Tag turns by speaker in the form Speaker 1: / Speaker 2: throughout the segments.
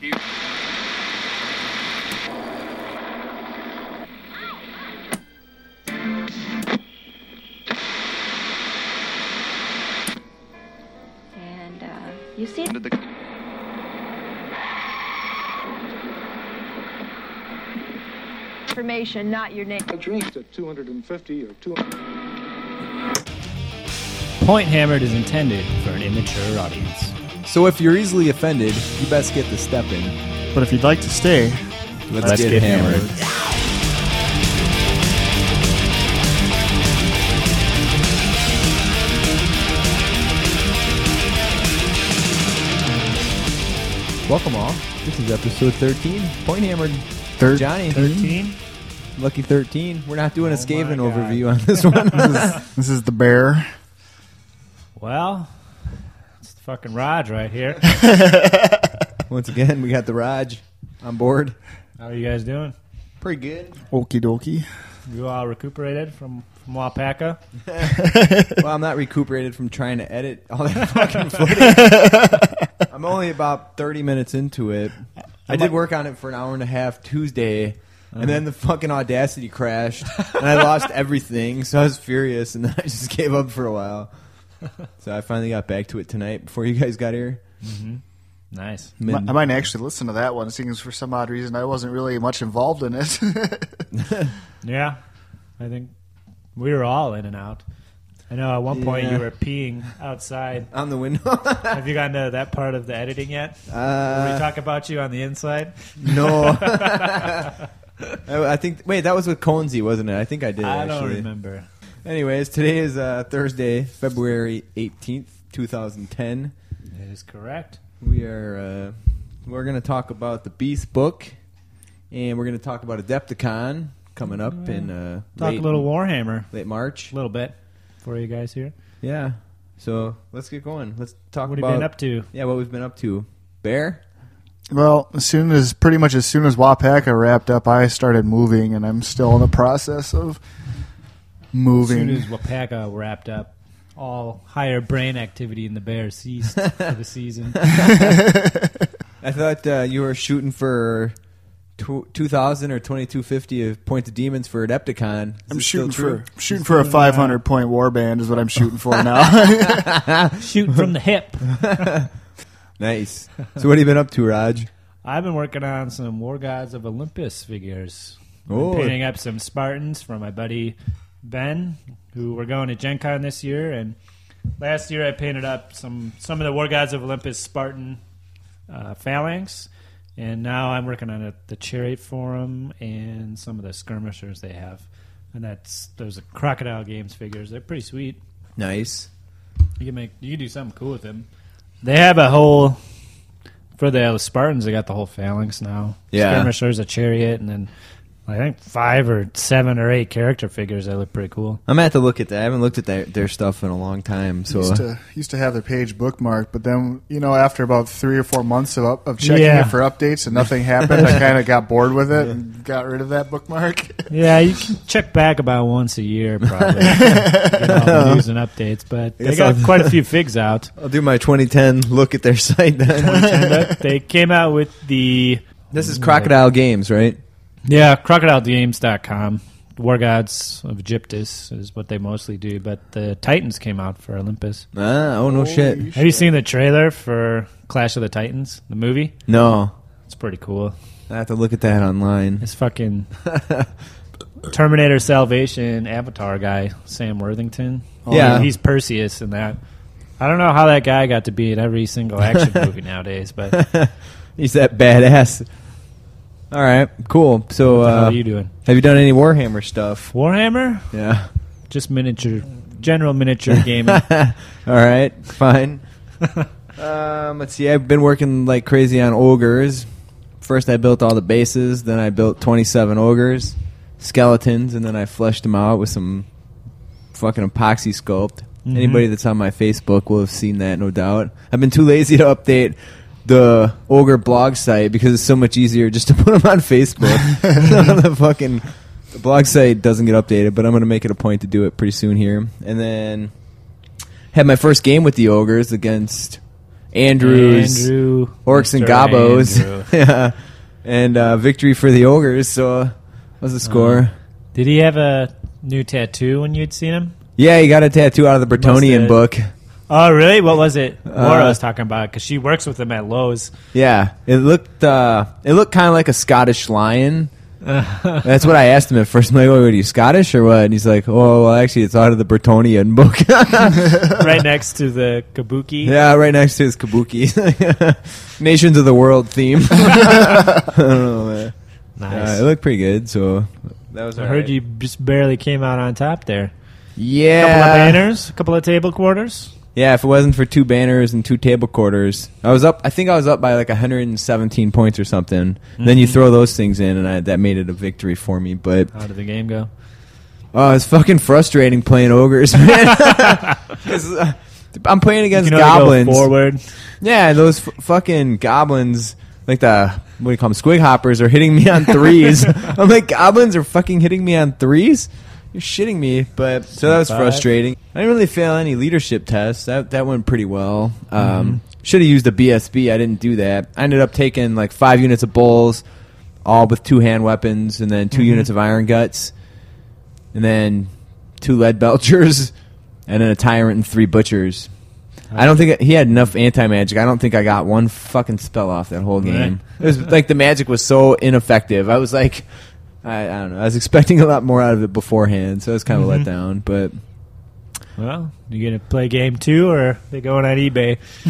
Speaker 1: Huge.
Speaker 2: And uh, you see,
Speaker 1: Under the.
Speaker 2: information, not your name.
Speaker 3: drinks at 250 or 200.
Speaker 4: Point Hammered is intended for an immature audience.
Speaker 5: So if you're easily offended, you best get the step in.
Speaker 6: But if you'd like to stay,
Speaker 5: Let's,
Speaker 4: Let's
Speaker 5: get,
Speaker 4: get
Speaker 5: hammered.
Speaker 4: hammered.
Speaker 5: Welcome all. This is episode 13, Point Hammered.
Speaker 6: thir-
Speaker 5: Johnny.
Speaker 6: 13.
Speaker 5: Lucky 13. We're not
Speaker 6: Oh
Speaker 5: doing a Skaven
Speaker 4: God.
Speaker 5: overview on this one.
Speaker 6: This is the bear.
Speaker 4: Well, it's the fucking Raj right here.
Speaker 5: Once again, we got the Raj on board.
Speaker 4: How are you guys doing?
Speaker 5: Pretty good.
Speaker 6: Okie dokie.
Speaker 4: You all recuperated from from Wapaka?
Speaker 5: Well, I'm not recuperated from trying to edit all that fucking footage. I'm only about 30 minutes into it. I did work on it for an hour and a half Tuesday, and then the fucking Audacity crashed, and I lost everything, so I was furious, and then I just gave up for a while. So I finally got back to it tonight before you guys got here.
Speaker 4: Nice.
Speaker 6: Mi- I
Speaker 5: Min-
Speaker 6: might actually listen to that one, seeing as for some odd reason I wasn't really much involved in it.
Speaker 4: Yeah, I think we were all in and out. I know at one point
Speaker 5: Yeah.
Speaker 4: you were peeing outside.
Speaker 5: on the window.
Speaker 4: Have you gotten to that part of the editing yet? Where we
Speaker 5: Uh,
Speaker 4: talk about you on the inside.
Speaker 5: no. I I think. Wait, that was with Conzi, wasn't it? I think I did.
Speaker 4: I don't
Speaker 5: actually.
Speaker 4: remember.
Speaker 5: Anyways, today is uh, Thursday, February eighteenth, two thousand ten.
Speaker 4: It is correct.
Speaker 5: We are uh, we're gonna talk about the Beast book, and we're gonna talk about Adepticon coming up in uh,
Speaker 4: Talk
Speaker 5: late,
Speaker 4: a little Warhammer,
Speaker 5: late March.
Speaker 4: a little bit, for you guys here.
Speaker 5: Yeah. So let's get going. Let's talk
Speaker 4: What have
Speaker 5: about
Speaker 4: you been up to?
Speaker 5: yeah what we've been up to. Bear.
Speaker 6: well, as soon as pretty much as soon as Wapaka wrapped up, I started moving, and I'm still in the process of
Speaker 4: As soon
Speaker 6: moving.
Speaker 4: as Wapaka wrapped up, all higher brain activity in the bear ceased for the season.
Speaker 5: I thought uh, you were shooting for. tw- 2000 or 2250 of point to demons for Adepticon. Is
Speaker 6: I'm
Speaker 5: this still
Speaker 6: shooting
Speaker 5: true?
Speaker 6: for I'm shooting for a 500 point warband is what I'm shooting for now.
Speaker 4: Shooting from the hip.
Speaker 5: Nice. So, what have you been up to, Raj?
Speaker 4: I've been working on some War Gods of Olympus figures. Been
Speaker 5: Oh.
Speaker 4: painting up some Spartans for my buddy Ben, who we're going to Gen Con this year. And last year I painted up some, some of the War Gods of Olympus Spartan uh, phalanx. And now I'm working on it, the Chariot Forum and some of the skirmishers they have. And that's those are Crocodile Games figures. They're pretty sweet.
Speaker 5: Nice.
Speaker 4: You can make you can do something cool with them. They have a whole for the Spartans. They got the whole phalanx now.
Speaker 5: Yeah.
Speaker 4: skirmishers, a chariot, and then I think five or seven or eight character figures that look pretty cool.
Speaker 5: I'm gonna have to look at that. I haven't looked at their, their stuff in a long time. So uh,
Speaker 6: used to used to have the page bookmarked, but then you know after about three or four months of up, of checking
Speaker 4: Yeah.
Speaker 6: it for updates and nothing happened, I kind of got bored with it and got rid of that bookmark.
Speaker 4: Yeah, you can check back about once a year probably. Get all the news and updates, but they
Speaker 5: guess
Speaker 4: got
Speaker 5: I'll-
Speaker 4: quite a few figs out.
Speaker 5: I'll do my 2010 look at their site. Then
Speaker 4: And that- they came out with the
Speaker 5: this is Crocodile Games, right?
Speaker 4: Yeah, crocodilegames.com. War gods of Egyptus is what they mostly do, but the Titans came out for Olympus.
Speaker 5: Ah, oh no shit.
Speaker 4: Have you seen the trailer for Clash of the Titans, the movie?
Speaker 5: No,
Speaker 4: It's pretty cool.
Speaker 5: I have to look at that online.
Speaker 4: It's fucking Terminator Salvation Avatar guy, Sam Worthington. Oh,
Speaker 5: Yeah.
Speaker 4: He's Perseus in that. I don't know how that guy got to be in every single action movie nowadays, but how
Speaker 5: He's that badass. All right, cool. So, uh,
Speaker 4: are you doing?
Speaker 5: have you done any Warhammer stuff?
Speaker 4: Warhammer?
Speaker 5: Yeah.
Speaker 4: Just miniature, general miniature gaming.
Speaker 5: All right, fine. um, let's see. I've been working like crazy on ogres. First, I built all the bases. Then I built twenty-seven ogres, skeletons, and then I fleshed them out with some fucking epoxy sculpt.
Speaker 4: Mm-hmm.
Speaker 5: Anybody that's on my Facebook will have seen that, no doubt. I've been too lazy to update the ogre blog site because it's so much easier just to put them on Facebook. the fucking the blog site doesn't get updated, but I'm going to make it a point to do it pretty soon here. And then had my first game with the ogres against Andrews,
Speaker 4: Andrew,
Speaker 5: Orcs and
Speaker 4: Mr. Andrew.
Speaker 5: Gobos, yeah, and uh, victory for the Ogres. So, uh, what's the score?
Speaker 4: Uh-huh. Did he have a new tattoo when you'd seen him?
Speaker 5: yeah, he got a tattoo out of the Bretonian
Speaker 4: have.
Speaker 5: book.
Speaker 4: Oh, really? What was it? Laura
Speaker 5: Uh,
Speaker 4: was talking about because she works with him at Lowe's.
Speaker 5: Yeah, it looked uh, it looked kind of like a Scottish lion. That's what I asked him at first. I'm like, "Oh, what are you Scottish or what?" And he's like, "Oh, well, actually, it's out of the Bretonian book."
Speaker 4: right next to the Kabuki.
Speaker 5: yeah, right next to his Kabuki, Nations of the World theme. I don't know, man.
Speaker 4: Nice.
Speaker 5: Uh, it looked pretty good. So that was.
Speaker 4: I heard you just barely came out on top there.
Speaker 5: Yeah.
Speaker 4: couple of banners, a couple of table quarters.
Speaker 5: Yeah, if it wasn't for two banners and two table quarters, I was up. I think I was up by like 117 points or something. Then
Speaker 4: Mm-hmm.
Speaker 5: you throw those things in, and I, that made it a victory for me. But
Speaker 4: How did the game go?
Speaker 5: Oh, it's fucking frustrating playing ogres, man. 'Cause, uh, I'm playing against
Speaker 4: You can only
Speaker 5: goblins.
Speaker 4: Go forward.
Speaker 5: Yeah, those f- fucking goblins, like the what do you call them, squig hoppers, are hitting me on threes. I'm like, goblins are fucking hitting me on threes. You're shitting me, but so that was
Speaker 4: Five.
Speaker 5: frustrating. I didn't really fail any leadership tests. That that went pretty well. Um, Should have used a BSB. I didn't do that. I ended up taking like five units of bulls, all with two hand weapons, and then 2 units of iron guts, and then two lead belchers, and then a tyrant and three butchers. I don't think he had enough anti magic. I don't think I got one fucking spell off that whole game. It was like the magic was so ineffective. I was like, I, I don't know. I was expecting a lot more out of it beforehand, so I was kind
Speaker 4: Mm-hmm.
Speaker 5: of let down. But
Speaker 4: Well, you gonna play game two, or are they going on eBay?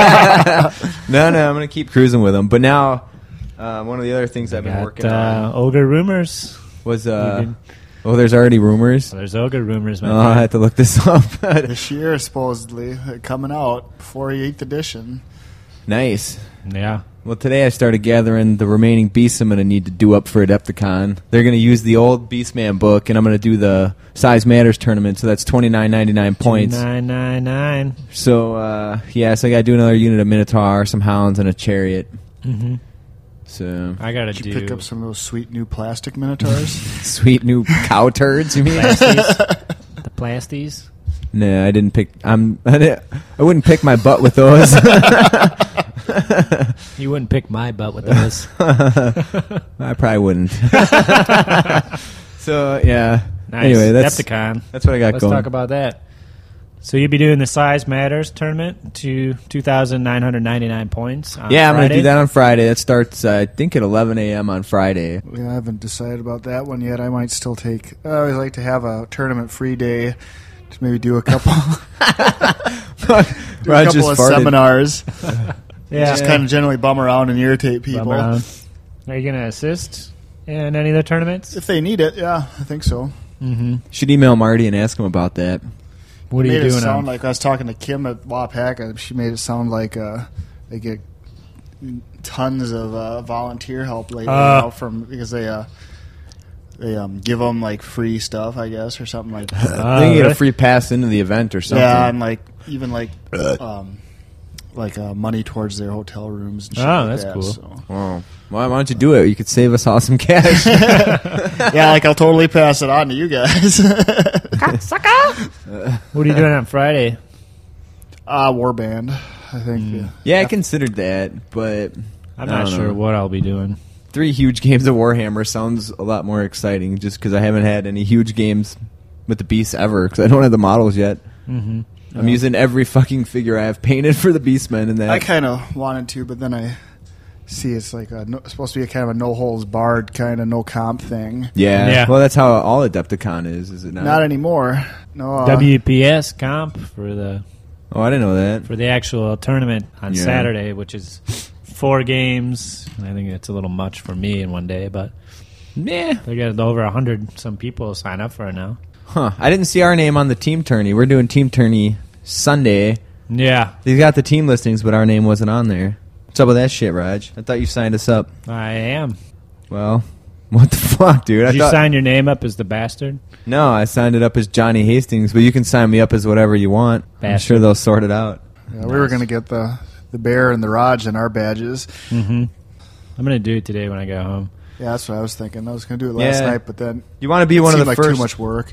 Speaker 5: no, no, I'm gonna keep cruising with him. But now, uh, one of the other things I've been
Speaker 4: Got,
Speaker 5: working
Speaker 4: uh,
Speaker 5: on
Speaker 4: ogre rumors.
Speaker 5: was
Speaker 4: We've
Speaker 5: uh,
Speaker 4: been-
Speaker 5: oh, there's already rumors.
Speaker 4: there's ogre rumors, my
Speaker 5: Oh, I
Speaker 4: friend.
Speaker 5: have to look this up.
Speaker 6: This year, supposedly uh, coming out before Eighth Edition.
Speaker 5: nice.
Speaker 4: yeah.
Speaker 5: Well, today I started gathering the remaining beasts I'm going to need to do up for Adepticon. They're going to use the old Beastman book, and I'm going to do the Size Matters tournament. So that's twenty nine ninety nine points.
Speaker 4: Nine nine nine.
Speaker 5: So uh, yeah, so I got to do another unit of Minotaur, some Hounds, and a Chariot.
Speaker 4: Mm-hmm.
Speaker 5: So
Speaker 4: I gotta
Speaker 6: Did
Speaker 4: do.
Speaker 6: you pick up some of those sweet new plastic minotaurs?
Speaker 5: sweet new cow turds, you mean?
Speaker 4: plasties. the plasties.
Speaker 5: no, I didn't pick. I'm. I, didn't, I wouldn't pick my butt with those.
Speaker 4: You wouldn't pick my butt with those.
Speaker 5: I probably wouldn't. so yeah.
Speaker 4: Nice.
Speaker 5: Anyway, that's
Speaker 4: Decepticon.
Speaker 5: that's what I got
Speaker 4: Let's
Speaker 5: going.
Speaker 4: talk about that. So you'll be doing the size matters tournament to two thousand nine hundred ninety nine points. on
Speaker 5: yeah, I'm going to
Speaker 4: Friday.
Speaker 5: do that on Friday. That starts, uh, I think, at 11 a.m. on Friday.
Speaker 6: we haven't decided about that one yet. I might still take. I always like to have a tournament free day to maybe do a couple, do a
Speaker 5: Rod
Speaker 6: couple
Speaker 5: just
Speaker 6: of
Speaker 5: farted.
Speaker 6: seminars.
Speaker 4: Yeah,
Speaker 6: just kind of generally bum around and irritate people
Speaker 4: Are you gonna assist in any of the tournaments?
Speaker 6: if they need it. Yeah, I think so.
Speaker 4: Mm-hmm.
Speaker 5: Should email Marty and ask him about that.
Speaker 4: What are
Speaker 6: made
Speaker 4: you
Speaker 6: it
Speaker 4: doing?
Speaker 6: sound
Speaker 4: on?
Speaker 6: like I was talking to Kim at WAPAC. and She made it sound like uh, they get tons of uh, volunteer help lately
Speaker 4: Uh.
Speaker 6: now from because they uh, they um, give them like free stuff, I guess, or something like
Speaker 5: I
Speaker 6: that.
Speaker 4: Ah,
Speaker 5: think you get
Speaker 4: really?
Speaker 5: a free pass into the event or something.
Speaker 6: yeah, and like even like um, like uh, money towards their hotel rooms. And shit
Speaker 4: Oh,
Speaker 6: like
Speaker 4: that's
Speaker 6: that,
Speaker 4: cool.
Speaker 6: so.
Speaker 5: Wow. Why, why don't you do it? You could save us all some cash.
Speaker 6: yeah, like I'll totally pass it on to you guys.
Speaker 2: Cocksucker!
Speaker 4: What are you doing on Friday?
Speaker 6: Ah, Warband, I think.
Speaker 4: Hmm.
Speaker 6: yeah.
Speaker 5: yeah, I considered that, but
Speaker 4: I'm
Speaker 5: I
Speaker 4: not
Speaker 5: don't
Speaker 4: sure
Speaker 5: know.
Speaker 4: what I'll be doing.
Speaker 5: three huge games of Warhammer sounds a lot more exciting just because I haven't had any huge games with the Beasts ever because I don't have the models yet.
Speaker 4: Mm-hmm.
Speaker 5: I'm using every fucking figure I have painted for the Beastmen and that.
Speaker 6: I kind of wanted to, but then I see it's like a no, supposed to be a kind of a no holds barred kind of no comp thing.
Speaker 5: yeah.
Speaker 4: Yeah.
Speaker 5: Well, that's how all Adepticon is, is it not?
Speaker 6: Not anymore. No. Uh,
Speaker 4: WPS comp for the
Speaker 5: oh, I didn't know that.
Speaker 4: for the actual tournament on
Speaker 5: Yeah.
Speaker 4: Saturday, which is four games. I think it's a little much for me in one day, but
Speaker 5: Nah.
Speaker 4: they got over a hundred some people sign up for it now.
Speaker 5: Huh. I didn't see our name on the team tourney. We're doing team tourney Sunday.
Speaker 4: Yeah,
Speaker 5: They've got the team listings, but our name wasn't on there. What's up with that shit, Raj? I thought you signed us up.
Speaker 4: I am.
Speaker 5: Well, what the fuck, dude?
Speaker 4: Did
Speaker 5: I
Speaker 4: you
Speaker 5: thought,
Speaker 4: sign your name up as the bastard?
Speaker 5: no, I signed it up as Johnny Hastings, but you can sign me up as whatever you want. I'm
Speaker 4: Bastard.
Speaker 5: sure they'll sort it out.
Speaker 6: yeah, We were going to get the the bear and the Raj in our badges.
Speaker 4: Mm-hmm. I'm gonna do it today when I go home.
Speaker 6: Yeah, that's what I was thinking. I was going to do it last
Speaker 5: Yeah.
Speaker 6: night, but then
Speaker 5: You want to be
Speaker 6: it
Speaker 5: one of
Speaker 6: seemed
Speaker 5: the
Speaker 6: like
Speaker 5: first.
Speaker 6: too much work.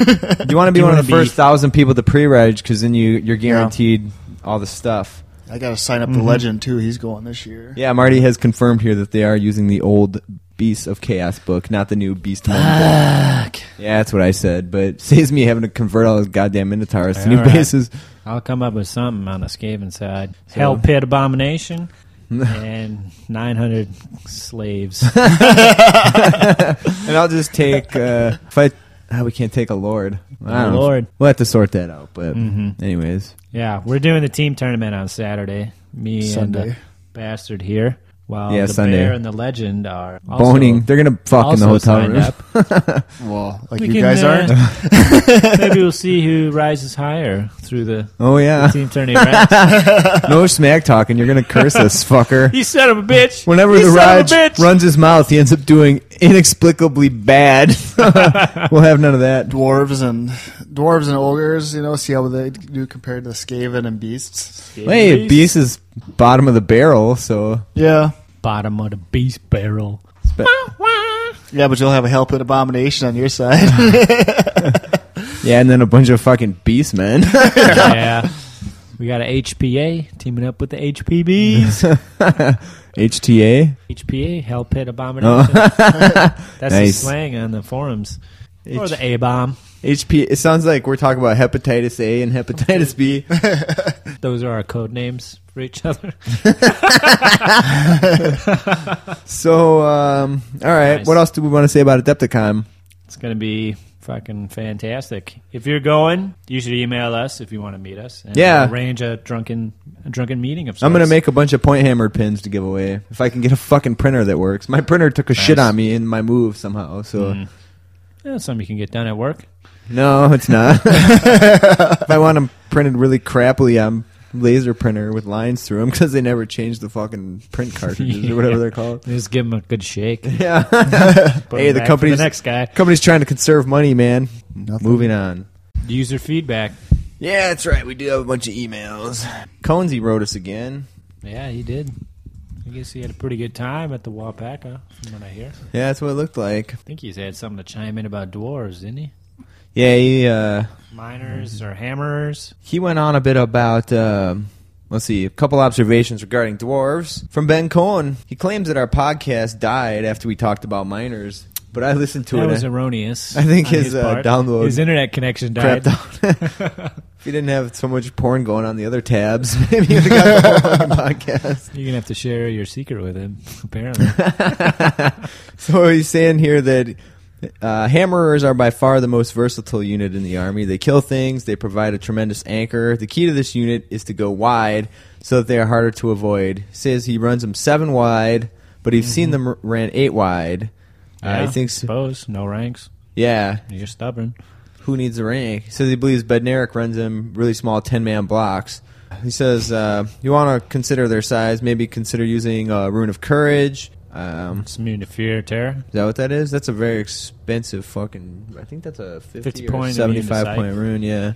Speaker 5: You want to be
Speaker 4: You
Speaker 5: one
Speaker 4: wanna
Speaker 5: of the first
Speaker 4: be-
Speaker 5: thousand people to pre-reg because then you you're guaranteed all the stuff.
Speaker 6: I got to sign up the legend too. He's going this year.
Speaker 5: Yeah, Marty has confirmed here that they are using the old Beast of Chaos book, not the new Beast Mode
Speaker 4: Ah.
Speaker 5: book. Yeah, that's what I said, but saves me having to convert all those goddamn Minotaurs to new
Speaker 4: All right.
Speaker 5: bases.
Speaker 4: I'll come up with something on the Skaven side. Hell Pit Abomination and 900 slaves.
Speaker 5: And I'll just take, uh, if I, ah, we can't take a Lord. I don't know.
Speaker 4: Lord.
Speaker 5: We'll have to sort that out, but
Speaker 4: Mhm.
Speaker 5: anyways.
Speaker 4: yeah, we're doing the team tournament on Saturday. Me and
Speaker 6: Sunday.
Speaker 4: the bastard here. While
Speaker 5: Yeah,
Speaker 4: the
Speaker 5: Sunday.
Speaker 4: bear and the legend are also,
Speaker 5: Boning. They're going to fuck in the
Speaker 4: also
Speaker 5: hotel
Speaker 4: signed
Speaker 5: room.
Speaker 4: up.
Speaker 6: Well, like
Speaker 4: We
Speaker 6: you
Speaker 4: can,
Speaker 6: guys
Speaker 4: uh,
Speaker 6: aren't.
Speaker 4: Maybe we'll see who rises higher through the
Speaker 5: Oh, yeah.
Speaker 4: team tournament. ranks.
Speaker 5: no smack talking. You're going to curse this fucker.
Speaker 4: you son of a bitch!
Speaker 5: Whenever
Speaker 4: you
Speaker 5: the
Speaker 4: son
Speaker 5: Raj
Speaker 4: of a bitch!
Speaker 5: runs his mouth, he ends up doing inexplicably bad. we'll have none of that.
Speaker 6: Dwarves and dwarves and ogres, you know, see how they do compared to Skaven and beasts.
Speaker 5: Hey, Beast is bottom of the barrel, so
Speaker 6: Yeah,
Speaker 4: bottom of the beast barrel.
Speaker 6: yeah, but you'll have a hell pit abomination on your side.
Speaker 5: yeah, and then a bunch of fucking beast men.
Speaker 4: yeah, we got a HPA teaming up with the HPBs.
Speaker 5: HTA.
Speaker 4: HPA, Hell Pit Abomination.
Speaker 5: Oh.
Speaker 4: That's the
Speaker 5: Nice.
Speaker 4: slang on the forums. or
Speaker 5: H-
Speaker 4: the A bomb.
Speaker 5: HP. It sounds like we're talking about hepatitis A and hepatitis B.
Speaker 4: Those are our code names for each other.
Speaker 5: So, um, all right.
Speaker 4: Nice.
Speaker 5: What else do we want to say about Adepticon?
Speaker 4: It's going to be fucking fantastic. If you're going, you should email us if you want to meet us. And
Speaker 5: Yeah.
Speaker 4: we'll arrange a drunken a drunken meeting of sorts.
Speaker 5: I'm gonna make a bunch of point hammer pins to give away if I can get a fucking printer that works. My printer took a shit
Speaker 4: Nice.
Speaker 5: on me in my move somehow. So
Speaker 4: Mm. Yeah, something you can get done at work.
Speaker 5: no, it's not. if I want them printed really crappily, I'm laser printer with lines through them because they never changed the fucking print cartridges or whatever
Speaker 4: Yeah.
Speaker 5: they're called.
Speaker 4: Just give them a good shake.
Speaker 5: Yeah.
Speaker 4: Put
Speaker 5: hey,
Speaker 4: 'em
Speaker 5: the
Speaker 4: back for
Speaker 5: company's
Speaker 4: the next guy.
Speaker 5: company's trying to conserve money, man. Moving on.
Speaker 4: User feedback.
Speaker 5: Yeah, that's right. We do have a bunch of emails. Conzi wrote us again.
Speaker 4: Yeah, he did. I guess he had a pretty good time at the Wapaka, from what I hear.
Speaker 5: Yeah, that's what it looked like.
Speaker 4: I think he's had something to chime in about dwarves, didn't he?
Speaker 5: Yeah, he uh,
Speaker 4: Miners or hammerers.
Speaker 5: he went on a bit about um let's see a couple observations regarding dwarves from ben cohen he claims that our podcast died after we talked about miners but i listened to
Speaker 4: That
Speaker 5: it
Speaker 4: was
Speaker 5: I
Speaker 4: erroneous.
Speaker 5: I think
Speaker 4: on
Speaker 5: his, uh,
Speaker 4: part.
Speaker 5: download
Speaker 4: his internet connection died.
Speaker 5: crapped out if you didn't have so much porn going on the other tabs maybe you got the whole fucking podcast
Speaker 4: You're gonna have to share your secret with him. Apparently,
Speaker 5: so he's saying here that uh, hammerers are by far the most versatile unit in the army. They kill things. They provide a tremendous anchor. The key to this unit is to go wide so that they are harder to avoid. Says he runs them seven wide, but he's seen them r- ran eight wide. Uh, he
Speaker 4: Yeah,
Speaker 5: thinks,
Speaker 4: Suppose no ranks.
Speaker 5: yeah,
Speaker 4: You're stubborn.
Speaker 5: who needs the rank? He says he believes Bednarik runs him really small 10 man blocks. He says uh, you want to consider their size, maybe consider using a rune of courage. Um,
Speaker 4: It's immune to fear, terror.
Speaker 5: Is that what that is? That's a very expensive fucking. I think that's a fifty,
Speaker 4: 50
Speaker 5: or
Speaker 4: point immune
Speaker 5: seventy-five
Speaker 4: to
Speaker 5: point rune. Yeah.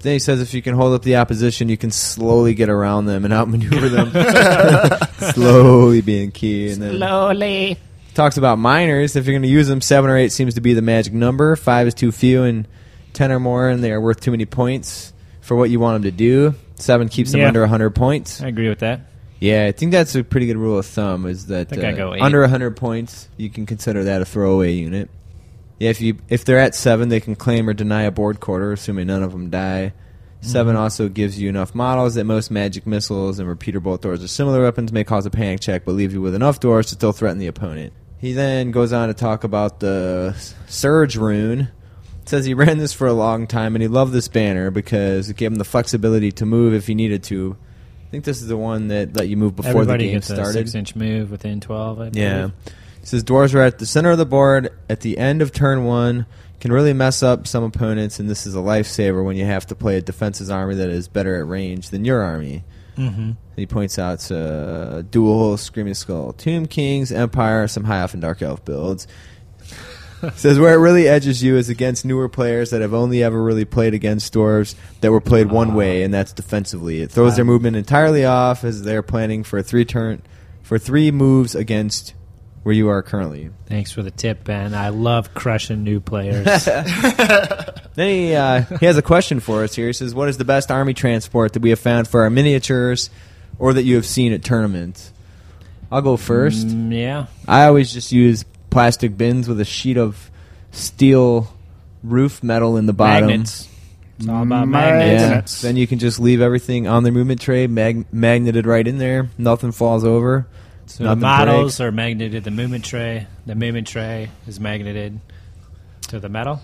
Speaker 5: Then he says if you can hold up the opposition, you can slowly get around them and outmaneuver them. slowly being key, and then
Speaker 4: Slowly.
Speaker 5: talks about miners. If you're going to use them, seven or eight seems to be the magic number. Five is too few, and ten or more, and they are worth too many points for what you want them to do. Seven keeps them
Speaker 4: Yeah.
Speaker 5: under hundred points.
Speaker 4: I agree with that.
Speaker 5: Yeah, I think that's a pretty good rule of thumb. Is that uh,
Speaker 4: think I go eight.
Speaker 5: under 100 points, you can consider that a throwaway unit. Yeah, if you if they're at seven, they can claim or deny a board quarter, assuming none of them die. 7
Speaker 4: Mm-hmm.
Speaker 5: also gives you enough models that most magic missiles and repeater bolt doors or similar weapons may cause a panic check, but leave you with enough doors to still threaten the opponent. He then goes on to talk about the s- surge rune. Says he ran this for a long time and he loved this banner because it gave him the flexibility to move if he needed to. I think this is the one that let you move before
Speaker 4: Everybody
Speaker 5: the game
Speaker 4: gets a
Speaker 5: started.
Speaker 4: six-inch move within twelve. I
Speaker 5: Yeah.
Speaker 4: believe.
Speaker 5: It says dwarves are at the center of the board at the end of turn one. Can really mess up some opponents, and this is a lifesaver when you have to play a defense's army that is better at range than your army.
Speaker 4: Mhm.
Speaker 5: He points out uh, dual screaming skull, tomb kings, empire, some high elf and dark elf builds. says where it really edges you is against newer players that have only ever really played against dwarves that were played one way, and that's defensively. It throws their movement entirely off as they're planning for a three turn for three moves against where you are currently.
Speaker 4: Thanks for the tip, Ben. I love crushing new players.
Speaker 5: Then he, uh, he has a question for us here. He says, What is the best army transport that we have found for our miniatures? or that you have seen at tournaments. I'll go first.
Speaker 4: Mm, yeah.
Speaker 5: I always just use plastic bins with a sheet of steel roof metal in the bottom.
Speaker 4: Magnets. It's all about magnets.
Speaker 5: Yeah.
Speaker 6: Magnets.
Speaker 5: Then you can just leave everything on the movement tray, mag- magneted right in there. Nothing falls over.
Speaker 4: So the
Speaker 5: Nothing
Speaker 4: models
Speaker 5: breaks.
Speaker 4: are magneted. The movement tray. The movement tray is magneted to the metal.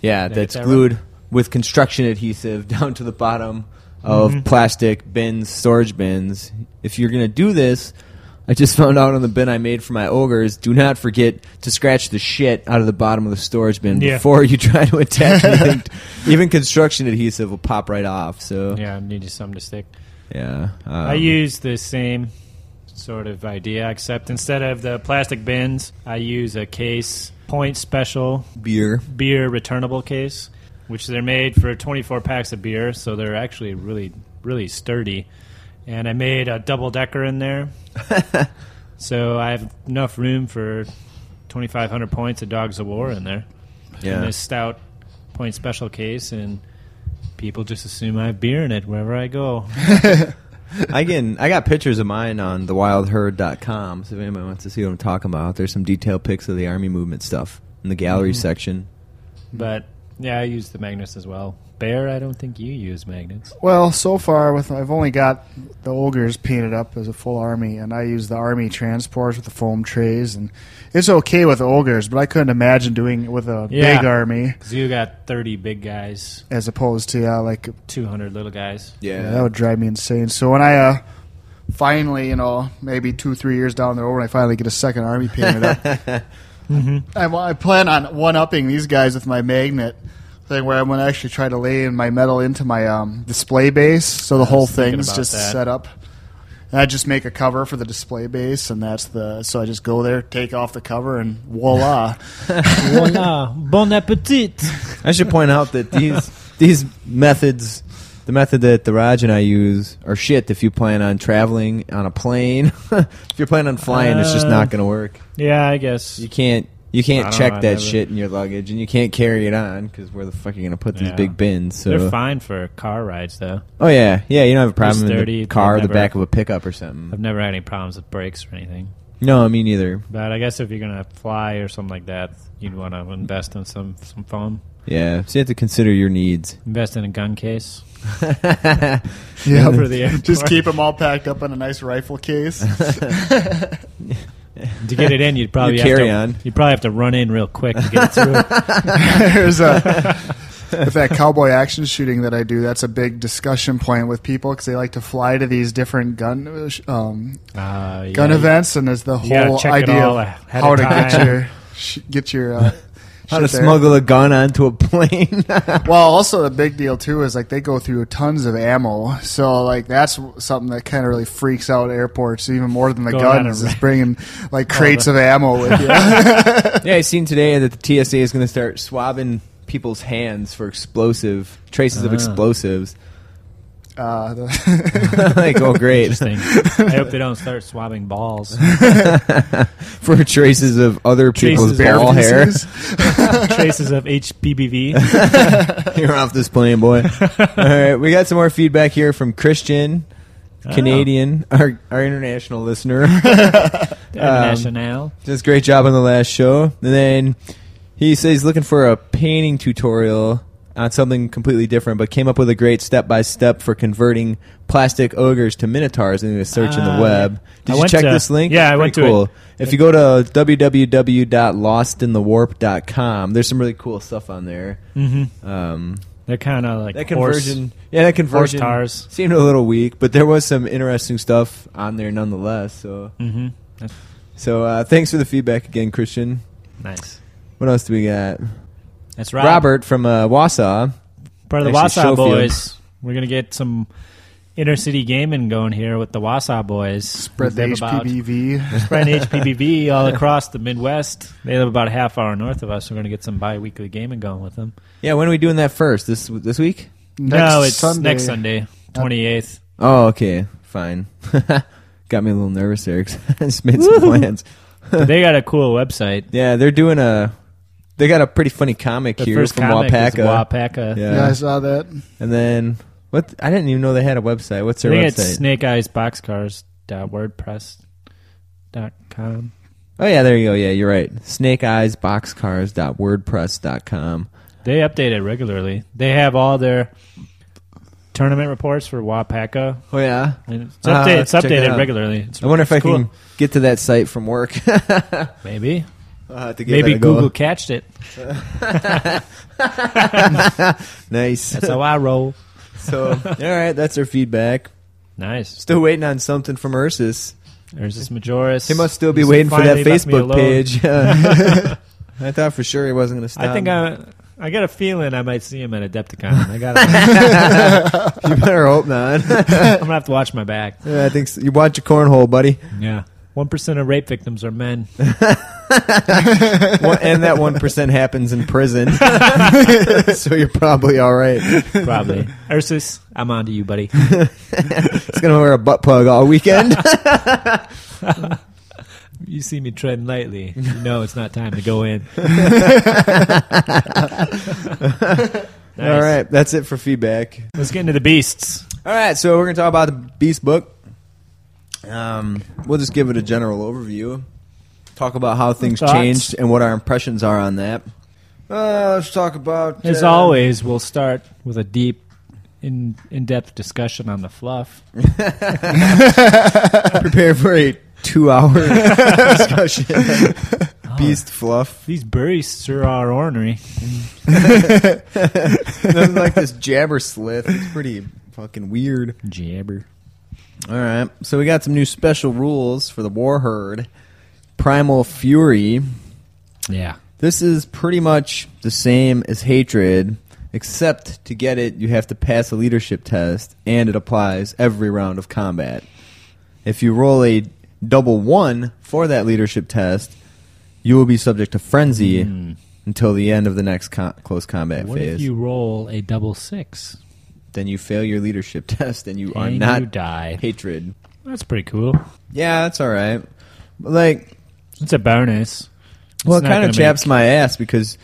Speaker 5: Yeah,
Speaker 4: Did I
Speaker 5: that's
Speaker 4: get that
Speaker 5: glued with construction adhesive down to the bottom of
Speaker 4: Mm-hmm.
Speaker 5: plastic bins, storage bins. If you're gonna do this, I just found out on the bin I made for my ogres. Do not forget to scratch the shit out of the bottom of the storage bin
Speaker 4: Yeah.
Speaker 5: before you try to attach anything. Even construction adhesive will pop right off. So yeah,
Speaker 4: Yeah, I needed something to stick.
Speaker 5: Oh. um,
Speaker 4: I use the same sort of idea, except instead of the plastic bins, I use a case point special
Speaker 5: beer.
Speaker 4: beer returnable case, which they're made for 24 packs of beer, so they're actually really, really sturdy. And I made a double decker in there, so I have enough room for 2,500 points of Dogs of War in there in
Speaker 5: Yeah,
Speaker 4: this stout point special case, and people just assume I have beer in it wherever I go.
Speaker 5: I can. I got pictures of mine on thewildherd.com. So if anybody wants to see what I'm talking about, there's some detailed pics of the army movement stuff in the gallery section.
Speaker 4: But yeah, I use the magnets as well. Bear, I don't think you use magnets.
Speaker 6: Well, so far with I've only got the ogres painted up as a full army, and I use the army transports with the foam trays, and it's okay with ogres, but I couldn't imagine doing it with a
Speaker 4: Yeah.
Speaker 6: big army
Speaker 4: Because you got 30 big guys,
Speaker 6: as opposed to uh, like
Speaker 4: 200 little guys.
Speaker 6: Yeah, that would drive me insane. So when I uh, finally, you know, maybe two, three years down the road, when I finally get a second army painted up, I, wa- I plan on one upping these guys with my magnet thing, where I'm going to actually try to lay in my metal into my um, display base, so the
Speaker 4: was
Speaker 6: whole
Speaker 4: thinking
Speaker 6: thing's
Speaker 4: about
Speaker 6: just
Speaker 4: that.
Speaker 6: set up. And I just make a cover for the display base, and that's the. So I just go there, take off the cover, and voila!
Speaker 4: Voila, bon appetit.
Speaker 5: I should point out that these these methods, the method that the Raj and I use, are shit. If you plan on traveling on a plane, if you're planning on flying, it's just not going to work.
Speaker 4: Yeah, I guess.
Speaker 5: You can't
Speaker 4: Uh.
Speaker 5: you
Speaker 4: I
Speaker 5: can't
Speaker 4: don't
Speaker 5: check
Speaker 4: know, I
Speaker 5: that
Speaker 4: never-
Speaker 5: shit in your luggage, and you can't carry it on because where the fuck are you going to put these
Speaker 4: Yeah.
Speaker 5: big bins?
Speaker 4: They're
Speaker 5: So
Speaker 4: fine for car rides, though.
Speaker 5: oh yeah, yeah, you don't have a problem in
Speaker 4: sturdy,
Speaker 5: the car, or the
Speaker 4: never-
Speaker 5: back of a pickup or something.
Speaker 4: I've never had any problems with brakes or anything.
Speaker 5: No, me neither.
Speaker 4: But I guess if you're going to fly or something like that, you'd want to invest in some, some foam.
Speaker 5: Yeah, so you have to consider your needs.
Speaker 4: Invest in a gun case.
Speaker 6: Yeah,
Speaker 4: For the airport.
Speaker 6: just keep them all packed up in a nice rifle case.
Speaker 4: To get it in, you'd probably
Speaker 5: carry
Speaker 4: have
Speaker 5: on.
Speaker 4: to, You'd probably have to run in real quick to get it through.
Speaker 6: There's a with that cowboy action shooting that I do. That's a big discussion point with people because they like to fly to these different gun um,
Speaker 4: Uh,
Speaker 6: gun
Speaker 4: yeah,
Speaker 6: events, and it's the
Speaker 4: gotta
Speaker 6: whole
Speaker 4: check it
Speaker 6: idea
Speaker 4: all
Speaker 6: of
Speaker 4: ahead
Speaker 6: how
Speaker 4: of
Speaker 6: to get
Speaker 4: time.
Speaker 6: your sh- get your uh,
Speaker 5: How to
Speaker 6: shit there.
Speaker 5: smuggle a gun onto a plane?
Speaker 6: Well, also the big deal too is like they go through tons of ammo, so like that's w- something that kind of really freaks out airports even more than the
Speaker 4: Going on a
Speaker 6: guns. Is
Speaker 4: ra-
Speaker 6: bringing like
Speaker 4: Oh,
Speaker 6: crates of ammo with you.
Speaker 5: Yeah, I seen today that the TSA is going to start swabbing people's hands for explosive traces of
Speaker 4: Ah.
Speaker 5: explosives.
Speaker 6: uh, the
Speaker 5: like, oh, great.
Speaker 4: Interesting. I hope they don't start swabbing balls.
Speaker 5: for traces of other people's
Speaker 4: Traces of
Speaker 5: ball hair.
Speaker 6: feces.
Speaker 4: Traces of HPBV.
Speaker 5: You're off this plane, boy. All right, we got some more feedback here from Christian,
Speaker 4: Oh.
Speaker 5: Canadian, our, our international listener. Um,
Speaker 4: International.
Speaker 5: Just great job on the last show. And then he says he's looking for a painting tutorial on something completely different, but came up with a great step by step for converting plastic ogres to minotaurs in the search in
Speaker 4: Ah,
Speaker 5: the web.
Speaker 4: I
Speaker 5: Did you
Speaker 4: went
Speaker 5: check
Speaker 4: to-
Speaker 5: this link?
Speaker 4: yeah,
Speaker 5: It's
Speaker 4: I went
Speaker 5: pretty
Speaker 4: to
Speaker 5: cool.
Speaker 4: it.
Speaker 5: If you go to www.lostinthewarp.com, there's some really cool stuff on there. Mm-hmm. Um,
Speaker 4: They're kind of like
Speaker 5: that
Speaker 4: horse-
Speaker 5: conversion, yeah, that conversion
Speaker 4: tars.
Speaker 5: seemed a little weak, but there was some interesting stuff on there nonetheless. So,
Speaker 4: Mhm.
Speaker 5: so uh, thanks for the feedback again, Christian.
Speaker 4: Nice.
Speaker 5: What else do we got?
Speaker 4: That's Rob.
Speaker 5: Robert from uh, Wausau.
Speaker 4: Part of the
Speaker 5: Actually,
Speaker 4: Wausau
Speaker 5: Schofield.
Speaker 4: Boys. We're going to get some inner city gaming going here with the Wausau Boys.
Speaker 6: Spread the
Speaker 4: They live about-
Speaker 6: HPV.
Speaker 4: Spread HPBV all across the Midwest. They live about a half hour north of us. We're going to get some bi weekly gaming going with them.
Speaker 5: Yeah, when are we doing that first? This this week?
Speaker 4: no, it's next Sunday, 28th.
Speaker 5: Oh, okay, fine. Got me a little nervous there 'cause I just made some plans.
Speaker 4: But they got a cool website.
Speaker 5: Yeah, they're doing a. They got a pretty funny comic
Speaker 4: The
Speaker 5: here
Speaker 4: first
Speaker 5: from
Speaker 4: comic
Speaker 5: Wapaka.
Speaker 4: is Wapaka.
Speaker 5: Yeah.
Speaker 6: Yeah, I saw that.
Speaker 5: and then What? I didn't even know they had a website. What's
Speaker 4: I
Speaker 5: their
Speaker 4: think
Speaker 5: website?
Speaker 4: it's snakeeyesboxcars.wordpress.com.
Speaker 5: oh yeah, there you go. Yeah, you're right. Snakeeyesboxcars.wordpress.com.
Speaker 4: They update it regularly. They have all their tournament reports for Wapaka.
Speaker 5: Oh yeah.
Speaker 4: And It's,
Speaker 5: Ah,
Speaker 4: update,
Speaker 5: let's
Speaker 4: it's
Speaker 5: check that
Speaker 4: updated
Speaker 5: out.
Speaker 4: regularly. It's,
Speaker 5: I wonder if
Speaker 4: it's
Speaker 5: I
Speaker 4: cool.
Speaker 5: can get to that site from work.
Speaker 4: maybe
Speaker 5: I'll have to give
Speaker 4: maybe
Speaker 5: that a go.
Speaker 4: Google catched it.
Speaker 5: Nice.
Speaker 4: That's how I roll.
Speaker 5: so, all right, that's our feedback.
Speaker 4: Nice.
Speaker 5: Still waiting on something from Ursus.
Speaker 4: There's this Majoris.
Speaker 5: He must still be
Speaker 4: He's
Speaker 5: waiting for that
Speaker 4: finally left me
Speaker 5: Facebook
Speaker 4: alone.
Speaker 5: page. I thought for sure he wasn't going to stop.
Speaker 4: I think I I got a feeling I might see him at Adepticon. I got. I'm
Speaker 5: you better hope not.
Speaker 4: gonna have to watch my back.
Speaker 5: Yeah, I think so. you watch your cornhole, buddy,
Speaker 4: Yeah. One percent of rape victims are men.
Speaker 5: One- and that one percent happens in prison, so you're probably all right.
Speaker 4: Probably. Ursus, I'm on to you, buddy.
Speaker 5: He's going to wear a butt plug all weekend.
Speaker 4: You see me treading lightly. You know it's not time to go in. Nice.
Speaker 5: All right, that's it for feedback.
Speaker 4: Let's get into the beasts.
Speaker 5: All right, so we're going to talk about the Beast book. Um, we'll just give it a general overview. Talk about how things
Speaker 4: Thoughts?
Speaker 5: changed and what our impressions are on that. Uh, let's talk about
Speaker 4: As
Speaker 5: uh,
Speaker 4: always, we'll start with a deep, in in depth discussion on the fluff.
Speaker 5: prepare for a two-hour discussion. Beast fluff,
Speaker 4: These beasts sure are ornery.
Speaker 5: nothing like this jabber slith. It's pretty fucking weird.
Speaker 4: Jabber.
Speaker 5: All right, so we got some new special rules for the war herd. Primal Fury.
Speaker 4: Yeah.
Speaker 5: This is pretty much the same as hatred, except to get it, you have to pass a leadership test, and it applies every round of combat. If you roll a double one for that leadership test, you will be subject to frenzy until the end of the next co- close combat
Speaker 4: Hmm. What
Speaker 5: phase.
Speaker 4: if you roll a double six?
Speaker 5: then you fail your leadership test, and you are
Speaker 4: And
Speaker 5: not
Speaker 4: you die.
Speaker 5: hatred.
Speaker 4: That's pretty cool.
Speaker 5: Yeah, that's all right. But like,
Speaker 4: It's a bonus.
Speaker 5: Well, it
Speaker 4: It's not
Speaker 5: kind
Speaker 4: gonna
Speaker 5: of chaps
Speaker 4: make-
Speaker 5: my ass because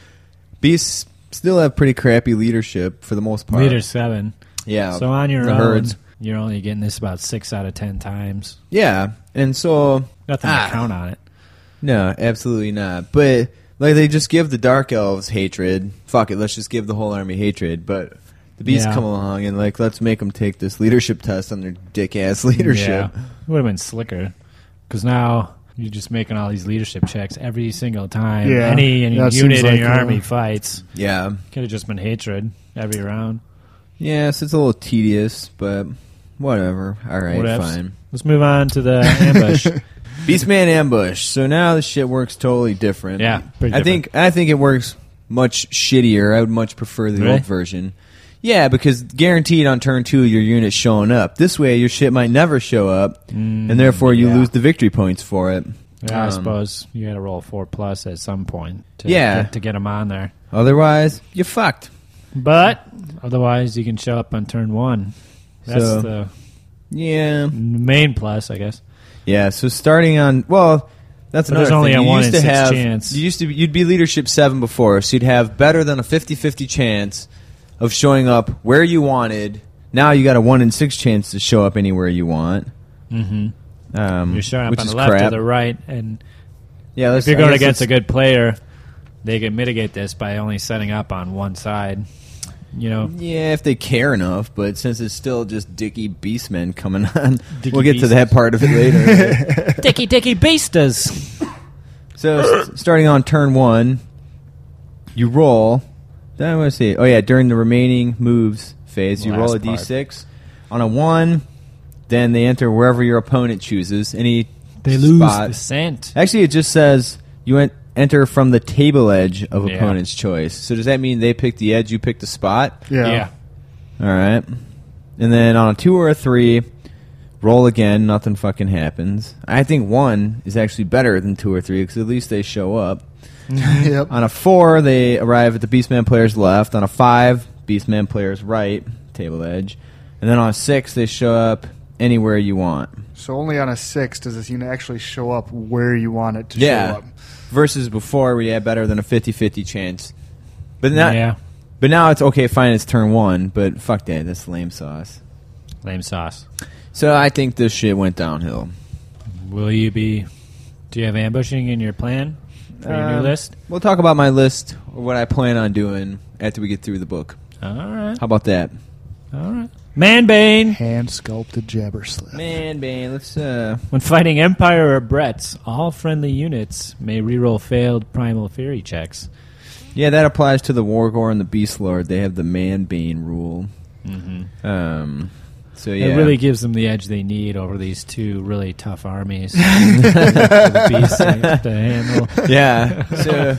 Speaker 5: beasts still have pretty crappy leadership for the most part.
Speaker 4: Leader seven.
Speaker 5: yeah.
Speaker 4: So on your
Speaker 5: the
Speaker 4: own,
Speaker 5: herds.
Speaker 4: you're only getting this about six out of ten times.
Speaker 5: yeah, and so
Speaker 4: Nothing
Speaker 5: Ah.
Speaker 4: to count on it.
Speaker 5: no, absolutely not. But like they just give the dark elves hatred. Fuck it, let's just give the whole army hatred. But the beasts
Speaker 4: Yeah.
Speaker 5: come along and like let's make them take this leadership test on their dick ass leadership.
Speaker 4: Yeah. It would have been slicker because now you're just making all these leadership checks every single time
Speaker 6: Yeah.
Speaker 4: any, any
Speaker 6: Yeah, it
Speaker 4: unit
Speaker 6: seems
Speaker 4: in
Speaker 6: like,
Speaker 4: your
Speaker 6: uh,
Speaker 4: army fights.
Speaker 5: Yeah.
Speaker 4: Could have just been hatred every round.
Speaker 5: Yeah, so it's a little tedious, but whatever. All right,
Speaker 4: Whatevs.
Speaker 5: fine.
Speaker 4: Let's move on to the ambush.
Speaker 5: Beastman ambush. So now this shit works totally different.
Speaker 4: Yeah, pretty
Speaker 5: I think I think it works much shittier. I would much prefer the
Speaker 4: Really?
Speaker 5: old version. Yeah, because guaranteed on turn two your unit's showing up. This way your shit might never show up, and therefore you
Speaker 4: yeah.
Speaker 5: lose the victory points for it.
Speaker 4: Mm, yeah, I
Speaker 5: Um,
Speaker 4: suppose you got to roll four plus at some point to,
Speaker 5: Yeah.
Speaker 4: get, to get them on there.
Speaker 5: Otherwise, you fucked.
Speaker 4: But otherwise, you can show up on turn one. That's
Speaker 5: So-
Speaker 4: the
Speaker 5: Yeah,
Speaker 4: main plus, I guess.
Speaker 5: yeah. So starting on well, that's
Speaker 4: But
Speaker 5: another
Speaker 4: there's only
Speaker 5: thing.
Speaker 4: a
Speaker 5: you
Speaker 4: one
Speaker 5: used
Speaker 4: in
Speaker 5: to
Speaker 4: six
Speaker 5: have
Speaker 4: chance.
Speaker 5: you used to you'd be leadership seven before, so you'd have better than a 50-50 chance of showing up where you wanted. Now you got a one in six chance to show up anywhere you want.
Speaker 4: Mm-hmm.
Speaker 5: Um,
Speaker 4: You're showing up
Speaker 5: which
Speaker 4: on
Speaker 5: is
Speaker 4: the left
Speaker 5: crap.
Speaker 4: or the right, and
Speaker 5: Yeah, let's,
Speaker 4: if you're
Speaker 5: I
Speaker 4: going against
Speaker 5: guess
Speaker 4: a
Speaker 5: let's-
Speaker 4: good player, they can mitigate this by only setting up on one side. You know,
Speaker 5: Yeah, if they care enough, but since it's still just Dicky Beastmen coming on,
Speaker 4: Dicky
Speaker 5: we'll get to that
Speaker 4: Beasts.
Speaker 5: part of it later.
Speaker 4: Dicky Dicky Beastas.
Speaker 5: So s- starting on turn one, you roll. Then I want to see. Oh yeah, during the remaining moves phase, you
Speaker 4: Last
Speaker 5: roll a
Speaker 4: part.
Speaker 5: d6. On a one, then they enter wherever your opponent chooses. Any
Speaker 4: They lose
Speaker 5: spot.
Speaker 4: the scent.
Speaker 5: Actually, it just says you en- enter from the table edge of
Speaker 4: Yeah.
Speaker 5: opponent's choice. So does that mean they pick the edge, you pick the spot?
Speaker 6: Yeah.
Speaker 5: All right. And then on a two or a three, roll again. Nothing fucking happens. I think one is actually better than two or three because at least they show up.
Speaker 6: yep.
Speaker 5: On a four, they arrive at the Beastman player's left. On a five, Beastman player's right, table edge. And then on a six, they show up anywhere you want.
Speaker 6: So only on a six does this unit actually show up where you want it to
Speaker 5: Yeah.
Speaker 6: show up.
Speaker 5: Versus before, we had better than a 50 50 chance. But not,
Speaker 4: yeah.
Speaker 5: But now it's okay, fine, it's turn one, but fuck that, that's lame sauce.
Speaker 4: Lame sauce.
Speaker 5: So I think this shit went downhill.
Speaker 4: Will you be? Do you have ambushing in your plan for your new
Speaker 5: Um,
Speaker 4: list?
Speaker 5: We'll talk about my list or what I plan on doing after we get through the book.
Speaker 4: All right,
Speaker 5: How about that?
Speaker 4: all right. Man Bane.
Speaker 6: Hand sculpted jabber slip.
Speaker 5: Man, man, let's uh
Speaker 4: When fighting Empire or Bretts, all friendly units may reroll failed Primal Fury checks.
Speaker 5: Yeah, that applies to the Wargor and the Beast Lord. They have the man bane rule. Mm-hmm. Um so yeah.
Speaker 4: It really gives them the edge they need over these two really tough armies. The beasts to handle.
Speaker 5: yeah. So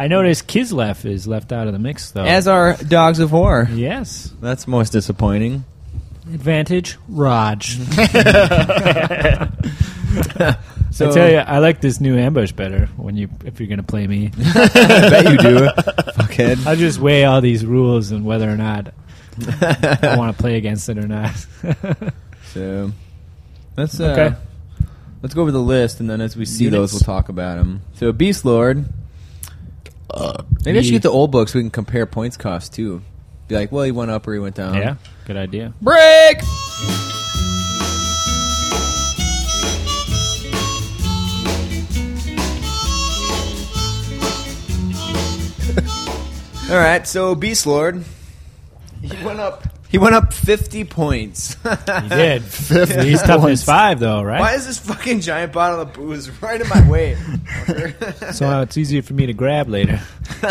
Speaker 4: I noticed Kislev is left out of the mix, though.
Speaker 5: as are Dogs of War.
Speaker 4: yes,
Speaker 5: That's most disappointing.
Speaker 4: advantage Raj.
Speaker 5: So
Speaker 4: I tell you, I like this new ambush better when you if you're going to play me.
Speaker 5: I bet you do. Fuckhead.
Speaker 4: I just weigh all these rules and whether or not I want to play against it or not.
Speaker 5: So let's uh,
Speaker 4: Okay.
Speaker 5: let's go over the list, and then as we see
Speaker 4: Units.
Speaker 5: those, we'll talk about them. So Beast Lord.
Speaker 4: Uh,
Speaker 5: Maybe I should
Speaker 4: Ye-
Speaker 5: get the old books. We can compare points costs too. Be like, well, he went up or he went down.
Speaker 4: yeah, good idea.
Speaker 5: Break. All right, so Beast Lord, he went up. He went up fifty points.
Speaker 4: He did. He's toughness five, though, right?
Speaker 5: Why is this fucking giant bottle of booze right in my way?
Speaker 4: So uh, it's easier for me to grab later.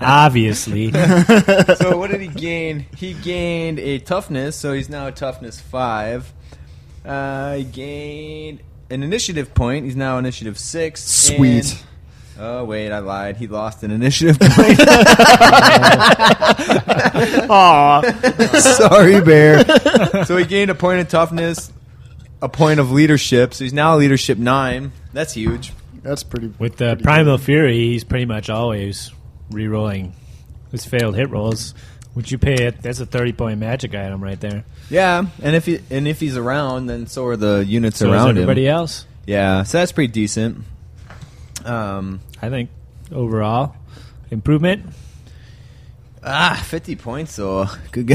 Speaker 4: Obviously.
Speaker 5: so what did he gain? He gained a toughness, so he's now a toughness five. Uh, he gained an initiative point. He's now initiative six.
Speaker 6: Sweet.
Speaker 5: and- oh wait, I lied. He lost an initiative point.
Speaker 6: Sorry, Bear.
Speaker 5: so he gained a point of toughness, a point of leadership. So he's now leadership nine. That's huge.
Speaker 6: That's pretty.
Speaker 4: With the Primal Fury, he's pretty much always re-rolling his failed hit rolls. Would you pay it? That's a 30 point magic item right there.
Speaker 5: Yeah, and if he and if he's around, then so are the units
Speaker 4: So is
Speaker 5: around
Speaker 4: everybody
Speaker 5: him.
Speaker 4: else,
Speaker 5: Yeah, so that's pretty decent. Um,
Speaker 4: I think, overall, improvement.
Speaker 5: ah, fifty points though. Good guy.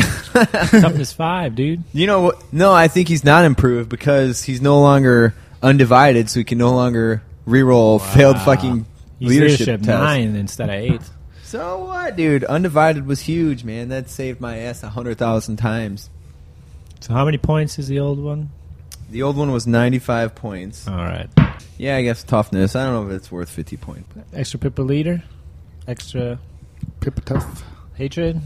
Speaker 4: Toughness five, dude.
Speaker 5: You know what? No, I think he's not improved because he's no longer undivided, so he can no longer reroll failed fucking
Speaker 4: He's
Speaker 5: leadership, test.
Speaker 4: nine instead of eight.
Speaker 5: So what, dude? Undivided was huge, man. That saved my ass a hundred thousand times.
Speaker 4: So how many points is the old one?
Speaker 5: The old one was ninety-five points.
Speaker 4: All right.
Speaker 5: Yeah, I guess toughness. I don't know if it's worth fifty points.
Speaker 4: Extra Pippa leader. Extra
Speaker 6: Pipituff.
Speaker 4: hatred.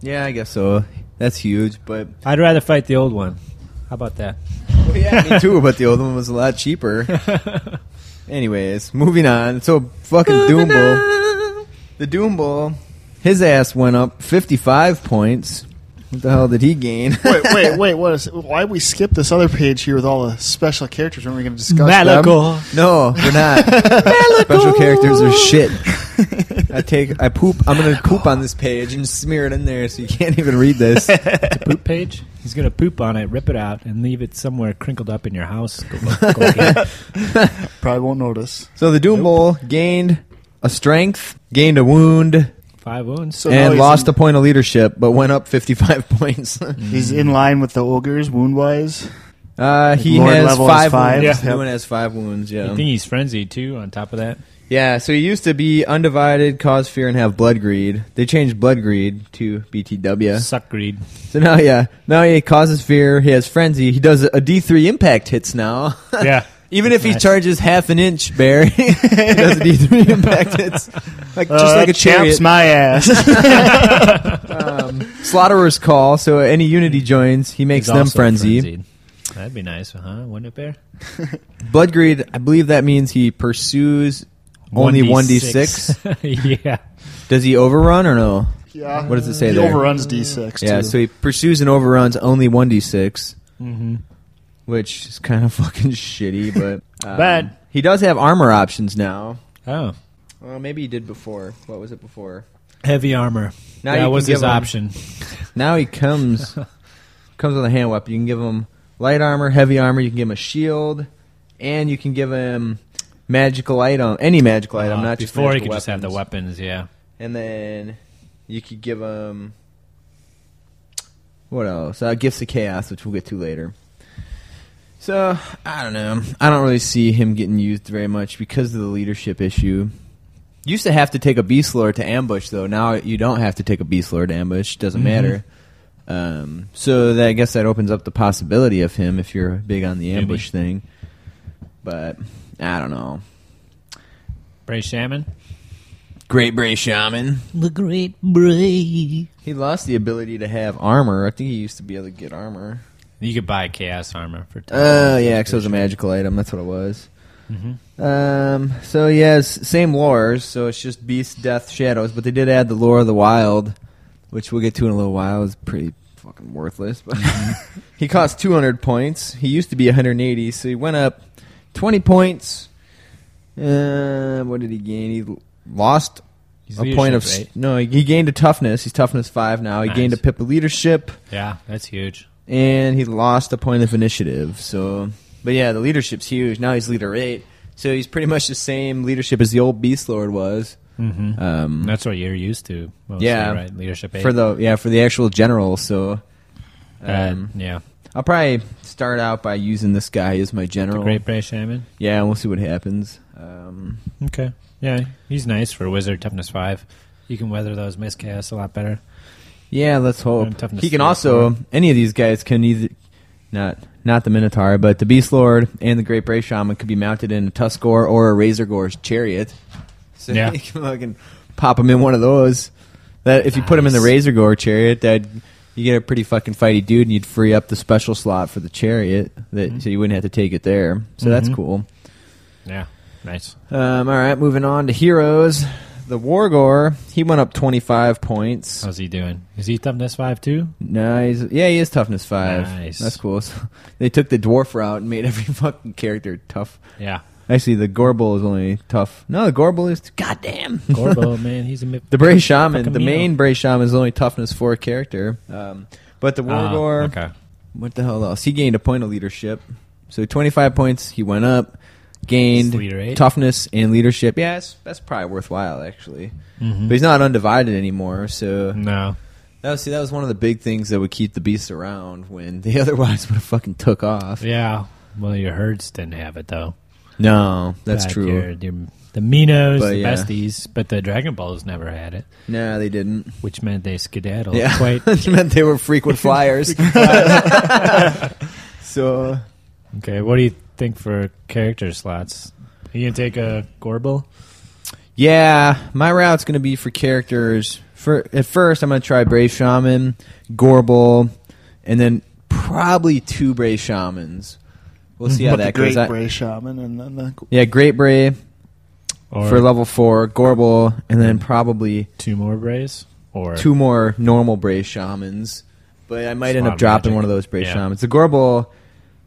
Speaker 5: Yeah, I guess so. That's huge, but
Speaker 4: I'd rather fight the old one. How about that?
Speaker 5: well, yeah, me too. But the old one was a lot cheaper. Anyways, moving on. So fucking Doomble. The Doomble, his ass went up 55 points. What the hell did he gain?
Speaker 6: wait, wait, wait. What is? Why we skip this other page here with all the special characters? When we going to discuss them?
Speaker 4: Malachor.
Speaker 5: no, we're not. Special characters are shit. I take, I poop. I'm gonna poop on this page and smear it in there so you can't even read this.
Speaker 4: poop page. He's gonna poop on it, rip it out, and leave it somewhere crinkled up in your house. Go look, go get it.
Speaker 6: Probably won't notice.
Speaker 5: So the Doomble gained a strength, gained a wound,
Speaker 4: Five wounds.
Speaker 6: So now
Speaker 5: and
Speaker 6: he's
Speaker 5: lost a
Speaker 6: in,
Speaker 5: point of leadership, but went up 55 points.
Speaker 6: He's in
Speaker 5: Mm.
Speaker 6: line with the ogres wound wise.
Speaker 5: uh, he
Speaker 6: Lord
Speaker 5: has
Speaker 6: level is
Speaker 5: five,
Speaker 6: five.
Speaker 5: wounds.
Speaker 6: Yeah.
Speaker 5: He has five wounds. Yeah.
Speaker 4: I think he's frenzied too. On top of that,
Speaker 5: Yeah, so he used to be undivided, cause fear, and have blood greed. They changed blood greed to BTW.
Speaker 4: suck greed.
Speaker 5: So now, yeah, now he causes fear. He has frenzy. He does a D three impact hits now.
Speaker 4: Yeah,
Speaker 5: Even if he
Speaker 4: Nice.
Speaker 5: charges half an inch, Barry, he does a D three impact hits, like just
Speaker 6: Uh,
Speaker 5: like a
Speaker 6: that champs
Speaker 5: chariot.
Speaker 6: my ass.
Speaker 5: Slaughterer's call. So any unit he joins, he makes
Speaker 4: He's
Speaker 5: them
Speaker 4: also
Speaker 5: frenzy.
Speaker 4: frenzied. That'd be nice, huh? Wouldn't it, Bear?
Speaker 5: Blood greed. I believe that means he pursues only one D six.
Speaker 4: yeah,
Speaker 5: Does he overrun or no?
Speaker 6: yeah.
Speaker 5: What does it say
Speaker 6: He
Speaker 5: there?
Speaker 6: overruns d6.
Speaker 5: Yeah,
Speaker 6: too.
Speaker 5: so he pursues and overruns only 1d6,
Speaker 4: Mm-hmm.
Speaker 5: which is kind of fucking shitty, but. um,
Speaker 4: But-
Speaker 5: He does have armor options now.
Speaker 4: oh,
Speaker 5: Well, maybe he did before. What was it before?
Speaker 4: heavy armor.
Speaker 5: Now you
Speaker 4: that
Speaker 5: can
Speaker 4: was
Speaker 5: give
Speaker 4: his
Speaker 5: him-
Speaker 4: option.
Speaker 5: Now he comes comes with a hand weapon. You can give him light armor, heavy armor, you can give him a shield, and you can give him magical item, any magical item,
Speaker 4: Uh,
Speaker 5: not just
Speaker 4: before he
Speaker 5: magical
Speaker 4: could just have the
Speaker 5: weapons.
Speaker 4: weapons. Yeah,
Speaker 5: and then you could give them what else? Uh, Gifts of Chaos, which we'll get to later. So I don't know. I don't really see him getting used very much because of the leadership issue. Used to have to take a beast lord to ambush, though. Now you don't have to take a beast lord to ambush. Doesn't
Speaker 4: Mhm.
Speaker 5: matter. Um, so that, I guess that opens up the possibility of him if you're big on the ambush thing. But I don't know.
Speaker 4: Bray Shaman.
Speaker 5: Great Bray Shaman.
Speaker 4: The Great Bray.
Speaker 5: He lost the ability to have armor. I think he used to be able to get armor.
Speaker 2: You could buy chaos armor for. ten
Speaker 5: Oh,
Speaker 2: dollars.
Speaker 5: yeah, because it was a magical item. That's what it was.
Speaker 2: Mm-hmm.
Speaker 5: Um, so, yeah, it's same lores. So it's just beasts, death, shadows. But they did add the lore of the wild, which we'll get to in a little while. It's pretty fucking worthless. But he costs 200 points. He used to be 180, so he went up 20 points. Uh, what did he gain? He lost
Speaker 2: He's
Speaker 5: a point of s-
Speaker 2: leadership, right?
Speaker 5: no. He, he gained a toughness. He's toughness five now. He
Speaker 2: Nice.
Speaker 5: gained a pip of leadership,
Speaker 2: Yeah, that's huge.
Speaker 5: and he lost a point of initiative. So, but yeah, the leadership's huge. Now he's leader eight. So he's pretty much the same leadership as the old Beast Lord was.
Speaker 4: Mm-hmm.
Speaker 5: Um,
Speaker 4: That's what you're used to. Mostly,
Speaker 5: Yeah.
Speaker 4: Right? Leadership aid.
Speaker 5: for the yeah for the actual general. So,
Speaker 4: Uh,
Speaker 5: um,
Speaker 4: yeah.
Speaker 5: I'll probably start out by using this guy as my
Speaker 4: The
Speaker 5: general.
Speaker 4: Great Bray Shaman.
Speaker 5: Yeah, and we'll see what happens. Um,
Speaker 4: Okay. Yeah, he's nice for Wizard Toughness 5. You can weather those miscasts a lot better.
Speaker 5: Yeah, let's hope.
Speaker 4: And toughness
Speaker 5: He can
Speaker 4: three or
Speaker 5: also any of these guys can either not not the Minotaur, but the Beast Lord and the Great Bray Shaman could be mounted in a Tuskor or a Razor Gore's chariot. So
Speaker 4: Yeah.
Speaker 5: you can fucking pop him in one of those. That if you put him in the
Speaker 4: Nice.
Speaker 5: Razor Gore chariot, that you get a pretty fucking fighty dude, and you'd free up the special slot for the chariot, that
Speaker 4: Mm-hmm.
Speaker 5: so you wouldn't have to take it there. So that's
Speaker 4: Mhm.
Speaker 5: cool.
Speaker 4: Yeah. Nice.
Speaker 5: Um, all right, moving on to heroes. The Wargore, he went up twenty five points.
Speaker 4: How's he doing? Is he Toughness 5 too?
Speaker 5: No, he's yeah, he is toughness five.
Speaker 4: Nice.
Speaker 5: That's cool. So they took the dwarf route and made every fucking character tough.
Speaker 4: Yeah.
Speaker 5: Actually, the Gorble is only tough. No, the Gorble is goddamn.
Speaker 4: Gorbo, man, he's a. mi-
Speaker 5: the Bray Shaman,
Speaker 4: Fucking
Speaker 5: the
Speaker 4: mean.
Speaker 5: main Bray Shaman is only toughness four character. Um, but the
Speaker 4: Ah,
Speaker 5: Wargor,
Speaker 4: okay.
Speaker 5: what the hell else? He gained a point of leadership. So twenty five points. He went up, gained
Speaker 4: He's leader eight.
Speaker 5: toughness and leadership. Yeah, that's, that's probably worthwhile actually.
Speaker 4: Mhm.
Speaker 5: But he's not undivided anymore. So
Speaker 4: No.
Speaker 5: that was, see, that was one of the big things that would keep the beasts around when they otherwise would have fucking took off.
Speaker 4: Yeah. Well, your herds didn't have it though.
Speaker 5: No, that's
Speaker 4: Back
Speaker 5: true.
Speaker 4: Your, your- Uh, the Minos,
Speaker 5: But
Speaker 4: the
Speaker 5: yeah.
Speaker 4: Besties, but the Dragon Balls never had it,
Speaker 5: No, they didn't.
Speaker 4: which meant they skedaddled
Speaker 5: Yeah,
Speaker 4: quite.
Speaker 5: it meant they were frequent flyers. so
Speaker 4: Okay, what do you think for character slots? you gonna take a Gorble?
Speaker 5: yeah, my route's gonna be for characters. For at first, I'm gonna try Brave Shaman, Gorble, and then probably two Brave Shamans. We'll see how
Speaker 6: but
Speaker 5: that
Speaker 6: the great
Speaker 5: goes. I-
Speaker 6: Bray Shaman and then the
Speaker 5: yeah, Great Brave
Speaker 4: Or Mm.
Speaker 5: for level four, Gorble, and then probably
Speaker 4: two more Brays? Or
Speaker 5: two more normal Bray Shamans, but I might
Speaker 4: It's a
Speaker 5: end
Speaker 4: lot
Speaker 5: up
Speaker 4: of
Speaker 5: dropping
Speaker 4: magic.
Speaker 5: one of those Bray
Speaker 4: Yeah.
Speaker 5: Shamans. The Gorbel,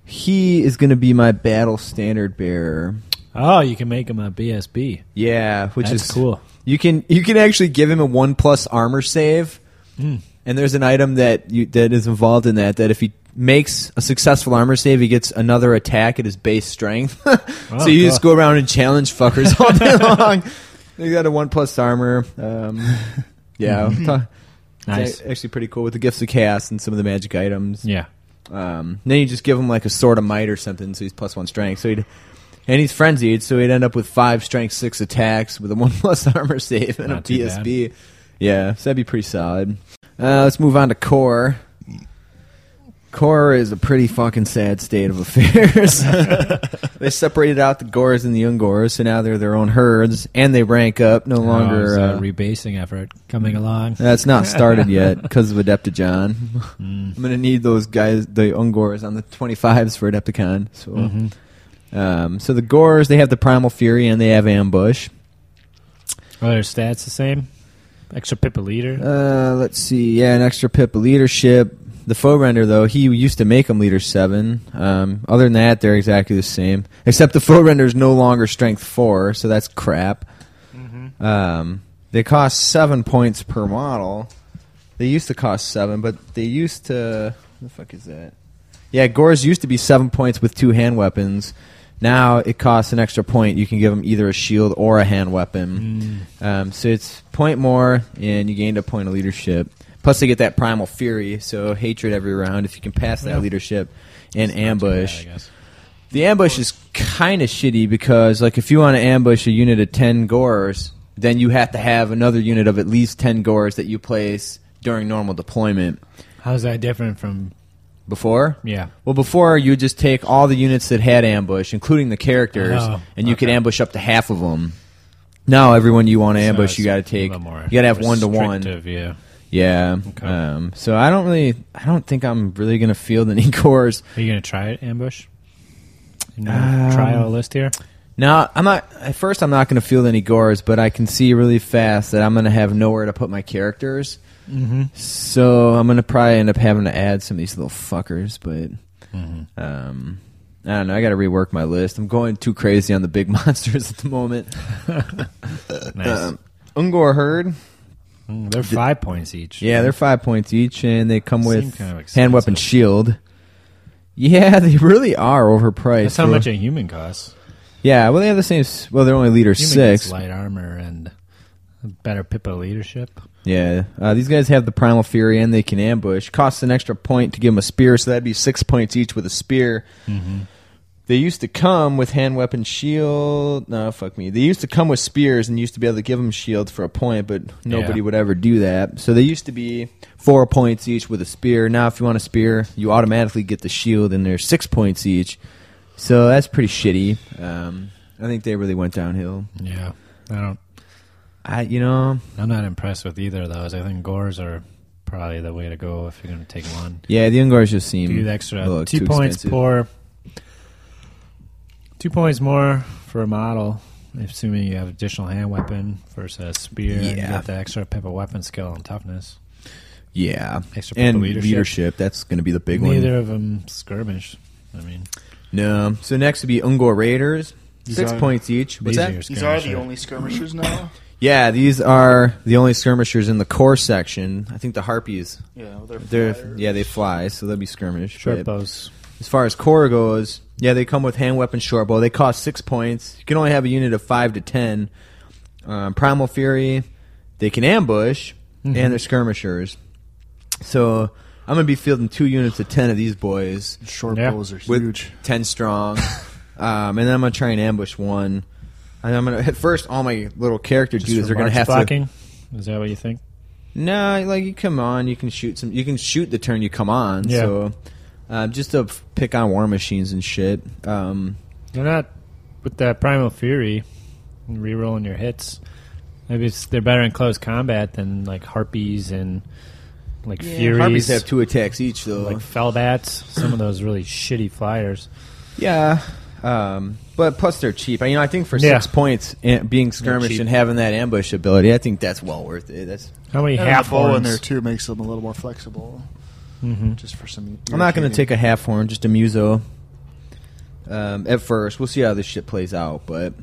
Speaker 5: he is going to be my battle standard bearer.
Speaker 4: Oh, you can make them a BSB.
Speaker 5: Yeah, which
Speaker 4: That's
Speaker 5: is
Speaker 4: cool.
Speaker 5: You can you can actually give him a one plus armor save,
Speaker 4: Mm.
Speaker 5: and there's an item that you, that is involved in that that if he makes a successful armor save, he gets another attack at his base strength.
Speaker 4: Oh,
Speaker 5: so you just
Speaker 4: God.
Speaker 5: go around and challenge fuckers all day long. They got a one plus armor. Um, yeah.
Speaker 4: Nice.
Speaker 5: It's ac- actually pretty cool with the gifts of chaos and some of the magic items.
Speaker 4: Yeah.
Speaker 5: Um, then you just give him like a sword of might or something, so he's plus one strength. So he'd and he's frenzied, so he'd end up with five strength, six attacks with a one plus armor save and
Speaker 4: Not
Speaker 5: a
Speaker 4: too bad.
Speaker 5: PSB. Yeah, so that'd be pretty solid. Uh, let's move on to core. Core is a pretty fucking sad state of affairs. they separated out the Gores and the Ungors, so now they're their own herds, and they rank up. No
Speaker 4: Oh,
Speaker 5: longer
Speaker 4: it's a
Speaker 5: uh, Mm.
Speaker 4: rebasing effort coming along.
Speaker 5: that's not started yet because of Adepticon.
Speaker 4: Mm-hmm. Mm.
Speaker 5: I'm gonna need those guys, the Ungors, on the 25s for Adepticon. So,
Speaker 4: Mhm.
Speaker 5: um, so the Gores they have the Primal Fury and they have Ambush.
Speaker 4: Are their stats the same? Extra pip a leader.
Speaker 5: Uh, let's see, yeah, an extra pip of leadership. The foe render though, he used to make them leader seven. Um, other than that, they're exactly the same, except the foe render is no longer strength four, so that's crap.
Speaker 4: Mm-hmm.
Speaker 5: Um, they cost seven points per model. They used to cost seven, but they used to. What the fuck is that? Yeah, Gores used to be seven points with two hand weapons. Now it costs an extra point. You can give them either a shield or a hand weapon.
Speaker 2: Mm.
Speaker 5: Um, so it's point more, and you gained a point of leadership. Plus, they get that primal fury, so hatred every round. If you can pass that
Speaker 4: Yeah.
Speaker 5: leadership and
Speaker 2: I
Speaker 5: ambush,
Speaker 2: guess.
Speaker 5: the ambush is kind of shitty because, like, if you want to ambush a unit of 10 gorers, then you have to have another unit of at least 10 gorers that you place during normal deployment.
Speaker 2: How's that different from?
Speaker 5: Before?
Speaker 2: Yeah.
Speaker 5: Well, before, you would just take all the units that had ambush, including the characters,
Speaker 2: Oh,
Speaker 5: and you could
Speaker 2: okay.
Speaker 5: ambush up to half of them. Now, everyone you want to ambush,
Speaker 2: it's
Speaker 5: you got
Speaker 2: a
Speaker 5: to take.
Speaker 2: little more
Speaker 5: You got to have one to one.
Speaker 2: restrictive, Yeah.
Speaker 5: Yeah.
Speaker 2: Okay.
Speaker 5: Um, so I don't really. I don't think I'm really going to field any cores
Speaker 2: Are you gonna try it, ambush? You
Speaker 5: Um,
Speaker 2: know, trial list here.
Speaker 5: Now, I'm not. At first, I'm not going to field any gores, but I can see really fast that I'm going to have nowhere to put my characters. Mm-hmm. So I'm going to probably end up having to add some of these little fuckers. But um, I don't know. I got to rework my list. I'm going too crazy on the big monsters at the moment.
Speaker 2: Nice.
Speaker 5: Um, Ungor herd.
Speaker 2: Mm, they're five points each.
Speaker 5: Yeah, they're five points each, and they come
Speaker 2: Seem
Speaker 5: with
Speaker 2: kind of
Speaker 5: hand weapon
Speaker 2: expensive.
Speaker 5: shield. Yeah, they really are overpriced.
Speaker 2: That's how
Speaker 5: for-
Speaker 2: much a human costs.
Speaker 5: Yeah, well, they have the same. s- Well, they're only leader
Speaker 2: Human
Speaker 5: six,
Speaker 2: gets light armor and better Pippa leadership.
Speaker 5: Yeah, uh, these guys have the primal fury and they can ambush. Costs an extra point to give them a spear, so that'd be six points each with a spear.
Speaker 4: Mm-hmm.
Speaker 5: They used to come with hand weapon shield. No, fuck me. They used to come with spears and used to be able to give them shield for a point, but nobody
Speaker 2: Yeah.
Speaker 5: would ever do that. So they used to be four points each with a spear. Now, if you want a spear, you automatically get the shield, and they're six points each. So that's pretty shitty. Um, I think they really went downhill.
Speaker 2: Yeah, I don't.
Speaker 5: I, you know,
Speaker 2: I'm not impressed with either of those. I think gores are probably the way to go if you're going to take one.
Speaker 5: yeah, the Ungars just seem
Speaker 4: Do the
Speaker 5: a
Speaker 4: extra
Speaker 5: little
Speaker 4: two
Speaker 5: Oh, too
Speaker 4: points
Speaker 5: expensive.
Speaker 4: per. Two points more for a model, assuming you have additional hand weapon versus a spear. And you
Speaker 5: Yeah.
Speaker 4: get the extra pip of weapon skill and toughness.
Speaker 5: Yeah,
Speaker 2: Extra
Speaker 5: and
Speaker 2: people leadership.
Speaker 5: That's going to be the big
Speaker 4: Neither
Speaker 5: one.
Speaker 4: of them skirmish. I mean,
Speaker 5: No. So next would be Ungor Raiders. Six
Speaker 6: are-
Speaker 5: points each.
Speaker 2: These
Speaker 5: What's that?
Speaker 2: are your
Speaker 6: These are the
Speaker 2: skirmisher.
Speaker 6: only skirmishers now.
Speaker 5: Yeah, these are the only skirmishers in the core section. I think the harpies.
Speaker 6: yeah,
Speaker 5: They're yeah, they fly, so they'll be skirmish.
Speaker 4: short
Speaker 5: but
Speaker 4: bows.
Speaker 5: as far as core goes, yeah, they come with hand weapon short bow. They cost six points. You can only have a unit of five to ten. Um, Primal Fury. They can ambush, and they're skirmishers. So I'm going to be fielding two units of ten of these boys.
Speaker 6: short
Speaker 4: Yeah.
Speaker 6: bows are
Speaker 5: with
Speaker 6: huge.
Speaker 5: 10 strong. um, and then I'm going to try and ambush one. And I'm going to, at first, all my little character
Speaker 4: Just
Speaker 5: dudes
Speaker 4: for
Speaker 5: are going to
Speaker 4: march
Speaker 5: have to.
Speaker 4: blocking. Is that what you think?
Speaker 5: No, like you come on, you can shoot some, you can shoot the turn you come on.
Speaker 4: Yeah.
Speaker 5: So uh, just to f- pick on war machines and shit. Um,
Speaker 4: They're not with that primal fury and rerolling your hits. Maybe it's, they're better in close combat than like harpies and like furies.
Speaker 5: Harpies have two attacks each, though.
Speaker 4: like Felbats, some of those really shitty flyers.
Speaker 5: yeah. Um, but plus they're cheap. I, you know, I think for
Speaker 4: Yeah.
Speaker 5: six points, and being skirmish
Speaker 4: cheap.
Speaker 5: and having that ambush ability, I think that's well worth it. That's
Speaker 4: How many
Speaker 6: And
Speaker 4: half
Speaker 6: the bow in
Speaker 4: horns?
Speaker 6: there too makes them a little more flexible.
Speaker 4: hmm
Speaker 6: Just for some. e-
Speaker 5: I'm not going to take a half horn, just a muso. Um, at first, we'll see how this shit plays out. But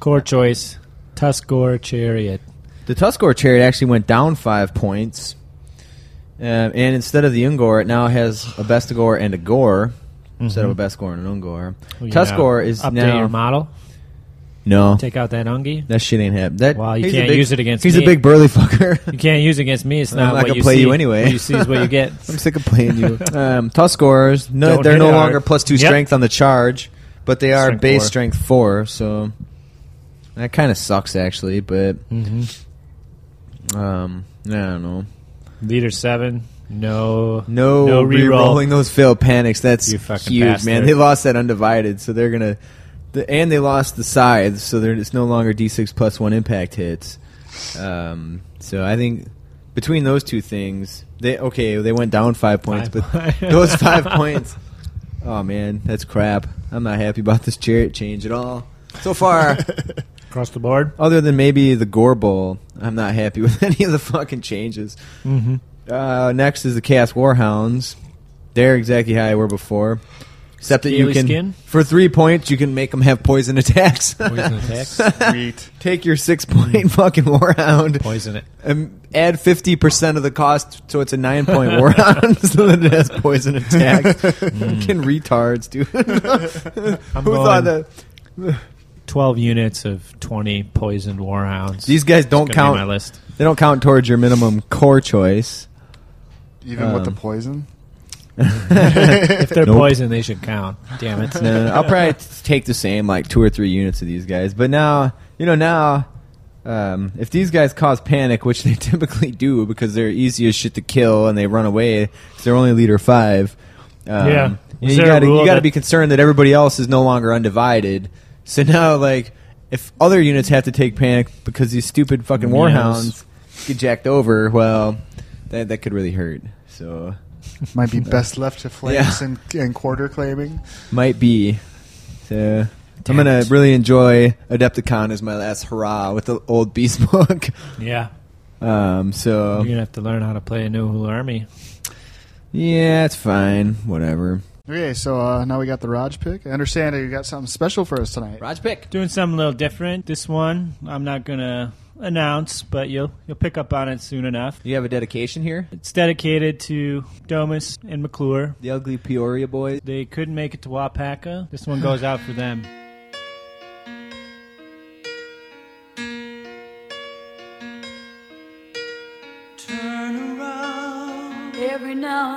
Speaker 4: Core choice, Tuskor chariot.
Speaker 5: the Tuskor chariot actually went down five points, uh, and instead of the Ungor, it now has a Bestigor and a Gore instead of a
Speaker 4: Mm-hmm.
Speaker 5: Bestigor and an Ungor.
Speaker 4: Well, you
Speaker 5: Tuskor
Speaker 4: know,
Speaker 5: is
Speaker 4: update
Speaker 5: now
Speaker 4: your model.
Speaker 5: no.
Speaker 4: Take out that ungi.
Speaker 5: That shit ain't happening. That
Speaker 4: Well, you
Speaker 5: he's a
Speaker 4: can't
Speaker 5: big-
Speaker 4: use it against
Speaker 5: He's
Speaker 4: me.
Speaker 5: a big burly
Speaker 4: You
Speaker 5: fucker.
Speaker 4: can't use against me. It's
Speaker 5: I'm
Speaker 4: not,
Speaker 5: not
Speaker 4: what
Speaker 5: gonna
Speaker 4: you
Speaker 5: play
Speaker 4: see.
Speaker 5: you anyway.
Speaker 4: What you see is what you get.
Speaker 5: I'm sick of playing you. um, Tuskors, no,
Speaker 4: Don't
Speaker 5: they're
Speaker 4: hit
Speaker 5: no
Speaker 4: hard.
Speaker 5: longer plus two
Speaker 4: Yep.
Speaker 5: strength on the charge, but they are
Speaker 4: Strength
Speaker 5: base
Speaker 4: four.
Speaker 5: strength four. So that kind of sucks, actually. But
Speaker 4: hmm
Speaker 5: Um, I don't know.
Speaker 4: Leader seven. No.
Speaker 5: No,
Speaker 4: No reroll.
Speaker 5: re-rolling those failed panics. That's
Speaker 4: You fucking
Speaker 5: huge, man.
Speaker 4: bastard.
Speaker 5: They lost that undivided, so they're gonna. The, and they lost the scythe, so they're it's no longer d6 plus one impact hits. Um, so I think between those two things, they okay, they went down five points,
Speaker 4: Five
Speaker 5: but
Speaker 4: points.
Speaker 5: those five points. Oh man, that's crap. I'm not happy about this chariot change at all. So far,
Speaker 4: Across the board.
Speaker 5: other than maybe the gore bowl, I'm not happy with any of the fucking changes.
Speaker 4: Mm-hmm.
Speaker 5: Uh, next is the Chaos Warhounds. They're exactly how they were before. Except that you
Speaker 4: Scaly
Speaker 5: can,
Speaker 4: skin?
Speaker 5: for three points, you can make them have poison attacks.
Speaker 2: Poison attacks.
Speaker 6: Sweet.
Speaker 5: Take your six
Speaker 4: Mm.
Speaker 5: point fucking warhound.
Speaker 2: Poison it.
Speaker 5: Um, add fifty percent of the cost, so it's a nine point warhound. so that it has poison attacks. Fucking retards, dude.
Speaker 4: Mm. I'm
Speaker 5: Who
Speaker 4: going
Speaker 5: thought that?
Speaker 4: Twelve units of twenty poisoned warhounds.
Speaker 5: These guys don't
Speaker 4: Gonna be my
Speaker 5: count.
Speaker 4: list.
Speaker 5: They don't count towards your minimum core choice.
Speaker 6: Even with the
Speaker 5: Um,
Speaker 6: poison?
Speaker 4: If they're
Speaker 5: Nope.
Speaker 4: poisoned, they should count. Damn it.
Speaker 5: No, no, I'll probably t- take the same like two or three units of these guys. But now, you know, now um, if these guys cause panic, which they typically do because they're easy as shit to kill and they run away, 'cause they're only leader five. Um,
Speaker 4: Yeah.
Speaker 5: you, know,
Speaker 4: Is
Speaker 5: you
Speaker 4: there a
Speaker 5: gotta you
Speaker 4: rule
Speaker 5: gotta
Speaker 4: that-
Speaker 5: be concerned that everybody else is no longer undivided. So now, like, if other units have to take panic because these stupid fucking
Speaker 4: Yes.
Speaker 5: warhounds get jacked over, well, that that could really hurt. So
Speaker 6: Might be best left to flames
Speaker 5: Yeah.
Speaker 6: and, and quarter claiming.
Speaker 5: Might be. So I'm
Speaker 4: Damn
Speaker 5: gonna
Speaker 4: it.
Speaker 5: really enjoy Adepticon as my last hurrah with the old Beast book.
Speaker 4: Yeah.
Speaker 5: Um,
Speaker 4: You're
Speaker 5: so
Speaker 4: gonna have to learn how to play a new Hula army.
Speaker 5: yeah, it's fine. Whatever.
Speaker 6: Okay, so uh, now we got the Raj pick. I understand that you got something special for us tonight.
Speaker 5: Raj pick.
Speaker 4: Doing something a little different. This one I'm not gonna announce, but you'll you'll pick up on it soon enough.
Speaker 5: You have a dedication here.
Speaker 4: It's dedicated to Domus and McClure.
Speaker 5: The ugly Peoria boys.
Speaker 4: They couldn't make it to Wapaka. This one goes out for them.
Speaker 1: Every now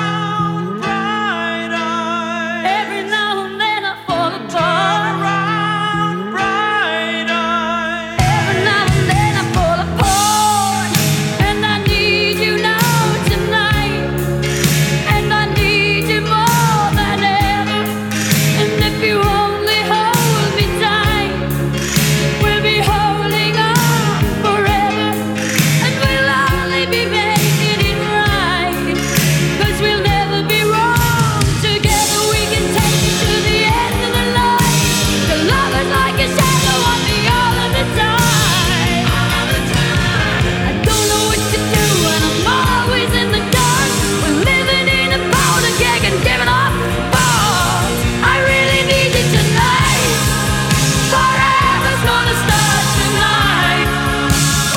Speaker 1: Every now and then I fall apart. Every now and then I fall apart, and I need you now tonight, and I need you more than ever. And if you only hold me tight, we'll be holding on forever, and we'll only be making it right. 'Cause we'll never be wrong. Together we can take it to the end of the line. The love is like a shadow on me all of the time. I don't know what to do, and I'm always in the dark. We're living in a powder keg and giving off balls. I really need you tonight. Forever's gonna start tonight.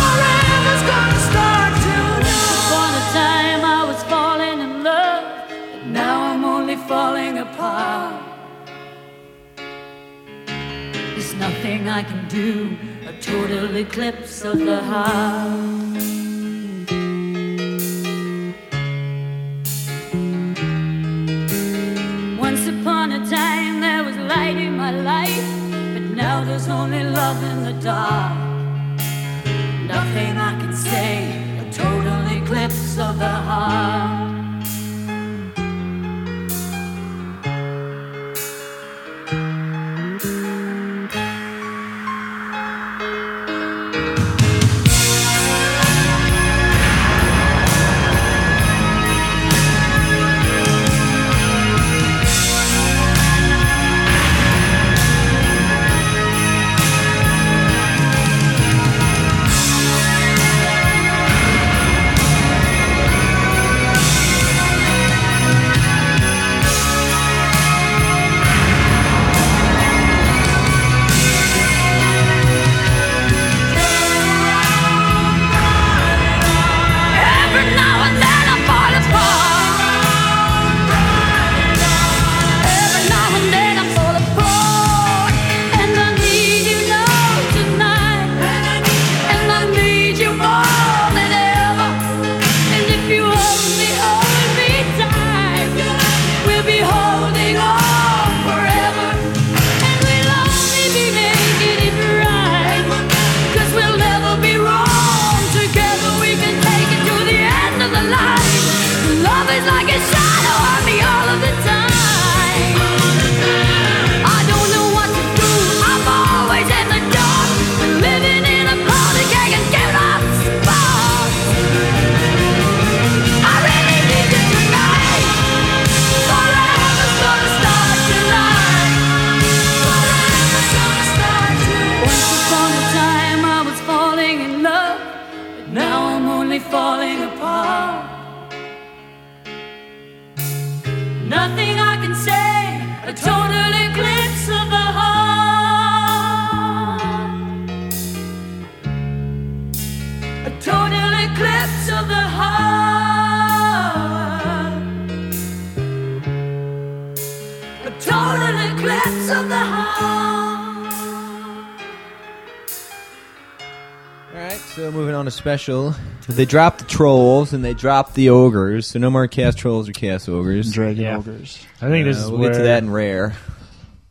Speaker 1: Forever's gonna start tonight. Upon a time I was falling in love, but now I'm only falling apart. There's nothing I can do, a total eclipse of the heart. Once upon a time there was light in my life, but now there's only love in the dark. Nothing I can say, a total eclipse of the heart.
Speaker 5: So moving on to special, they dropped the trolls and they dropped the ogres. So no more cast trolls or cast ogres.
Speaker 6: Dragon
Speaker 4: Yeah.
Speaker 6: ogres.
Speaker 4: I think this
Speaker 5: Uh,
Speaker 4: is
Speaker 5: we'll
Speaker 4: where
Speaker 5: get to that in rare.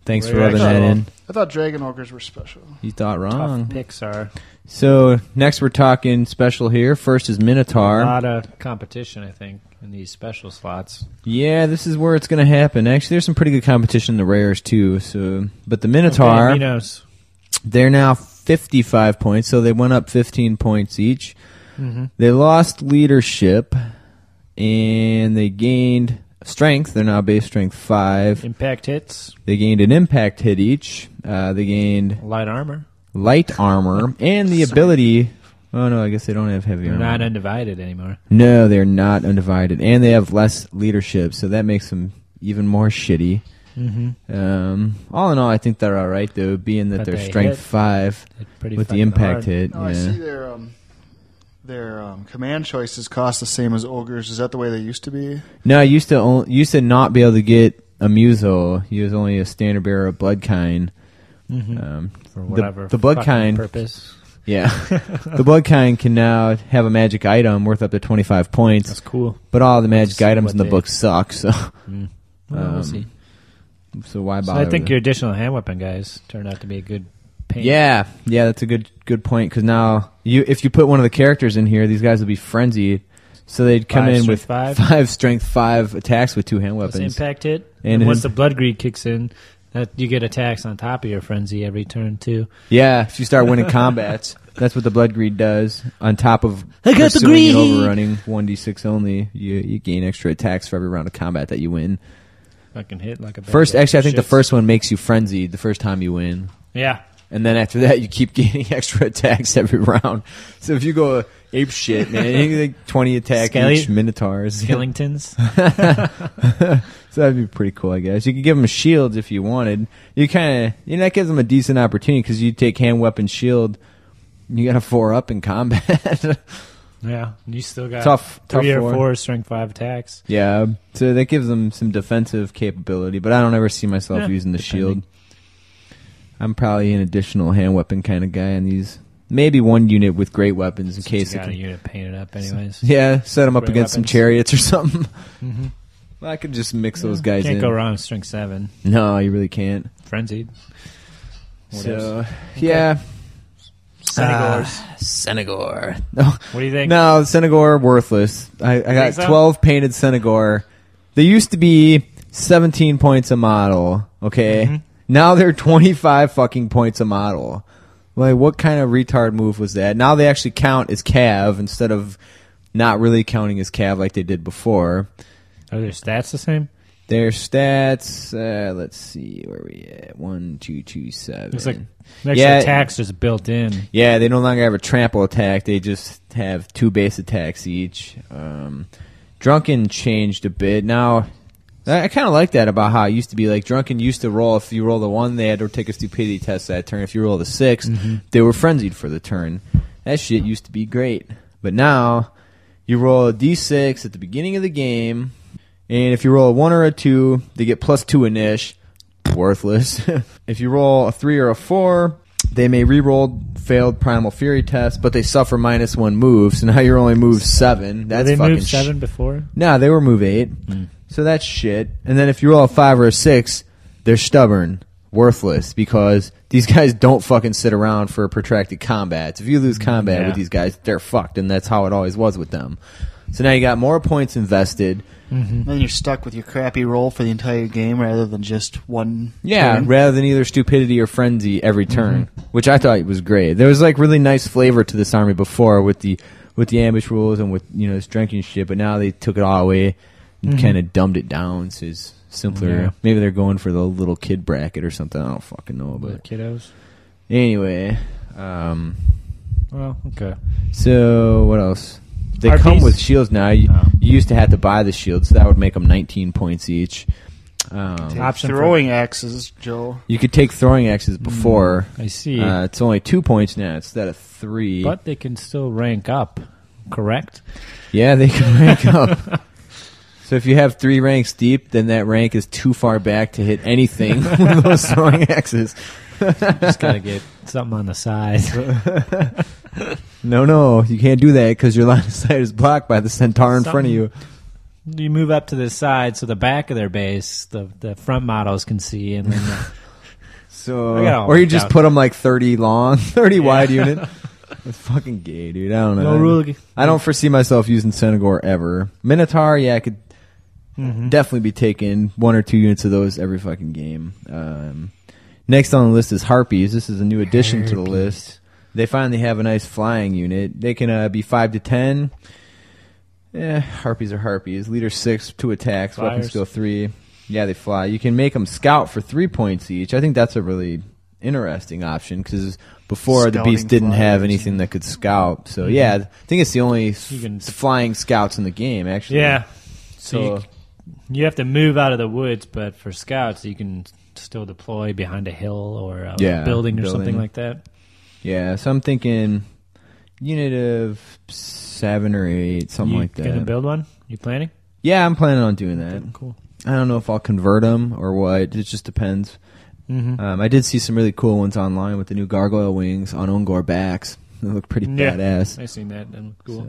Speaker 5: Thanks for
Speaker 4: Rare
Speaker 5: rubbing that
Speaker 4: actual.
Speaker 5: in.
Speaker 6: I thought dragon ogres were special.
Speaker 5: You thought
Speaker 4: tough
Speaker 5: wrong.
Speaker 4: picks are.
Speaker 5: So next we're talking special here. First is Minotaur.
Speaker 4: A lot of competition, I think, in these special slots.
Speaker 5: Yeah, this is where it's going to happen. Actually, there's some pretty good competition in the rares too. So, but the Minotaur,
Speaker 4: Okay, Minos.
Speaker 5: they're now 55 points, so they went up 15 points each.
Speaker 4: Mhm.
Speaker 5: They lost leadership, and they gained strength. They're now base strength five.
Speaker 4: Impact hits,
Speaker 5: They gained an impact hit each. Uh, they gained
Speaker 4: light armor.
Speaker 5: light armor and the ability. Oh no, I guess they don't have heavy
Speaker 4: They're
Speaker 5: armor.
Speaker 4: not undivided anymore.
Speaker 5: No, they're not undivided, and they have less leadership, so that makes them even more shitty.
Speaker 4: Mm-hmm.
Speaker 5: Um, all in all, I think they're all right though, being that
Speaker 4: But
Speaker 5: they're
Speaker 4: they
Speaker 5: strength
Speaker 4: hit
Speaker 5: five
Speaker 4: Pretty
Speaker 5: with the
Speaker 4: fucking
Speaker 5: impact
Speaker 4: hard.
Speaker 5: hit.
Speaker 6: No,
Speaker 5: yeah.
Speaker 6: Oh, I see their um, their um, command choices cost the same as ogres. Is that the way they used to be?
Speaker 5: No, I used to only, used to not be able to get a muso. He was only a standard bearer of blood kind.
Speaker 4: Mhm.
Speaker 5: Um,
Speaker 4: For whatever
Speaker 5: the blood
Speaker 4: fucking
Speaker 5: kind-
Speaker 4: purpose.
Speaker 5: yeah, the blood kind can now have a magic item worth up to twenty five points,
Speaker 4: That's cool.
Speaker 5: but all the magic
Speaker 4: see
Speaker 5: items
Speaker 4: what
Speaker 5: in the
Speaker 4: they-
Speaker 5: book suck. So,
Speaker 4: Mm. Well,
Speaker 5: Um,
Speaker 4: we'll see.
Speaker 5: so why
Speaker 4: So
Speaker 5: bother?
Speaker 4: I think
Speaker 5: with it?
Speaker 4: your additional hand weapon guys turned out to be a good pain.
Speaker 5: Yeah, yeah, that's a good good point because now you if you put one of the characters in here, these guys would be frenzied. So they'd come
Speaker 4: Five
Speaker 5: in
Speaker 4: strength
Speaker 5: with
Speaker 4: five?
Speaker 5: five strength, five attacks with two hand
Speaker 4: Plus
Speaker 5: weapons.
Speaker 4: impact hit.
Speaker 5: And
Speaker 4: And,
Speaker 5: an-
Speaker 4: once the blood greed kicks in, that you get attacks on top of your frenzy every turn too.
Speaker 5: Yeah, if you start winning combats, that's what the blood greed does. On top of
Speaker 4: I got the
Speaker 5: pursuing
Speaker 4: greed!
Speaker 5: and overrunning one d six only, you you gain extra attacks for every round of combat that you win.
Speaker 4: Fucking hit like a bad
Speaker 5: First,
Speaker 4: bitch.
Speaker 5: actually, I think the
Speaker 4: Shits.
Speaker 5: first one makes you frenzied the first time you win.
Speaker 4: Yeah.
Speaker 5: And then after that, you keep gaining extra attacks every round. So if you go ape shit, man, you get, like twenty attack
Speaker 4: Skelly-
Speaker 5: each minotaurs.
Speaker 4: Skellingtons.
Speaker 5: So that'd be pretty cool, I guess. You could give them shields if you wanted. You kind of, you know, that gives them a decent opportunity because you take hand weapon shield. You got a four up in combat.
Speaker 4: yeah. You still got
Speaker 5: tough, tough
Speaker 4: three or
Speaker 5: four.
Speaker 4: four strength five attacks.
Speaker 5: Yeah, so that gives them some defensive capability. But I don't ever see myself
Speaker 4: Yeah,
Speaker 5: using the
Speaker 4: depending.
Speaker 5: shield. I'm probably an additional hand weapon kind of guy on these. Maybe one unit with great weapons in case.
Speaker 4: you
Speaker 5: It
Speaker 4: got a
Speaker 5: can,
Speaker 4: unit painted up anyways.
Speaker 5: yeah, set them up
Speaker 4: Great
Speaker 5: against some
Speaker 4: weapons.
Speaker 5: chariots or something.
Speaker 4: Mhm.
Speaker 5: Well, I could just mix those guys
Speaker 4: Can't
Speaker 5: in.
Speaker 4: go wrong with strength seven.
Speaker 5: No, you really can't.
Speaker 4: Frenzied.
Speaker 5: Ah.
Speaker 4: What
Speaker 5: so,
Speaker 4: else?
Speaker 5: yeah.
Speaker 4: Senegors.
Speaker 5: Ah, Senegor. No,
Speaker 4: what do you think?
Speaker 5: no, Senegor worthless. I, I got
Speaker 4: think so?
Speaker 5: twelve painted Senegor. They used to be seventeen points a model. Okay,
Speaker 4: Mhm.
Speaker 5: now they're twenty five fucking points a model. Like, what kind of retard move was that? Now they actually count as cav instead of not really counting as cav like they did before.
Speaker 4: Are their stats the same?
Speaker 5: Their stats. Uh, let's see where we at. One, two, two, seven.
Speaker 4: Looks like next
Speaker 5: Yeah.
Speaker 4: attack's just built in.
Speaker 5: Yeah, they no longer have a trample attack. They just have two base attacks each. Um, Drunken changed a bit. Now, I, I kind of like that about how it used to be. Like, Drunken used to roll, if you rolled a one, they had to take a stupidity test that turn. If you rolled a 6 they were frenzied for the turn. That shit used to be great. But now, you roll a d6 at the beginning of the game, and if you roll a 1 or a 2, they get plus 2 inish. Worthless. if you roll a 3 or a 4, they may re-roll failed Primal Fury test, but they suffer minus 1 move, so now you're only move 7.
Speaker 4: Were
Speaker 5: That's
Speaker 4: they
Speaker 5: fucking
Speaker 4: moved
Speaker 5: sh-
Speaker 4: seven Hmm. before?
Speaker 5: no, they were move 8. So that's shit. And then if you roll a 5 or a 6, they're stubborn. Worthless because these guys don't fucking sit around for protracted combats. If you lose combat
Speaker 4: Yeah.
Speaker 5: with these guys, they're fucked, and that's how it always was with them. So now you got more points invested,
Speaker 6: And then you're stuck with your crappy roll for the entire game rather than just one.
Speaker 5: Yeah,
Speaker 6: turn.
Speaker 5: rather than either stupidity or frenzy every
Speaker 4: Mm-hmm.
Speaker 5: turn, which I thought was great. There was like really nice flavor to this army before with the with the ambush rules and with you know this drinking shit, but now they took it all away and kind of dumbed it down. So it's simpler.
Speaker 4: Mm-hmm. Yeah.
Speaker 5: Maybe they're going for the little kid bracket or something. I don't fucking know,
Speaker 4: Little
Speaker 5: but
Speaker 4: kiddos.
Speaker 5: anyway, um,
Speaker 4: Well, okay.
Speaker 5: so what else? They
Speaker 4: Are
Speaker 5: come
Speaker 4: these-
Speaker 5: with shields now. You,
Speaker 4: Oh.
Speaker 5: you used to have to buy the shields, so that would make them 19 points each. Um,
Speaker 4: Option for-
Speaker 6: throwing axes, Joe.
Speaker 5: you could take throwing axes before.
Speaker 4: I see.
Speaker 5: Uh, it's only two points now instead of three.
Speaker 4: but they can still rank up, correct?
Speaker 5: yeah, they can rank up. So if you have three ranks deep, then that rank is too far back to hit anything with those throwing axes.
Speaker 4: Just got to get something on the side.
Speaker 5: No, no, you can't do that because your line of sight is blocked by the centaur in front
Speaker 4: Something-
Speaker 5: of you.
Speaker 2: You move up to the side so the back of their base, the the front models can see, and then the,
Speaker 5: So,
Speaker 4: I got all
Speaker 5: or you
Speaker 4: worked
Speaker 5: just
Speaker 4: out.
Speaker 5: put them like thirty long, thirty wide unit. That's fucking gay, dude. I don't know.
Speaker 4: no rule. ag-
Speaker 5: I don't foresee myself using Senegor ever. Minotaur, yeah, I could
Speaker 4: Mm-hmm.
Speaker 5: definitely be taking one or two units of those every fucking game. Um, next on the list is Harpies. This is a new addition to the list. They finally have a nice flying unit. They can uh, be five to ten. Yeah, harpies are harpies. Leader six, two attacks, weapon
Speaker 4: Flyers.
Speaker 5: skill three. Yeah, they fly. You can make them scout for three points each. I think that's a really interesting option because before the
Speaker 6: Scouting
Speaker 5: beast didn't have
Speaker 6: flyers.
Speaker 5: anything that could scout. So yeah, I think it's the only s-
Speaker 4: Mm-hmm. You can-
Speaker 5: flying scouts in the game. Actually,
Speaker 4: Yeah. So
Speaker 5: So
Speaker 4: you, you have to move out of the woods, but for scouts, you can still deploy behind a hill or a
Speaker 5: Yeah,
Speaker 4: building or
Speaker 5: building.
Speaker 4: something like that.
Speaker 5: yeah, so I'm thinking unit of seven or eight, something
Speaker 4: you
Speaker 5: like
Speaker 4: gonna
Speaker 5: that.
Speaker 4: build one? You planning?
Speaker 5: Yeah, I'm planning on doing that.
Speaker 4: Cool.
Speaker 5: I don't know if I'll convert them or what. It just depends.
Speaker 4: Mm-hmm.
Speaker 5: Um, I did see some really cool ones online with the new gargoyle wings on Ungor backs. They look pretty
Speaker 4: Yeah.
Speaker 5: badass.
Speaker 4: I seen that. That looked cool.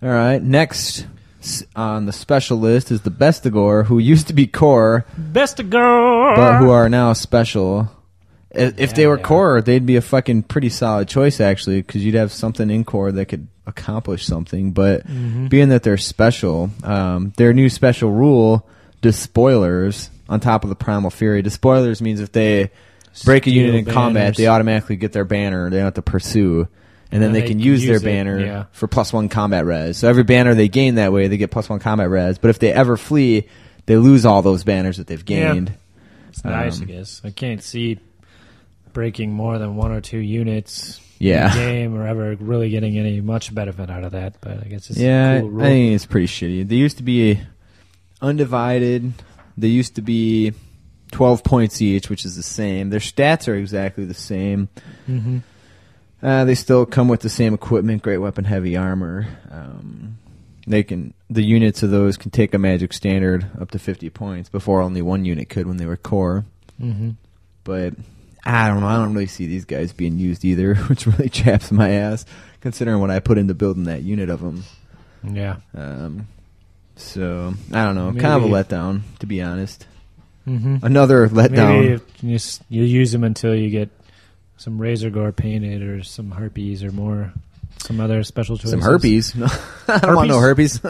Speaker 5: So, all right, next s- on the special list is the Bestigor, who used to be core,
Speaker 4: Best to go.
Speaker 5: but who are now special. I- If they
Speaker 2: Yeah,
Speaker 5: were
Speaker 2: they are.
Speaker 5: core, they'd be a fucking pretty solid choice actually, because you'd have something in core that could accomplish something. But being that they're special, um, their new special rule, despoilers, on top of the primal fury. Despoilers means if they break a
Speaker 4: Steal
Speaker 5: unit in combat,
Speaker 4: banners.
Speaker 5: they automatically get their banner. They don't have to pursue, and then
Speaker 4: And
Speaker 5: they, can use, their
Speaker 4: it,
Speaker 5: banner
Speaker 4: yeah.
Speaker 5: for plus one combat res. So every banner they gain that way, they get plus one combat res. But if they ever flee, they lose all those banners that they've
Speaker 4: Yeah.
Speaker 5: gained.
Speaker 4: It's nice,
Speaker 5: Um,
Speaker 4: I guess. I can't see breaking more than one or two units
Speaker 5: Yeah.
Speaker 4: in the game or ever really getting any much benefit out of that, but I guess it's
Speaker 5: yeah,
Speaker 4: a cool
Speaker 5: I
Speaker 4: rule.
Speaker 5: think it's pretty shitty. They used to be undivided. They used to be twelve points each, which is the same. Their stats are exactly the same.
Speaker 4: Mhm.
Speaker 5: Uh, they still come with the same equipment, great weapon, heavy armor. Um, they can the units of those can take a magic standard up to fifty points. Before only one unit could when they were core.
Speaker 4: Mhm.
Speaker 5: But I don't know. I don't really see these guys being used either, which really chaps my ass considering what I put into building that unit of them.
Speaker 4: Yeah.
Speaker 5: Um, so I don't know, kind of a
Speaker 4: Maybe-
Speaker 5: letdown to be honest.
Speaker 4: Mm-hmm.
Speaker 5: Another letdown.
Speaker 4: Maybe if you, just, you use them until you get some razor gore painted or some herpes or more, some other special choices.
Speaker 5: Some herpes. No, I don't want no herpes.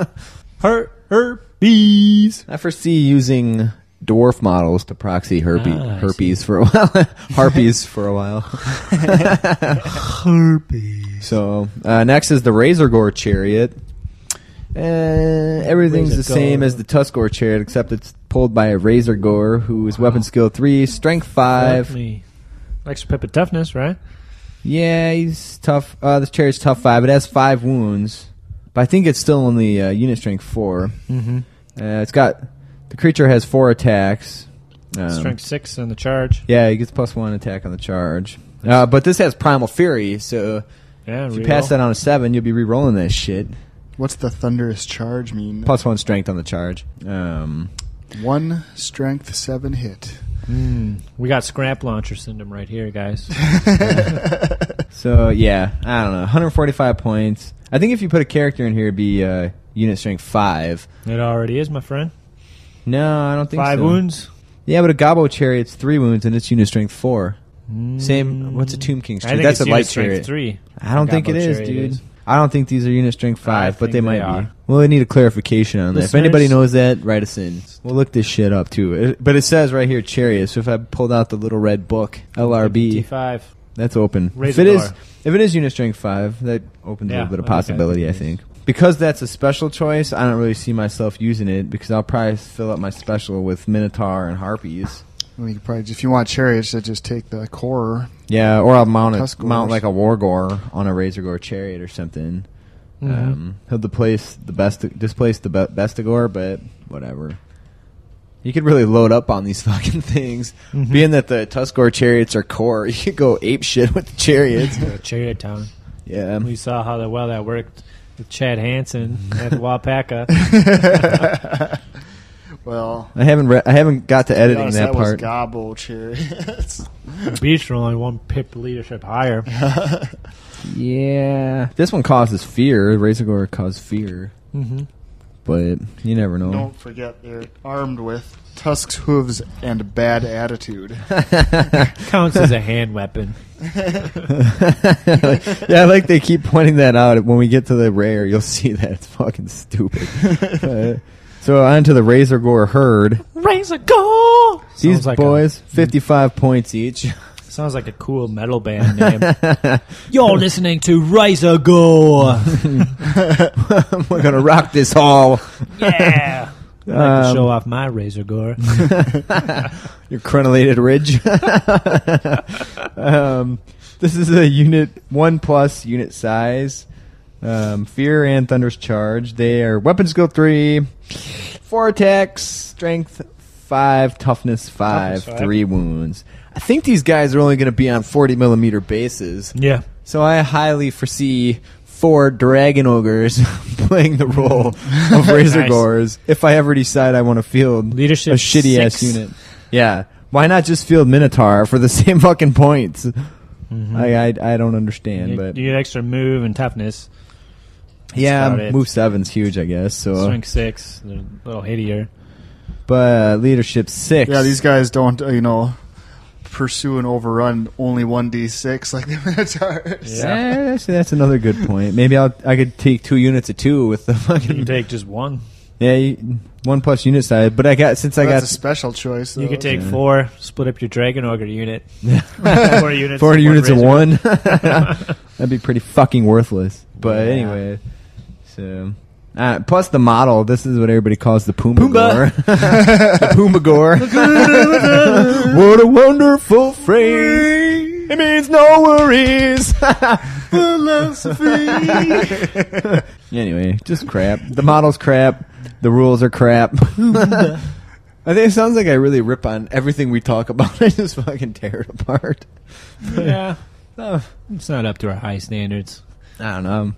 Speaker 4: Her-
Speaker 5: herpes. I foresee using dwarf models to proxy herpes
Speaker 4: Ah, I
Speaker 5: herpes for a while. Harpies for a while. herpes. So uh, next is the Razor Gore Chariot. Uh, everything's
Speaker 4: Razor
Speaker 5: the same
Speaker 4: Gore.
Speaker 5: as the Tuskor Chariot, except it's pulled by a Razor Gore, who is weapon skill three, strength
Speaker 4: Help
Speaker 5: five.
Speaker 4: me. Extra pip of toughness, right?
Speaker 5: Yeah, he's tough. Uh, this chariot's tough five. It has five wounds, but I think it's still only uh, unit strength four.
Speaker 4: Mm-hmm.
Speaker 5: Uh, it's got the creature has four attacks. Um,
Speaker 4: Strength six on the charge.
Speaker 5: Yeah, he gets plus one attack on the charge. Uh, but this has primal fury, so
Speaker 4: Yeah,
Speaker 5: if you pass
Speaker 4: reroll.
Speaker 5: that on a seven, you'll be re-rolling that shit.
Speaker 6: What's the thunderous charge mean?
Speaker 5: Plus one strength on the charge. Um,
Speaker 6: One strength seven hit.
Speaker 4: Mm, we got scrap launcher syndrome right here, guys.
Speaker 5: so yeah, I don't know. 145 points. I think if you put a character in here, it'd be uh, unit strength five.
Speaker 4: it already is, my friend.
Speaker 5: No, I don't think
Speaker 4: Five
Speaker 5: so.
Speaker 4: wounds.
Speaker 5: Yeah, but a Gobbo chariot's three wounds and it's unit strength four. Mm. Same. What's a Tomb King's
Speaker 4: I
Speaker 5: chariot?
Speaker 4: think
Speaker 5: That's
Speaker 4: it's
Speaker 5: a light
Speaker 4: unit strength
Speaker 5: chariot.
Speaker 4: Three.
Speaker 5: I don't
Speaker 4: Gobbo
Speaker 5: think it is,
Speaker 4: chariot
Speaker 5: dude.
Speaker 4: is.
Speaker 5: I don't think these are unit strength five, but
Speaker 4: think
Speaker 5: they
Speaker 4: they
Speaker 5: might be.
Speaker 4: are.
Speaker 5: Well, I need a clarification on that. If
Speaker 4: Listeners?
Speaker 5: anybody knows that, write us in. We'll look this shit up too. It, but it says right here chariot. So if I pulled out the little red book, LRB,
Speaker 4: T5.
Speaker 5: that's open.
Speaker 4: Razor
Speaker 5: if it is,
Speaker 4: Door.
Speaker 5: if it is unit strength five, that opens a
Speaker 4: Yeah,
Speaker 5: little bit of
Speaker 4: I think I
Speaker 5: possibility. I
Speaker 4: think it
Speaker 5: think because that's a special choice. I don't really see myself using it because I'll probably fill up my special with Minotaur and Harpies.
Speaker 6: I mean, you could probably, if you want chariots, to just take the core.
Speaker 5: Yeah, or I'll mount a,
Speaker 6: Tusk
Speaker 5: mount
Speaker 6: Gores.
Speaker 5: like a war gore on a razor gore chariot or something.
Speaker 4: Mm-hmm.
Speaker 5: Um, he'll displace the best displace the be- bestigore, but whatever. You could really load up on these fucking things. Being that the Tuskor chariots are core, you could go ape shit with the chariots.
Speaker 4: Uh, Chariot Town.
Speaker 5: yeah,
Speaker 4: We saw how that, well that worked with Chad Hansen at
Speaker 5: Mm-hmm.
Speaker 4: Wapaka.
Speaker 6: Well,
Speaker 5: I haven't re- I haven't got to
Speaker 6: to be
Speaker 5: editing
Speaker 6: honest,
Speaker 5: that
Speaker 6: was
Speaker 5: part.
Speaker 6: gobble chariots.
Speaker 4: Beach are only one pip leadership higher.
Speaker 5: Yeah. This one causes fear. Razor Gore caused fear,
Speaker 4: Mm-hmm.
Speaker 5: but you never know.
Speaker 6: Don't forget they're armed with tusks, hooves, and bad attitude.
Speaker 4: Counts as a hand weapon.
Speaker 5: yeah, I like they keep pointing that out. When we get to the rare, you'll see that it's fucking stupid. Uh, so on to the Razor Gore herd.
Speaker 4: Razor goal.
Speaker 5: These
Speaker 4: like
Speaker 5: boys, 55 points each.
Speaker 4: A, sounds like a cool metal band name. You're listening to Razor Gore.
Speaker 5: We're gonna rock this hall.
Speaker 4: Yeah. I like to
Speaker 5: Um,
Speaker 4: show off my Razor Gore.
Speaker 5: Your crenellated ridge. um, this is a unit one plus unit size. Um, Fear and Thunder's Charge. They are weapon skill three, four attacks, strength five, toughness five,
Speaker 4: Toughness five.
Speaker 5: three wounds. I think these guys are only going to be on forty millimeter bases,
Speaker 4: Yeah.
Speaker 5: so I highly foresee four dragon ogres playing the role of razor
Speaker 4: Nice.
Speaker 5: gores if I ever decide I want to field
Speaker 4: Leadership
Speaker 5: a shitty ass
Speaker 4: six.
Speaker 5: unit. Yeah, why not just field minotaur for the same fucking points? I, I I don't understand,
Speaker 4: Mm-hmm. You,
Speaker 5: but
Speaker 4: you get extra move and toughness. about
Speaker 5: yeah,
Speaker 4: it.
Speaker 5: move seven's huge, I guess. So,
Speaker 4: Strength six. They're a little hittier.
Speaker 5: but uh, leadership six.
Speaker 6: yeah, these guys don't, uh, you know, pursue and overrun only one d six like the Minotaurs.
Speaker 4: Yeah.
Speaker 5: Eh, that's, that's another good point. Maybe I'll I could take two units of two with the
Speaker 4: You
Speaker 5: fucking
Speaker 4: can take just one.
Speaker 5: yeah you, one plus unit size. But I got since I
Speaker 6: That's
Speaker 5: got
Speaker 6: a special choice.
Speaker 4: You
Speaker 6: though.
Speaker 4: could take four, split up your Dragon Ogre unit. four units.
Speaker 5: Four
Speaker 4: one
Speaker 5: units of
Speaker 4: razor.
Speaker 5: one. That'd be pretty fucking worthless. But
Speaker 4: Yeah.
Speaker 5: anyway, so uh, plus the model. This is what everybody calls the Puma
Speaker 4: Pumbaa.
Speaker 5: Gore. the Puma Gore. what a wonderful phrase. It means no worries. anyway, just crap. The model's crap. The rules are crap. I think it sounds like I really rip on everything we talk about. I just fucking tear it apart.
Speaker 4: Yeah.
Speaker 5: Oh,
Speaker 2: It's not up to our high standards.
Speaker 5: I don't know.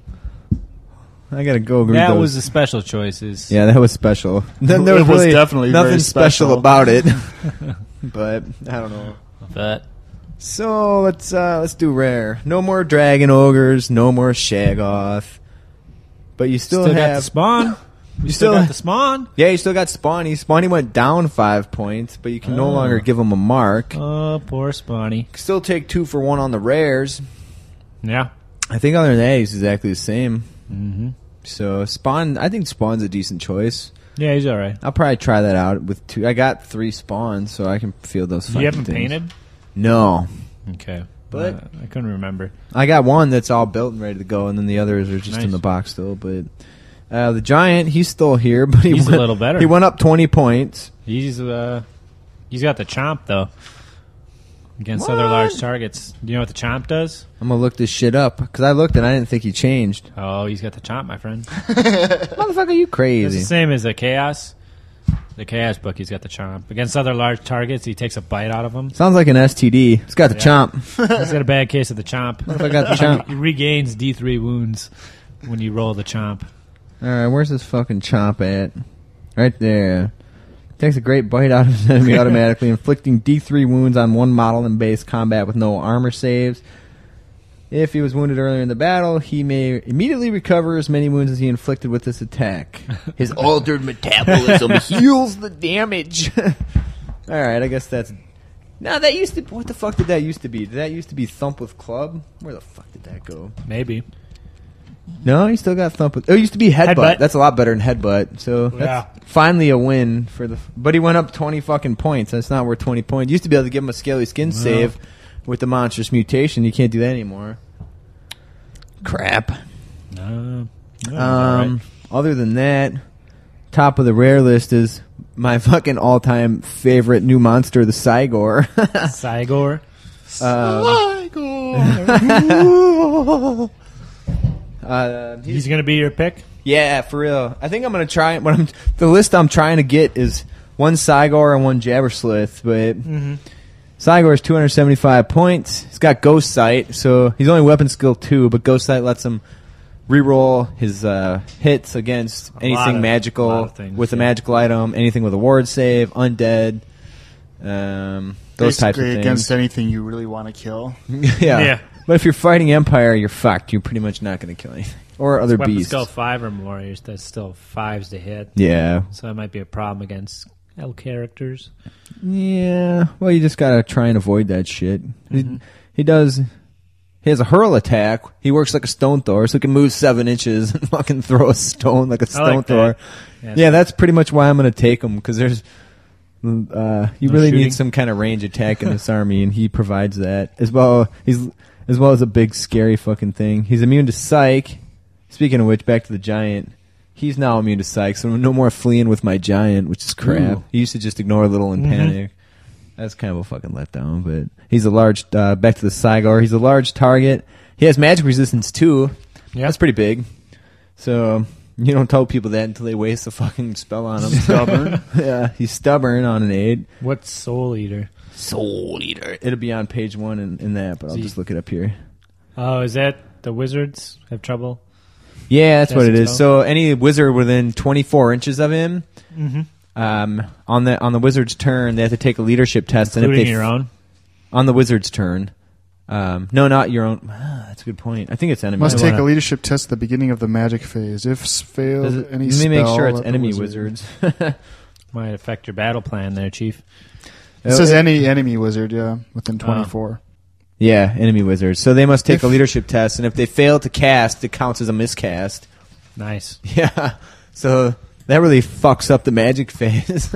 Speaker 5: I gotta go. Read
Speaker 2: That
Speaker 5: those.
Speaker 2: was the special choices.
Speaker 5: yeah, that was special. Then there
Speaker 6: It
Speaker 5: was,
Speaker 6: was
Speaker 5: really
Speaker 6: definitely
Speaker 5: nothing
Speaker 6: very
Speaker 5: special.
Speaker 6: special.
Speaker 5: about it. but I don't know.
Speaker 2: But
Speaker 5: So let's uh, let's do rare. No more dragon ogres. No more shagoth. But you still,
Speaker 2: still got the
Speaker 5: have
Speaker 2: spawn.
Speaker 5: you
Speaker 2: You still
Speaker 5: still
Speaker 2: got the spawn.
Speaker 5: yeah you still got Spawny. Spawny went down five points, but you can no
Speaker 2: Oh.
Speaker 5: longer give him a mark.
Speaker 2: Oh, poor Spawny.
Speaker 5: Still take two for one on the rares.
Speaker 4: Yeah.
Speaker 5: I think other than that, he's exactly the same.
Speaker 4: hmm
Speaker 5: So spawn, I think spawn's a decent choice.
Speaker 4: Yeah, he's all right.
Speaker 5: I'll probably try that out with two. I got three spawns, so I can feel those.
Speaker 4: You
Speaker 5: fucking
Speaker 4: haven't
Speaker 5: things.
Speaker 4: painted?
Speaker 5: No,
Speaker 4: Okay.
Speaker 5: But-
Speaker 4: Uh, I couldn't remember.
Speaker 5: I got one that's all built and ready to go, and then the others are just in
Speaker 4: Nice.
Speaker 5: the box still. But uh, the giant, he's still here, but he
Speaker 4: He's a
Speaker 5: went,
Speaker 4: little better.
Speaker 5: He went up twenty points.
Speaker 4: He's uh, he's got the chomp though against other
Speaker 5: What?
Speaker 4: large targets. Do you know what the chomp does?
Speaker 5: I'm gonna look this shit up because I looked and I didn't think he changed.
Speaker 4: Oh, he's got the chomp, my friend.
Speaker 5: Motherfucker, you
Speaker 4: It's the
Speaker 5: crazy?
Speaker 4: same as the chaos. The chaos book, he's got the chomp against other large targets. He takes a bite out of them.
Speaker 5: Sounds like an STD. It's got the
Speaker 4: Yeah.
Speaker 5: chomp.
Speaker 4: He's got a bad case of the chomp.
Speaker 5: I got the chomp.
Speaker 4: He regains D three wounds when you roll the chomp.
Speaker 5: All right, where's this fucking chomp at? Right there. Takes a great bite out of his enemy automatically, inflicting D3 wounds on one model in base combat with no armor saves. If he was wounded earlier in the battle, he may immediately recover as many wounds as he inflicted with this attack. His altered metabolism heals the damage. All right, I guess that's. Now that used to. What the fuck did that used to be? Did that used to be thump with club? Where the fuck did that go?
Speaker 4: Maybe.
Speaker 5: No, he still got thump. With, oh, it used to be headbutt.
Speaker 4: Headbutt.
Speaker 5: That's a lot better than headbutt. So that's finally a win for the. But he went up twenty fucking points. That's not worth twenty points. Used to be able to give him a scaly skin save with the monstrous mutation. You can't do that anymore. Crap.
Speaker 4: No. No,
Speaker 5: Um,
Speaker 4: alright.
Speaker 5: Other than that, top of the rare list is my fucking all-time favorite new monster, the Cygor. Um,
Speaker 4: Sigor.
Speaker 5: uh, he's
Speaker 4: He's gonna be your pick.
Speaker 5: Yeah, for real. I think I'm gonna try. What I'm the list I'm trying to get is one Sigor and one Jabberslith, but
Speaker 4: Mm-hmm.
Speaker 5: Sigor is 275 points. He's got Ghost Sight, so he's only weapon skill two, but Ghost Sight lets him reroll his uh, hits against
Speaker 4: lot
Speaker 5: anything
Speaker 4: of-
Speaker 5: magical
Speaker 4: lot of things,
Speaker 5: with a
Speaker 4: yeah.
Speaker 5: magical item, anything with a ward save, undead. Um, those types of
Speaker 6: Basically
Speaker 5: things.
Speaker 6: against anything you really want to kill.
Speaker 5: yeah.
Speaker 4: Yeah.
Speaker 5: But if you're fighting Empire, you're fucked. You're pretty much not going to kill anything. Or other
Speaker 2: Weapon
Speaker 5: beasts.
Speaker 2: skill five or more. you're- That's still fives to hit.
Speaker 5: Yeah.
Speaker 2: So that might be a problem against L characters.
Speaker 5: Yeah. Well, you just got to try and avoid that shit.
Speaker 4: Mm-hmm.
Speaker 5: He, he does. He has a hurl attack. He works like a stone thrower, so he can move seven inches and fucking throw a stone like a stone
Speaker 4: like that.
Speaker 5: thrower.
Speaker 4: Yeah.
Speaker 5: Yeah, that's pretty much why I'm going to take him because there's. Uh, you
Speaker 4: No
Speaker 5: really
Speaker 4: shooting?
Speaker 5: need some kind of range attack in this army, and he provides that as well. He's as well as a big scary fucking thing. He's immune to psych. Speaking of which, back to the giant. He's now immune to psych, so no more fleeing with my giant, which is crap.
Speaker 2: Ooh.
Speaker 5: He used to just ignore a little and
Speaker 4: Mm-hmm.
Speaker 5: panic. That's kind of a fucking letdown, but he's a large. Uh, back to the Sigar. He's a large target. He has magic resistance too.
Speaker 4: Yeah.
Speaker 5: that's pretty big. So you don't tell people that until they waste a fucking spell on him.
Speaker 6: Stubborn.
Speaker 5: yeah, he's stubborn on an aid.
Speaker 2: What's Soul Eater?
Speaker 5: Soul Eater. It'll be on page one in, in that, but I'll
Speaker 4: See.
Speaker 5: just look it up here.
Speaker 4: Oh, is that the wizards have trouble?
Speaker 5: Yeah, that's
Speaker 4: That's
Speaker 5: what it
Speaker 4: his
Speaker 5: is. So any wizard within 24 inches of him,
Speaker 4: Mm-hmm.
Speaker 5: um, on the on the wizard's turn, they have to take a leadership test, and if
Speaker 4: Including
Speaker 5: they
Speaker 4: your own.
Speaker 5: on the wizard's turn, um, no, not your own. Ah, that's a good point. I think it's enemy.
Speaker 6: Must
Speaker 5: I
Speaker 6: take
Speaker 5: wanna-
Speaker 6: a leadership test at the beginning of the magic phase. If s- failed
Speaker 5: Does it- Let
Speaker 6: any
Speaker 5: me
Speaker 6: spell,
Speaker 5: make sure it's
Speaker 6: let the
Speaker 5: enemy
Speaker 6: wizard-
Speaker 5: wizards.
Speaker 2: Might affect your battle plan there, Chief.
Speaker 6: It says
Speaker 5: Oh.
Speaker 6: any enemy wizard, yeah, within 24.
Speaker 5: Yeah, enemy wizards. So they must take
Speaker 6: If-
Speaker 5: a leadership test, and if they fail to cast, it counts as a miscast.
Speaker 2: Nice.
Speaker 5: Yeah. So that really fucks up the magic phase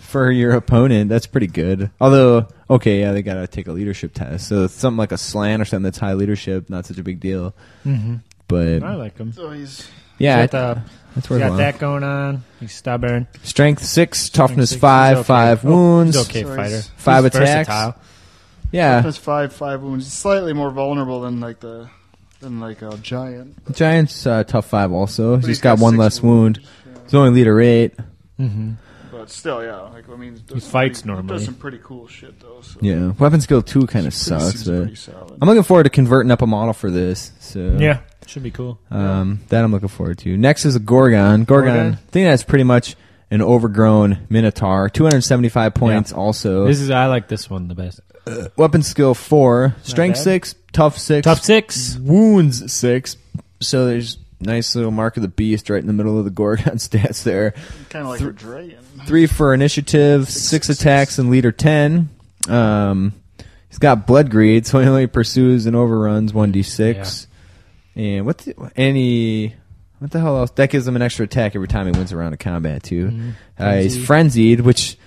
Speaker 5: for your opponent. That's pretty good. Although, okay, yeah, they got to take a leadership test. So something like a slant or something that's high leadership, not such a big deal.
Speaker 4: Mm-hmm.
Speaker 5: But
Speaker 4: I like him.
Speaker 6: So he's
Speaker 5: yeah,
Speaker 4: He's
Speaker 5: it,
Speaker 4: got, the-
Speaker 5: that's
Speaker 4: he's uh, got
Speaker 5: worthwhile.
Speaker 4: that going on. He's stubborn.
Speaker 5: Strength six, toughness
Speaker 4: Six, he's
Speaker 5: five,
Speaker 4: okay.
Speaker 5: five
Speaker 4: Oh,
Speaker 5: wounds.
Speaker 4: He's okay
Speaker 6: So
Speaker 4: fighter.
Speaker 6: he's-
Speaker 5: Five
Speaker 4: He's
Speaker 5: attacks.
Speaker 4: versatile.
Speaker 5: Yeah,
Speaker 6: plus five, five wounds. He's slightly more vulnerable than like the than like a giant.
Speaker 5: giants uh, tough five also.
Speaker 6: But
Speaker 5: He's got one
Speaker 6: six
Speaker 5: less wound.
Speaker 6: wounds,
Speaker 5: He's only leader eight.
Speaker 4: Mm-hmm.
Speaker 6: yeah. But still, yeah. Like I mean, does some
Speaker 4: fights
Speaker 6: pretty,
Speaker 4: normally.
Speaker 6: Does some pretty cool shit though. So.
Speaker 5: Yeah, weapon skill two kind of
Speaker 6: Seems pretty-
Speaker 5: sucks.
Speaker 6: seems
Speaker 5: But
Speaker 6: pretty solid.
Speaker 5: I'm looking forward to converting up a model for this. So
Speaker 4: Yeah, should be cool.
Speaker 5: Um, That I'm looking forward to. Next is a Gorgon. Gorgon.
Speaker 4: Gorgon.
Speaker 5: I think that's pretty much an overgrown Minotaur. 275 points also.
Speaker 2: This is I like this one the best.
Speaker 5: Weapon skill 4. Strength
Speaker 4: bad.
Speaker 5: 6. Tough 6.
Speaker 2: Top six.
Speaker 5: Wounds 6. So there's nice little mark of the beast right in the middle of the Gorgon stats there.
Speaker 6: kind of like a dragon.
Speaker 5: 3 for initiative, 6, attacks, and leader 10. Um, he's got blood greed, so he only pursues and overruns 1d6. And what the, any what the hell else? That gives him an extra attack every time he wins a round of combat too.
Speaker 4: Mm-hmm.
Speaker 5: Uh, he's frenzied, which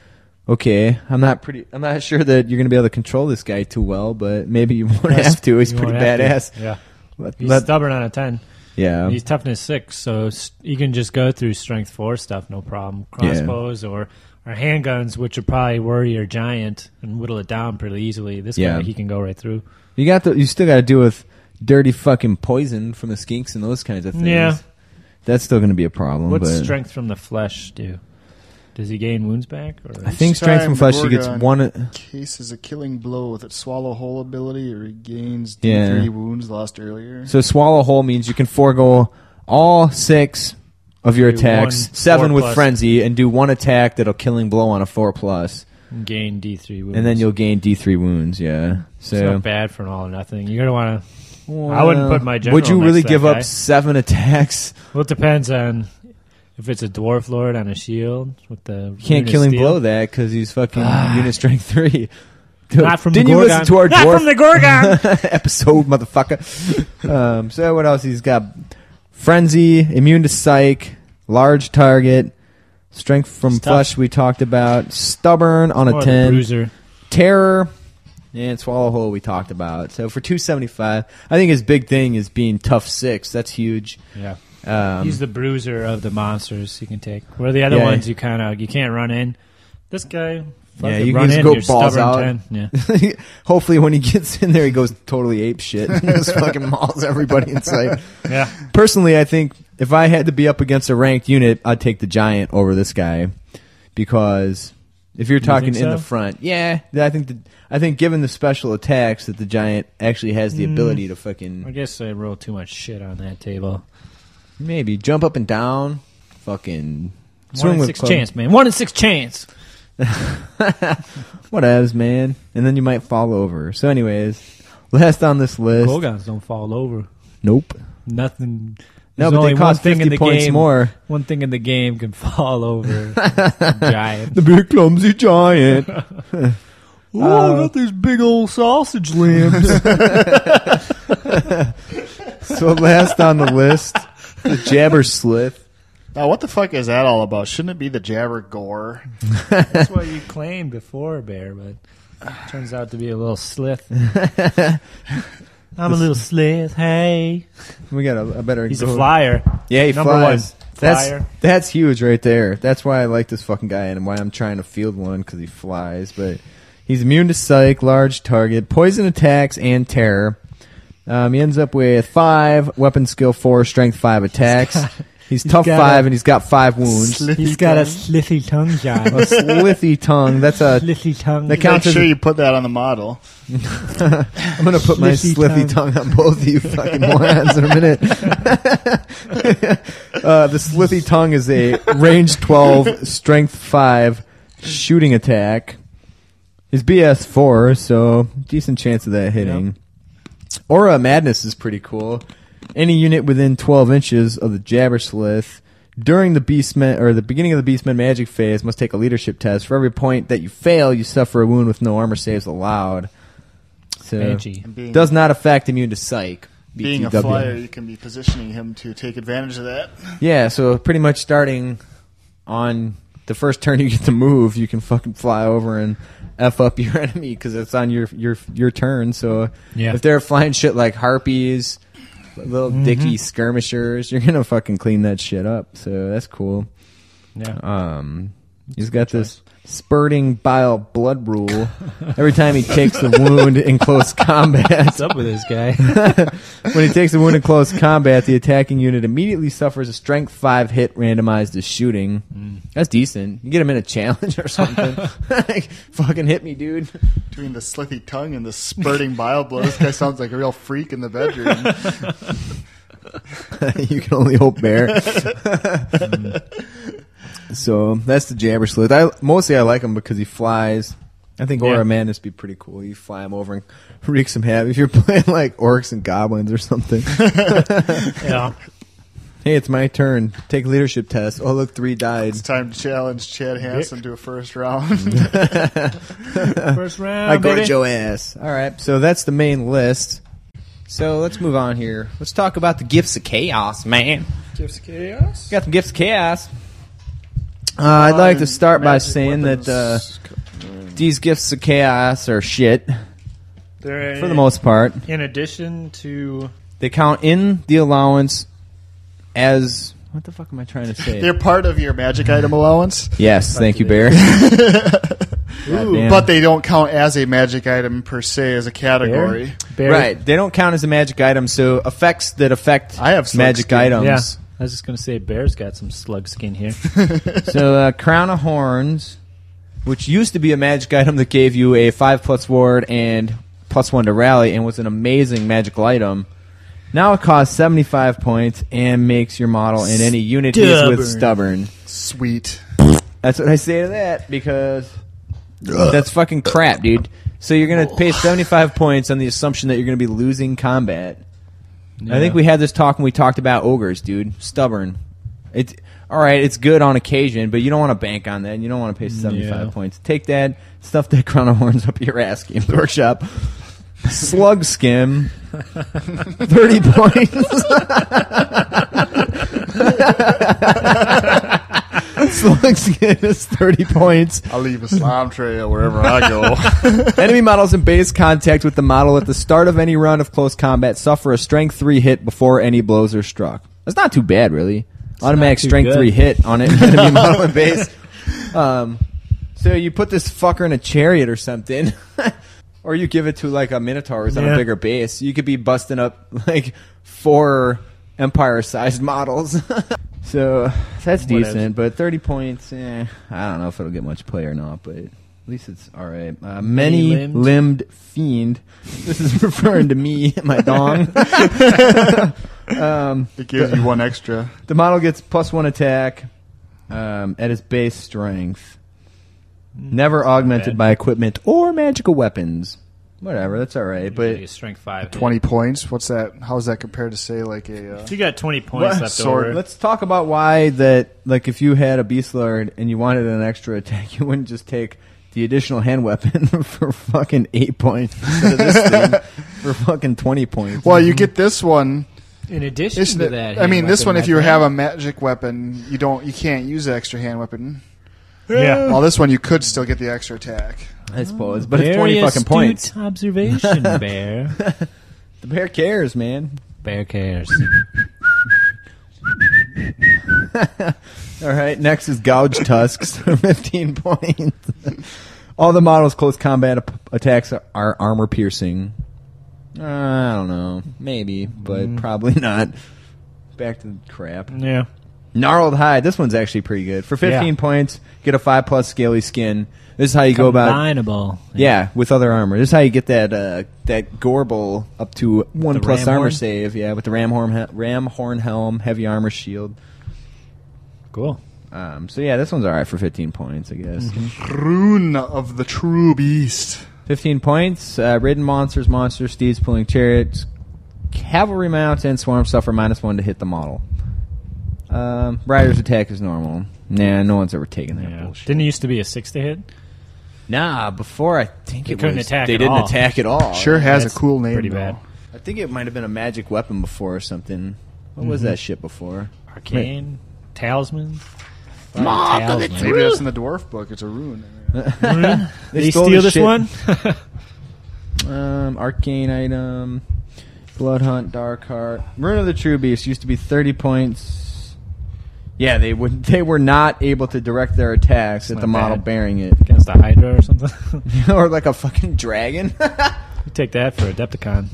Speaker 5: okay, I'm not pretty. I'm not sure that you're going to be able to control this guy too well, but maybe you won't have to. He's
Speaker 4: You
Speaker 5: pretty
Speaker 4: won't have to.
Speaker 5: badass.
Speaker 4: Yeah,
Speaker 5: Let-
Speaker 4: he's
Speaker 5: let-
Speaker 4: stubborn on a ten.
Speaker 5: yeah,
Speaker 2: He's toughness six, so s- you can just go through strength four stuff, no problem. Crossbows or or handguns, which would probably worry your giant and whittle it down pretty easily. This
Speaker 5: Yeah.
Speaker 2: guy, he can go right through.
Speaker 5: you got the. You still got to deal with dirty fucking poison from the skinks and those kinds of things.
Speaker 4: Yeah.
Speaker 5: that's still going to be a problem.
Speaker 2: What's
Speaker 5: but
Speaker 2: strength from the flesh do? Does he gain wounds back? Or
Speaker 5: I think
Speaker 6: Each
Speaker 5: strength
Speaker 6: time
Speaker 5: from
Speaker 6: the
Speaker 5: flesh. He gets
Speaker 6: Gorgon-
Speaker 5: one.
Speaker 6: Case is a killing blow with its swallow hole ability, or regains D3
Speaker 5: Yeah.
Speaker 6: wounds lost earlier.
Speaker 5: So swallow whole means you can forego all six of your
Speaker 4: Do
Speaker 5: attacks,
Speaker 4: one
Speaker 5: seven
Speaker 4: four
Speaker 5: with
Speaker 4: plus.
Speaker 5: frenzy, and do one attack that'll killing blow on a four plus,
Speaker 2: gain D three wounds,
Speaker 5: and then you'll gain D three wounds. Yeah.
Speaker 2: It's
Speaker 5: So
Speaker 2: not bad for an all or nothing. You're gonna want to. I wouldn't
Speaker 5: Well,
Speaker 2: put my
Speaker 5: Would
Speaker 2: general
Speaker 5: you
Speaker 2: next
Speaker 5: really
Speaker 2: to that
Speaker 5: give
Speaker 2: guy.
Speaker 5: up seven attacks?
Speaker 2: Well, it depends on if it's a dwarf lord on a shield with the
Speaker 5: You can't
Speaker 2: rune of
Speaker 5: kill him
Speaker 2: steel.
Speaker 5: blow that because he's fucking unit strength three.
Speaker 2: Ah. Not from the
Speaker 5: Didn't you
Speaker 2: Gorgon.
Speaker 5: listen to our
Speaker 2: Not
Speaker 5: dwarf
Speaker 2: from the Gorgon.
Speaker 5: episode, motherfucker? um, so what else? He's got frenzy, immune to psych, large target, strength from
Speaker 2: Stuff.
Speaker 5: flesh. We talked about stubborn on
Speaker 2: Or
Speaker 5: a
Speaker 2: the
Speaker 5: ten,
Speaker 2: bruiser.
Speaker 5: terror and swallow hole we talked about so for 275 i think his big thing is being tough six that's huge
Speaker 2: Yeah.
Speaker 5: um,
Speaker 2: He's the bruiser of the monsters you can take. Where the other
Speaker 5: Yeah.
Speaker 2: ones you kind of you can't run in. This guy, fuck
Speaker 5: Yeah,
Speaker 2: it,
Speaker 5: you can
Speaker 2: run
Speaker 5: just
Speaker 2: in,
Speaker 5: go
Speaker 2: you're
Speaker 5: balls
Speaker 2: stubborn
Speaker 5: out.
Speaker 2: 10.
Speaker 5: hopefully when he gets in there he goes totally ape shit and just fucking mauls everybody in sight
Speaker 4: Yeah, yeah.
Speaker 5: personally i think if i had to be up against a ranked unit i'd take the giant over this guy because if you're talking
Speaker 4: think so?
Speaker 5: in the front yeah i think the, i think given the special attacks that the giant actually has
Speaker 4: Mm.
Speaker 5: the ability to fucking
Speaker 2: I guess I rolled too much shit on that table.
Speaker 5: Maybe jump up and down, fucking
Speaker 2: One
Speaker 5: swing
Speaker 2: in
Speaker 5: with
Speaker 2: six
Speaker 5: club.
Speaker 2: chance, man. One in six chance.
Speaker 5: Whatevs, man. And then you might fall over. So, anyways, last on this list.
Speaker 4: Golgons don't fall over.
Speaker 5: Nope.
Speaker 4: Nothing.
Speaker 5: No,
Speaker 4: there's
Speaker 5: but
Speaker 4: only
Speaker 5: they cost
Speaker 4: one thing
Speaker 5: fifty
Speaker 4: in the
Speaker 5: points
Speaker 4: game.
Speaker 5: more.
Speaker 4: One thing in the game can fall over. Giant.
Speaker 5: The big clumsy giant.
Speaker 4: Oh, I
Speaker 5: Uh,
Speaker 4: got these big old sausage limbs.
Speaker 5: so last on the list, the jabber slith.
Speaker 6: Now, what the fuck is that all about? Shouldn't it be the Jabber Gore?
Speaker 4: That's what you claimed before, Bear, but turns out to be a little slith. I'm a little slith. Hey,
Speaker 5: We got a, a better.
Speaker 4: he's a flyer.
Speaker 5: Yeah, he
Speaker 4: Number
Speaker 5: flies.
Speaker 4: one, flyer.
Speaker 5: That's that's huge right there. That's why I like this fucking guy and why I'm trying to field one because he flies. But he's immune to psych, large target, poison attacks, and terror. Um, he ends up with five weapon skill, four strength, five attacks. He's, tough
Speaker 4: got a
Speaker 5: five, and he's got five wounds.
Speaker 4: He's got a slithy tongue, John.
Speaker 5: a slithy tongue. That's a.
Speaker 4: slithy tongue.
Speaker 5: That
Speaker 6: Make
Speaker 5: counts as
Speaker 6: sure
Speaker 5: a
Speaker 6: you put that on the model.
Speaker 5: I'm gonna put my
Speaker 4: Slithy
Speaker 5: slithy tongue. on both of you fucking morons in a minute. uh, the slithy tongue is a range 12, strength 5 shooting attack. His BS 4, so decent chance of that hitting. Aura of Madness is pretty cool. Any unit within 12 inches of the Jabber Slith during the Beastmen or the beginning of the Beastmen magic phase must take a leadership test. For every point that you fail, you suffer a wound with no armor saves allowed. So
Speaker 4: Banshee.
Speaker 6: Being,
Speaker 5: does not affect immune to psych.
Speaker 6: being a
Speaker 5: BTW.
Speaker 6: flyer, you can be positioning him to take advantage of that.
Speaker 5: Yeah, so pretty much starting on the first turn you get to move, you can fucking fly over and f up your enemy because it's on your your your turn. So
Speaker 4: Yeah.
Speaker 5: if they're flying shit like harpies, little dicky skirmishers, you're gonna fucking clean that shit up. So that's cool.
Speaker 4: Yeah.
Speaker 5: Um, he's got this spurting bile blood rule. Every time he takes a wound in close combat,
Speaker 4: What's up with this guy?
Speaker 5: when he takes a wound in close combat, the attacking unit immediately suffers a strength five hit randomized to shooting. That's decent. You get him in a challenge or something. like, fucking hit me, dude.
Speaker 6: Between the slithy tongue and the spurting bile blow, this guy sounds like a real freak in the bedroom.
Speaker 5: you can only hope bear. so that's the jabber sleuth. I mostly I like him because he flies. I think Aura
Speaker 4: Yeah.
Speaker 5: Madness would be pretty cool. You fly him over and wreak some havoc. If you're playing like orcs and goblins or something,
Speaker 4: yeah.
Speaker 5: hey, it's my turn. Take leadership test. Oh, look, three died.
Speaker 6: it's time to challenge Chad Hansen to a first round.
Speaker 4: First round,
Speaker 5: I got
Speaker 4: Oh, baby.
Speaker 5: your ass. All right, so that's the main list. So let's move on here. Let's talk about the gifts of chaos, man.
Speaker 7: Gifts of chaos.
Speaker 5: Got some gifts of chaos. Uh, I'd like to start by
Speaker 6: Magic
Speaker 5: saying that uh,
Speaker 6: weapons.
Speaker 5: these gifts of chaos are shit
Speaker 8: They're
Speaker 5: for the most part.
Speaker 8: In addition to
Speaker 5: They count in the allowance as what the fuck am I trying to say?
Speaker 6: They're part of your magic item allowance.
Speaker 5: yes, thank you, Bear. Goddamn.
Speaker 6: But they don't count as a magic item per se as a category.
Speaker 8: Barry,
Speaker 5: right, they don't count as a magic item. So effects that affect
Speaker 6: I have slug
Speaker 5: magic
Speaker 6: skin.
Speaker 5: items.
Speaker 4: Yeah. I was just gonna say, Bear's got some slug skin here.
Speaker 5: So uh, crown of horns, which used to be a magic item that gave you a five plus ward and plus one to rally, and was an amazing magical item. Now it costs seventy five points and makes your model and any unit he is with stubborn.
Speaker 6: Sweet.
Speaker 5: That's what I say to that because that's fucking crap, dude. So you're gonna pay seventy five points on the assumption that you're gonna be losing combat. I think we had this talk when we talked about ogres, dude. Stubborn. It's all right. It's good on occasion, but you don't want to bank on that. and You don't want to pay seventy-five
Speaker 4: Yeah.
Speaker 5: points. Take that stuff that crown of horns up your ass, Games Workshop. Slug skim, thirty points. Slug skim is thirty points.
Speaker 6: I'll leave a slime trail wherever I go.
Speaker 5: Enemy models in base contact with the model at the start of any run of close combat suffer a strength three hit before any blows are struck. That's not too bad, really. Automatic
Speaker 4: not too
Speaker 5: strength
Speaker 4: good.
Speaker 5: three hit on an enemy model in base. Um, so you put this fucker in a chariot or something, or you give it to like a minotaur who's on a
Speaker 4: Yeah.
Speaker 5: bigger base. You could be busting up like four empire-sized models. so that's decent, but thirty points. Eh, I don't know if it'll get much play or not, but at least it's all right. Uh, many
Speaker 4: Many-limbed?
Speaker 5: limbed fiend. This is referring to me, my dong. um,
Speaker 6: It gives you one extra.
Speaker 5: the model gets plus one attack um, at its base strength. Never augmented
Speaker 2: bad.
Speaker 5: by equipment or magical weapons. Whatever, that's all right.
Speaker 2: Usually
Speaker 5: But
Speaker 2: a strength five. hit.
Speaker 6: Twenty points. What's that? How's that compared to say like a? Uh,
Speaker 2: If you got twenty points left
Speaker 5: Sword.
Speaker 2: over.
Speaker 5: Let's talk about why that. Like, if you had a beast lord and you wanted an extra attack, you wouldn't just take the additional hand weapon for fucking eight points instead of this thing for fucking twenty points.
Speaker 6: well, you get this one.
Speaker 2: In addition
Speaker 6: Isn't
Speaker 2: to
Speaker 6: it,
Speaker 2: that,
Speaker 6: I mean,
Speaker 2: hand
Speaker 6: this
Speaker 2: weapon,
Speaker 6: one. If you
Speaker 2: I
Speaker 6: have a magic weapon, you don't. You can't use the extra hand weapon.
Speaker 2: Yeah.
Speaker 6: Well, this one you could still get the extra attack.
Speaker 5: I suppose, but it's
Speaker 2: Very
Speaker 5: twenty fucking
Speaker 2: astute
Speaker 5: points.
Speaker 2: Observation, bear.
Speaker 5: The bear cares, man.
Speaker 2: Bear cares.
Speaker 5: All right, next is Gouge Tusks, 15 points. All the models' close combat ap- attacks are, are armor piercing. Uh, I don't know. Maybe, but probably not. Back to the crap.
Speaker 4: Yeah.
Speaker 5: Gnarled Hide, this one's actually pretty good. For 15
Speaker 4: Yeah.
Speaker 5: points, get a 5 plus scaly skin. This is how you go about.
Speaker 2: Combinable.
Speaker 5: Yeah, with other armor. This is how you get that uh, that Gorble up to 1
Speaker 2: The
Speaker 5: plus
Speaker 2: ram
Speaker 5: armor
Speaker 2: horn?
Speaker 5: save. Yeah, with the Ram Horn, he- ram horn Helm, Heavy Armor Shield.
Speaker 2: Cool.
Speaker 5: Um, so yeah, this one's all right for 15 points, I guess.
Speaker 2: Mm-hmm.
Speaker 6: Rune of the True Beast.
Speaker 5: 15 points. Uh, ridden monsters, monsters, steeds, pulling chariots, cavalry mounts, and swarm suffer minus one to hit the model. Um, rider's attack is normal. Nah, no one's ever taken that
Speaker 2: Yeah.
Speaker 5: bullshit.
Speaker 2: Didn't it used to be a six to hit?
Speaker 5: Nah, before I think
Speaker 2: They
Speaker 5: it
Speaker 2: couldn't
Speaker 5: was,
Speaker 2: attack
Speaker 5: they
Speaker 2: at
Speaker 5: didn't
Speaker 2: all.
Speaker 5: attack at all.
Speaker 6: Sure has
Speaker 2: That's
Speaker 6: a cool name.
Speaker 2: Pretty
Speaker 6: though.
Speaker 2: bad.
Speaker 5: I think it might have been a magic weapon before or something. What was
Speaker 2: Mm-hmm.
Speaker 5: that shit before?
Speaker 2: Arcane. Talisman. Mark
Speaker 6: Maybe that's in the dwarf book. It's a rune.
Speaker 5: They
Speaker 2: They
Speaker 5: stole
Speaker 2: steal this
Speaker 5: this shit.
Speaker 2: one?
Speaker 5: Um, arcane item, blood hunt, dark heart, rune of the true beast used to be thirty points. Yeah, they would. They were not able to direct their attacks at
Speaker 2: not
Speaker 5: the model
Speaker 2: bad.
Speaker 5: bearing it,
Speaker 2: Against the Hydra or something?
Speaker 5: or like a fucking dragon.
Speaker 2: you take that for Adepticon.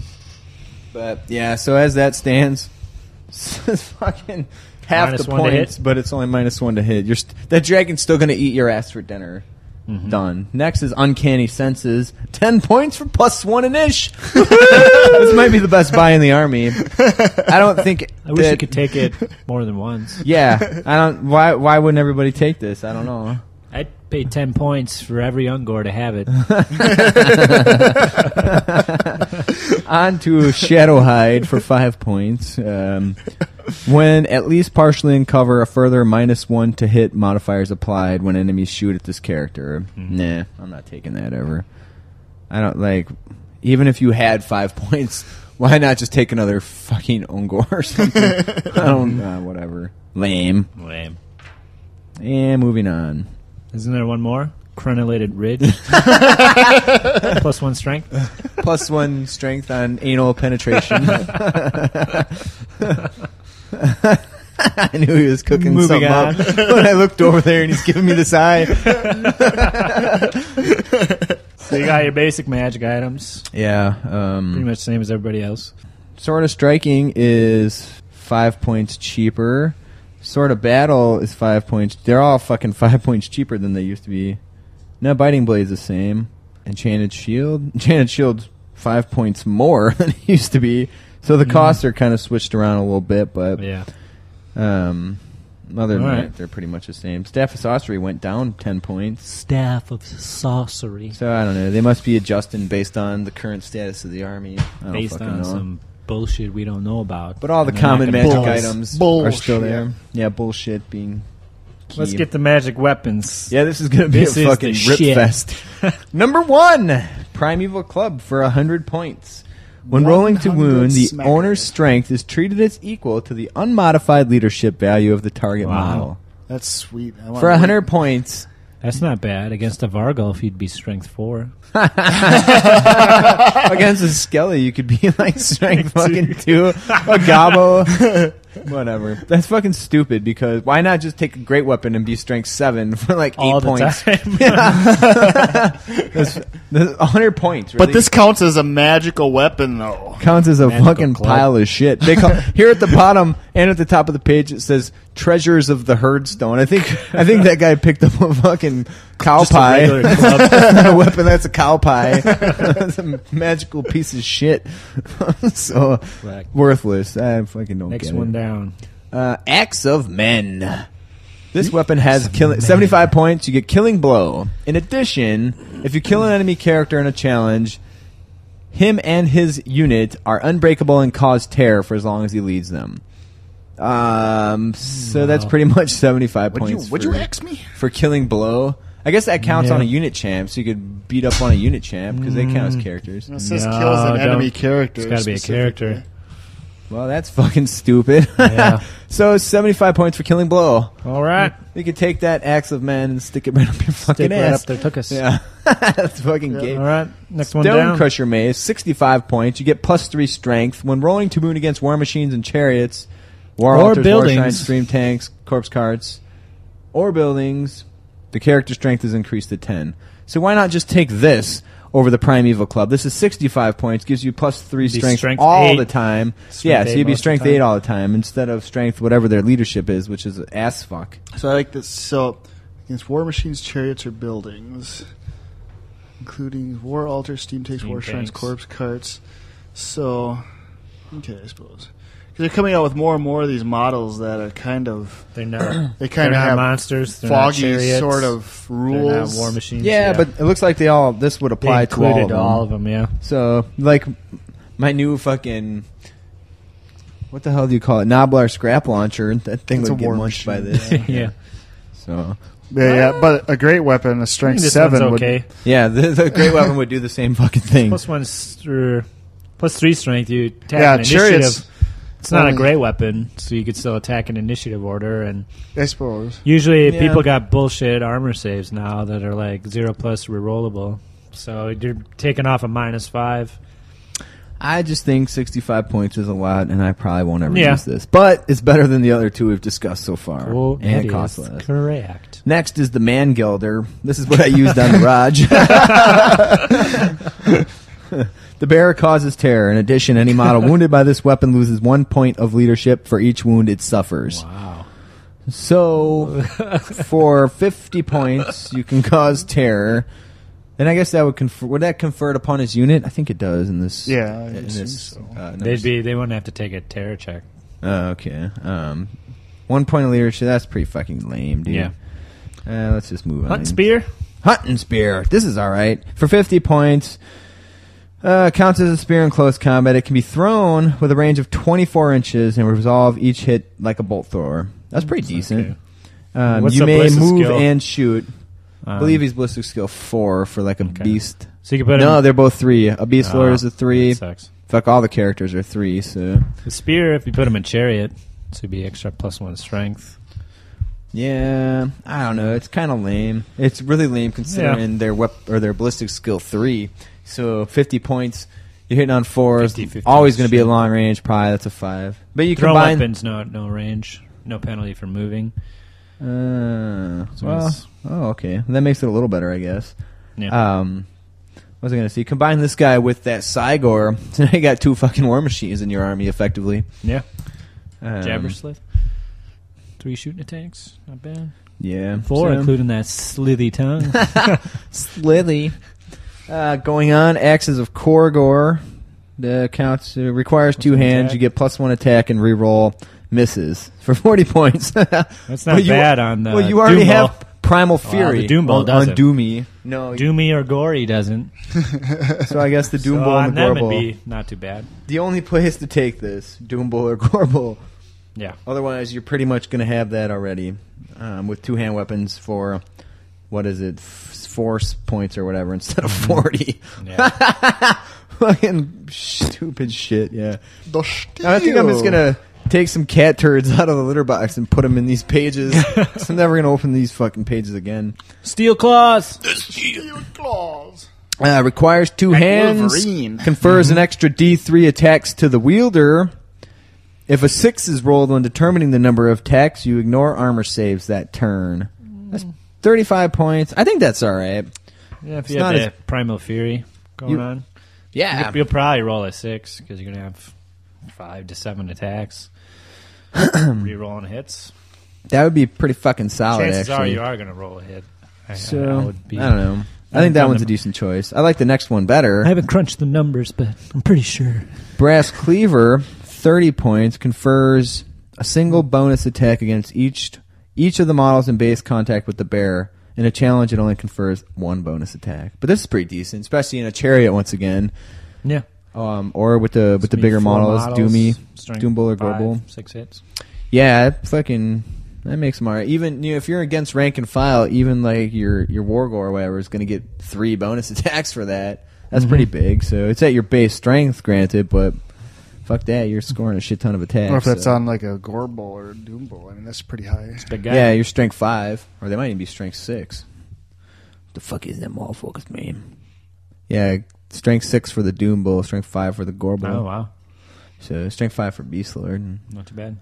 Speaker 5: but yeah, so as that stands, it's fucking half
Speaker 2: Minus
Speaker 5: the
Speaker 2: one to hit.
Speaker 5: points, but it's only minus one to hit. You're st- that dragon's still gonna eat your ass for dinner.
Speaker 2: Mm-hmm.
Speaker 5: Done. Next is uncanny senses. Ten points for plus one an ish. this might be the best buy in the army. I don't think.
Speaker 2: I wish you
Speaker 5: that-
Speaker 2: could take it more than once.
Speaker 5: Yeah, I don't. Why? Why wouldn't everybody take this? I don't know.
Speaker 2: I'd pay 10 points for every Ungor to have it.
Speaker 5: On to Shadowhide for five points. Um, when at least partially in cover, a further minus one to hit modifier is applied when enemies shoot at this character. Nah, I'm not taking that ever. I don't like. Even if you had five points, why not just take another fucking Ungor or something? I don't. Uh, whatever. Lame.
Speaker 2: Lame.
Speaker 5: And moving on.
Speaker 2: Isn't there one more? Crenellated Ridge. Plus one strength.
Speaker 5: plus one strength on anal penetration. I knew he was cooking
Speaker 2: Moving
Speaker 5: something
Speaker 2: on.
Speaker 5: up when I looked over there, and he's giving me this eye.
Speaker 2: So you got your basic magic items.
Speaker 5: Yeah,
Speaker 2: Pretty
Speaker 5: um,
Speaker 2: much the same as everybody else.
Speaker 5: sort of striking is five points cheaper. Sort of battle is five points. They're all fucking five points cheaper than they used to be. Now biting blade's the same. Enchanted shield, enchanted shield's five points more than it used to be. So the costs are kind of switched around a little bit, but
Speaker 2: Mm-hmm. Yeah.
Speaker 5: Um, other than
Speaker 2: All right.
Speaker 5: that, they're pretty much the same. Staff of Sorcery went down 10 points.
Speaker 2: Staff of Sorcery.
Speaker 5: So I don't know. They must be adjusting based on the current status of the army. I don't
Speaker 2: Based
Speaker 5: Oh, fucking
Speaker 2: on
Speaker 5: know.
Speaker 2: some bullshit we don't know about.
Speaker 5: But all the
Speaker 2: And they're not
Speaker 5: common
Speaker 2: gonna
Speaker 5: magic
Speaker 2: tell us.
Speaker 5: items are still there. Yeah, bullshit being. key.
Speaker 4: Let's get the magic weapons.
Speaker 5: Yeah, this is gonna be
Speaker 2: This
Speaker 5: a
Speaker 2: is
Speaker 5: fucking
Speaker 2: the
Speaker 5: rip
Speaker 2: shit.
Speaker 5: fest. Number one, Primeval Club for hundred points. When rolling to
Speaker 6: 100
Speaker 5: wound, the
Speaker 6: smackers.
Speaker 5: owner's strength is treated as equal to the unmodified leadership value of the target model.
Speaker 6: That's sweet. I want
Speaker 5: For
Speaker 6: to-
Speaker 5: hundred points,
Speaker 2: That's not bad. Against a Vargolf, you'd be strength four.
Speaker 5: against a Skelly, you could be like strength fucking two, a Gabo, whatever. That's fucking stupid because why not just take a great weapon and be strength seven for like
Speaker 2: All
Speaker 5: eight
Speaker 2: the
Speaker 5: points?
Speaker 2: time.
Speaker 5: That's, that's hundred points. Really.
Speaker 9: But this counts as a magical weapon, though.
Speaker 5: counts as a
Speaker 2: Magical
Speaker 5: fucking
Speaker 2: club.
Speaker 5: pile of shit. They call, here at the bottom and at the top of the page it says treasures of the herdstone. I think I think that guy picked up a fucking cow
Speaker 2: Just a
Speaker 5: pie.
Speaker 2: regular club.
Speaker 5: that's not a weapon. That's a cow pie. that's a magical piece of shit. so
Speaker 2: Right.
Speaker 5: worthless. I fucking don't
Speaker 2: Next
Speaker 5: get
Speaker 2: one
Speaker 5: it.
Speaker 2: down.
Speaker 5: Uh, acts of men. This weapon has killing 75 points. You get killing blow. In addition, if you kill an enemy character in a challenge, him and his unit are unbreakable and cause tear for as long as he leads them. Um, so that's
Speaker 4: Wow.
Speaker 5: pretty much 75 points.
Speaker 10: would you
Speaker 5: for-
Speaker 10: ax me?
Speaker 5: for killing blow. I guess that counts
Speaker 4: Yeah.
Speaker 5: on a unit champ, so you could beat up on a unit champ because they count as characters.
Speaker 10: It says
Speaker 4: No,
Speaker 10: kills an
Speaker 4: don't.
Speaker 10: enemy character.
Speaker 4: It's got to be a character.
Speaker 5: Well, that's fucking stupid.
Speaker 4: Yeah.
Speaker 5: so seventy-five points for killing blow.
Speaker 4: All right.
Speaker 5: You could take that axe of man and stick it right up your fucking
Speaker 4: Stick right
Speaker 5: ass.
Speaker 4: up there. Took us.
Speaker 5: Yeah, that's fucking gay.
Speaker 4: All right. Next one
Speaker 5: Stone
Speaker 4: down.
Speaker 5: Crusher Maze, 65 points. You get plus 3 strength. When rolling to moon against war machines and chariots, war
Speaker 4: Or
Speaker 5: altars, war
Speaker 4: buildings.
Speaker 5: shrines, stream tanks, corpse carts, or buildings, the character strength is increased to 10. So why not just take this over the Primeval Club? This is 65 points, gives you plus 3
Speaker 4: Be
Speaker 5: strength,
Speaker 4: strength
Speaker 5: all
Speaker 4: eight.
Speaker 5: the time.
Speaker 4: Strength
Speaker 5: yeah, so
Speaker 4: eight
Speaker 5: you'd be
Speaker 4: most of the
Speaker 5: strength
Speaker 4: time.
Speaker 5: 8 all the time instead of strength whatever their leadership is, which is ass fuck.
Speaker 6: So I like this. So against war machines, chariots, or buildings, including war altars, steam tanks,
Speaker 4: Steam
Speaker 6: war shrines,
Speaker 4: tanks.
Speaker 6: corpse carts. So okay, I suppose 'Cause they're coming out with more and more of these models that are kind of
Speaker 4: They're not.
Speaker 6: they
Speaker 4: They're
Speaker 6: kind of
Speaker 4: not
Speaker 6: have
Speaker 4: monsters. They're not
Speaker 6: foggy
Speaker 4: chariots,
Speaker 6: sort of
Speaker 4: They're
Speaker 6: rules.
Speaker 4: not war machines.
Speaker 5: Yeah, but it looks like they all this would
Speaker 4: they
Speaker 5: apply to all of
Speaker 4: included
Speaker 5: them.
Speaker 4: all of them. Yeah.
Speaker 5: So, like, my new fucking. What the hell do you call it? Knobler scrap launcher. That thing
Speaker 10: It's a
Speaker 5: would get
Speaker 10: war
Speaker 5: munched by
Speaker 10: machine.
Speaker 5: this.
Speaker 4: yeah.
Speaker 5: so,
Speaker 10: Yeah, yeah, but a great weapon, a strength
Speaker 4: This
Speaker 10: seven
Speaker 4: one's
Speaker 10: would.
Speaker 4: okay.
Speaker 5: yeah, the, the great weapon would do the same fucking thing.
Speaker 4: Plus one, str- plus three strength. You attack
Speaker 10: Yeah,
Speaker 4: an
Speaker 10: chariots.
Speaker 4: initiative. It's not a
Speaker 10: only-
Speaker 4: great weapon, so you could still attack an initiative order. And
Speaker 10: I suppose.
Speaker 4: usually,
Speaker 5: Yeah.
Speaker 4: people got bullshit armor saves now that are like zero plus rerollable. So you're taking off a minus five.
Speaker 5: I just think 65 points is a lot, and I probably won't ever
Speaker 4: Yeah.
Speaker 5: use this. But it's better than the other two we've discussed so far.
Speaker 4: Well,
Speaker 5: and
Speaker 4: that
Speaker 5: it costs
Speaker 4: is
Speaker 5: less.
Speaker 4: correct.
Speaker 5: Next is the Man Gilder. This is what I used on the Raj. the bearer causes terror. In addition, any model wounded by this weapon loses one point of leadership for each wound it suffers.
Speaker 4: Wow.
Speaker 5: So, for 50 points, you can cause terror. And I guess that would confer. Would that conferred upon his unit? I think it does in this.
Speaker 10: Yeah, I
Speaker 5: in
Speaker 10: assume
Speaker 5: this.
Speaker 10: so.
Speaker 5: uh, number
Speaker 4: They'd be. They wouldn't have to take a terror check.
Speaker 5: Oh, okay. Um, one point of leadership. That's pretty fucking lame, dude.
Speaker 4: Yeah.
Speaker 5: Uh, let's just move on.
Speaker 4: Hunt spear.
Speaker 5: Hunting spear. This is all right for fifty points. Uh, counts as a spear in close combat. It can be thrown with a range of twenty-four inches and resolve each hit like a bolt thrower. That's pretty decent.
Speaker 4: okay.
Speaker 5: Um,
Speaker 4: What's
Speaker 5: you
Speaker 4: the
Speaker 5: may
Speaker 4: ballistic
Speaker 5: move
Speaker 4: skill?
Speaker 5: and shoot.
Speaker 4: Um,
Speaker 5: I believe he's ballistic skill four for like a
Speaker 4: Okay.
Speaker 5: beast.
Speaker 4: So you could put
Speaker 5: no,
Speaker 4: him-
Speaker 5: they're both three. A beast
Speaker 4: Ah,
Speaker 5: lord is a three.
Speaker 4: that sucks.
Speaker 5: Fuck, all the characters are three. So
Speaker 4: The spear. If you put him in chariot, so it'd be extra plus one strength.
Speaker 5: Yeah, I don't know. It's kind of lame. It's really lame considering their wep- or their ballistic skill three. So fifty points. You're hitting on fours.
Speaker 4: 50, 50,
Speaker 5: always going to be a
Speaker 4: shit.
Speaker 5: long range. Probably that's a five. But you
Speaker 4: Throw
Speaker 5: combine.
Speaker 4: weapons. No, no range. No penalty for moving.
Speaker 5: Uh,
Speaker 4: So
Speaker 5: well,
Speaker 4: it's-
Speaker 5: oh, okay. That makes it a little better, I guess.
Speaker 4: Yeah.
Speaker 5: Um, what was I going to say? Combine this guy with that Sigor. So now you got two fucking war machines in your army, effectively.
Speaker 4: yeah.
Speaker 5: Um,
Speaker 4: Jabber Slith. Three shooting attacks. Not bad.
Speaker 5: Yeah.
Speaker 4: Four,
Speaker 5: So-
Speaker 4: including that slithy tongue.
Speaker 5: Slithy. Uh, going on, axes of Korgor. The counts uh, requires two
Speaker 4: one
Speaker 5: hands.
Speaker 4: attack.
Speaker 5: You get plus one attack and reroll misses for forty points.
Speaker 4: That's not bad on the.
Speaker 5: well, you already
Speaker 4: Doom Ball.
Speaker 5: have Primal Fury
Speaker 4: the Doom Ball
Speaker 5: on,
Speaker 4: does
Speaker 5: on
Speaker 4: it.
Speaker 5: Doomy. No,
Speaker 4: Doomy or Gory doesn't.
Speaker 5: so I guess the Doom
Speaker 4: so
Speaker 5: Ball
Speaker 4: on
Speaker 5: and the
Speaker 4: them would
Speaker 5: Gorbal.
Speaker 4: be not too bad.
Speaker 5: The only place to take this Doom Ball or Gorbal.
Speaker 4: Yeah.
Speaker 5: Otherwise, you're pretty much going to have that already um, with two hand weapons for what is it, f- force points or whatever instead of forty.
Speaker 4: Yeah.
Speaker 5: Fucking stupid shit. Yeah,
Speaker 10: The
Speaker 5: I think I'm just
Speaker 10: steel.
Speaker 5: gonna take some cat turds out of the litter box and put them in these pages. 'Cause I'm never gonna open these fucking pages again.
Speaker 4: Steel claws.
Speaker 10: Steel claws.
Speaker 5: Uh, requires two hands.
Speaker 10: Wolverine.
Speaker 5: Confers
Speaker 4: Mm-hmm.
Speaker 5: an extra D3 attacks to the wielder. If a six is rolled when determining the number of attacks, you ignore armor saves that turn. That's
Speaker 4: Mm.
Speaker 5: 35 points. I think that's all right.
Speaker 4: Yeah, if
Speaker 5: It's
Speaker 4: you had
Speaker 5: not
Speaker 4: the Primal Fury going
Speaker 5: You-
Speaker 4: on,
Speaker 5: Yeah.
Speaker 4: you'll, you'll probably roll a six because you're going to have five to seven attacks. Rerolling hits.
Speaker 5: That would be pretty fucking solid,
Speaker 4: Chances are
Speaker 5: actually.
Speaker 4: you are going to roll a hit. I, I-
Speaker 5: so,
Speaker 4: I
Speaker 5: I,
Speaker 4: would be.
Speaker 5: don't know. I
Speaker 4: I've
Speaker 5: think that
Speaker 4: done
Speaker 5: one's a
Speaker 4: them.
Speaker 5: decent choice. I like the next one better.
Speaker 4: I haven't crunched the numbers, but I'm pretty sure.
Speaker 5: Brass Cleaver, 30 points, confers a single bonus attack against each each of the models in base contact with the bear. In a challenge, it only confers one bonus attack. But this is pretty decent, especially in a chariot once again,
Speaker 4: Yeah.
Speaker 5: um, or with the with the
Speaker 4: Mean
Speaker 5: bigger
Speaker 4: four
Speaker 5: models, Doomy,
Speaker 4: strength
Speaker 5: Doombull, or
Speaker 4: five,
Speaker 5: Gorbul.
Speaker 4: Six hits.
Speaker 5: Yeah, that fucking that makes them alright. Even you know, if you're against rank and file, even like your your wargle or whatever is going to get three bonus attacks for that. That's
Speaker 11: Mm-hmm.
Speaker 5: pretty big. So it's at your base strength, granted, but fuck that, you're scoring a shit ton of attacks.
Speaker 11: or if that's
Speaker 5: so-
Speaker 11: on like a Gorble or Doom Bowl. I mean, that's pretty high.
Speaker 4: Big guy.
Speaker 5: yeah, you're strength five, or they might even be strength six. The fuck is that motherfucker's name? Yeah, strength six for the Doom Bull, strength five for the Gorble.
Speaker 4: Oh wow,
Speaker 5: So strength five for Beast Lord. and-
Speaker 4: not too bad.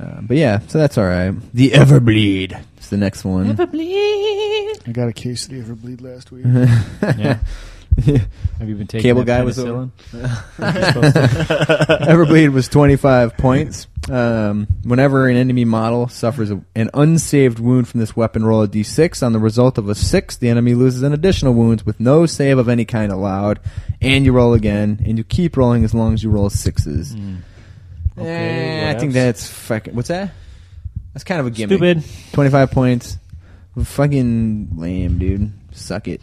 Speaker 5: uh, but yeah, so that's all right. The Everbleed is the next one.
Speaker 11: I got a quesadilla for bleed last week.
Speaker 4: Yeah. Have you been taking
Speaker 5: Cable
Speaker 4: that
Speaker 5: guy was
Speaker 4: penicillin?
Speaker 5: Everbleed was 25 points. Um, whenever an enemy model suffers a, an unsaved wound from this weapon, roll a d6. On the result of a 6, the enemy loses an additional wound with no save of any kind allowed. And you roll again, and you keep rolling as long as you roll
Speaker 4: Hmm.
Speaker 5: sixes.
Speaker 4: Okay,
Speaker 5: Eh, I
Speaker 4: what
Speaker 5: think
Speaker 4: else?
Speaker 5: that's fucking. What's that? That's kind of a gimmick.
Speaker 4: Stupid.
Speaker 5: 25 points. Fucking lame, dude. Suck it.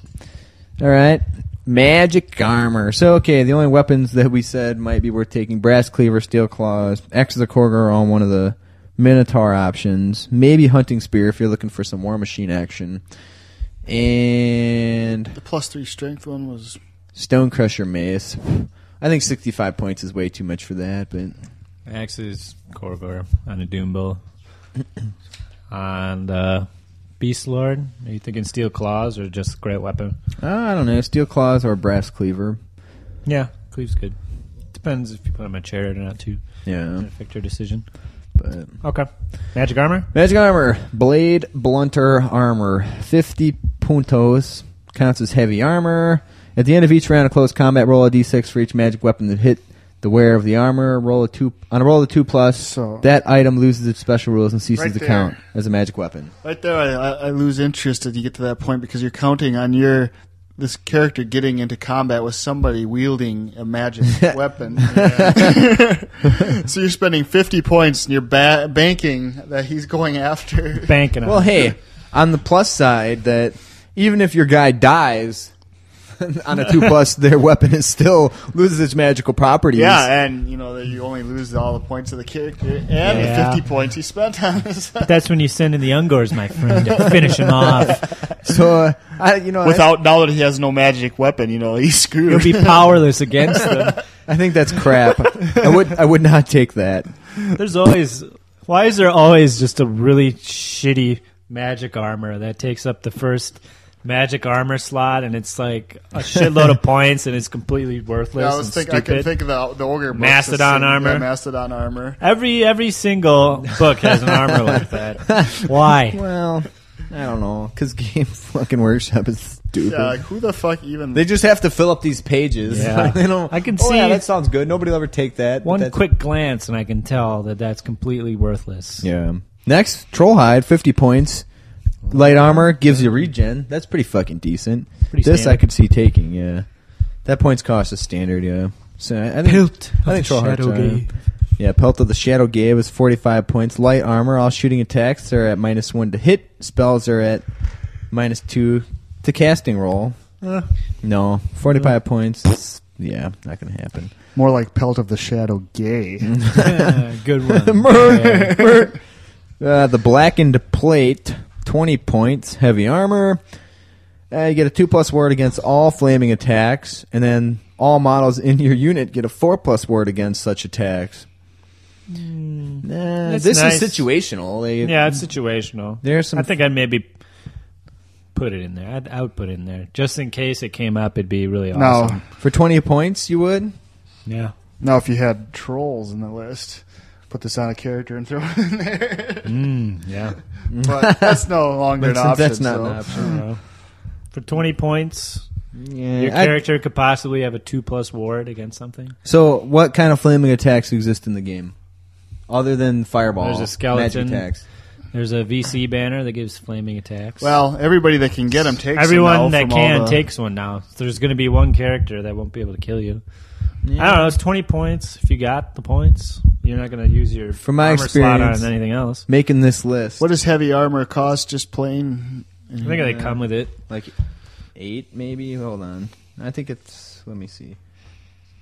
Speaker 5: All right. Magic armor. So, okay, the only weapons that we said might be worth taking brass cleaver, steel claws, axe of the Korger are on one of the Minotaur options, maybe hunting spear if you're looking for some war machine action, and
Speaker 6: The plus three strength one was
Speaker 5: stone crusher mace. I think 65 points is way too much for that, but
Speaker 4: Axe is Corvor on a Doombull. and uh, Beast Lord. Are you thinking steel claws or just great weapon?
Speaker 5: uh, I don't know, steel claws or brass cleaver.
Speaker 4: Yeah, cleave's good. Depends if you put him in a chair or not too.
Speaker 5: Yeah,
Speaker 4: Doesn't affect your decision.
Speaker 5: but
Speaker 4: Okay. Magic armor.
Speaker 5: Magic armor, blade blunter armor, fifty puntos counts as heavy armor. At the end of each round of close combat, roll a d6 for each magic weapon that hit the wearer of the armor. Roll a two on a roll of two plus.
Speaker 11: So-
Speaker 5: that item loses its special rules and ceases
Speaker 6: Right
Speaker 5: to
Speaker 6: there.
Speaker 5: count as a magic weapon.
Speaker 6: right there. I, I, I lose interest if you get to that point because you're counting on your this character getting into combat with somebody wielding a magic weapon. so you're spending fifty points and you're ba- banking that he's going after.
Speaker 4: Banking
Speaker 5: Well, hey, on the plus side, that even if your guy dies on a two plus, their weapon is still loses its magical properties.
Speaker 6: Yeah, and you know that you only lose all the points of the character and
Speaker 4: Yeah.
Speaker 6: the fifty points he spent on this
Speaker 4: That's when you send in the Ungors, my friend, to finish him off.
Speaker 5: So uh, I, you know, I-
Speaker 6: without now that he has no magic weapon. You know he's
Speaker 4: You'll
Speaker 6: screwed.
Speaker 4: be powerless against them.
Speaker 5: I think that's crap. I would I would not take that.
Speaker 4: There's always why is there always just a really shitty magic armor that takes up the first magic armor slot and it's like a shitload of points and it's completely worthless
Speaker 6: I was
Speaker 4: and
Speaker 6: thinking I
Speaker 4: stupid.
Speaker 6: can think of the the ogre books, the
Speaker 4: Mastodon
Speaker 6: same-
Speaker 4: armor.
Speaker 6: yeah, mastodon armor.
Speaker 4: every every single book has an armor like that. Why?
Speaker 5: Well, I don't know, because Game Fucking Workshop is stupid.
Speaker 6: Yeah, like, who the fuck even?
Speaker 5: They just have to fill up these pages.
Speaker 4: Yeah.
Speaker 5: They don't-
Speaker 4: I can
Speaker 5: Oh, yeah,
Speaker 4: see-
Speaker 5: that sounds good. Nobody will ever take that. but
Speaker 4: One
Speaker 5: that's-
Speaker 4: quick glance and I can tell that that's completely worthless.
Speaker 5: Yeah. Next, Trollhide, fifty points. Light armor gives you regen. That's pretty fucking decent.
Speaker 4: Pretty
Speaker 5: this I
Speaker 4: standard.
Speaker 5: could see taking. Yeah, that points cost is standard. Yeah. So I I think uh, I think Trollhide's alright. Yeah, Pelt of the Shadow Gave is 45 points. Light armor, all shooting attacks are at minus one to hit. Spells are at minus two to casting roll. no, 45 points. Is, yeah, not going to happen.
Speaker 11: More like Pelt of the Shadow Gay.
Speaker 4: Mm-hmm. Yeah, good one. Yeah.
Speaker 5: Mer- uh, the Blackened Plate, 20 points. Heavy armor. Uh, you get a 2 plus word against all flaming attacks. And then all models in your unit get a 4 plus word against such attacks. Nah,
Speaker 4: Hmm. That's
Speaker 5: this
Speaker 4: nice.
Speaker 5: is situational. They,
Speaker 4: Yeah, it's situational.
Speaker 5: There's some.
Speaker 4: I think I'd maybe put it in there. I'd, I would put it in there just in case it came up. It'd be really awesome.
Speaker 11: No,
Speaker 5: for twenty points, you would.
Speaker 4: Yeah.
Speaker 11: now if you had trolls in the list, put this on a character and throw it in there.
Speaker 4: Mm, yeah.
Speaker 11: But that's no longer an option.
Speaker 5: that's not
Speaker 11: so.
Speaker 5: an option.
Speaker 4: Uh, For 20 points,
Speaker 5: Yeah,
Speaker 4: your
Speaker 5: I-
Speaker 4: character could possibly have a 2 plus ward against something.
Speaker 5: so, what kind of flaming attacks exist in the game, other than fireball?
Speaker 4: There's a skeleton.
Speaker 5: magic attacks.
Speaker 4: There's a VC banner that gives flaming attacks.
Speaker 6: Well, everybody that can get him takes them now
Speaker 4: everyone that
Speaker 6: from all
Speaker 4: can
Speaker 6: the-
Speaker 4: takes one now. There's going to be one character that won't be able to kill you. I don't know. It's 20 points if you got the points. You're not going to use your
Speaker 5: From my
Speaker 4: armor slot
Speaker 5: experience-
Speaker 4: on anything else.
Speaker 5: Making this list,
Speaker 6: What does heavy armor cost? Just plain.
Speaker 4: I think they come with it.
Speaker 5: like eight maybe? Hold on, I think it's. Let me see.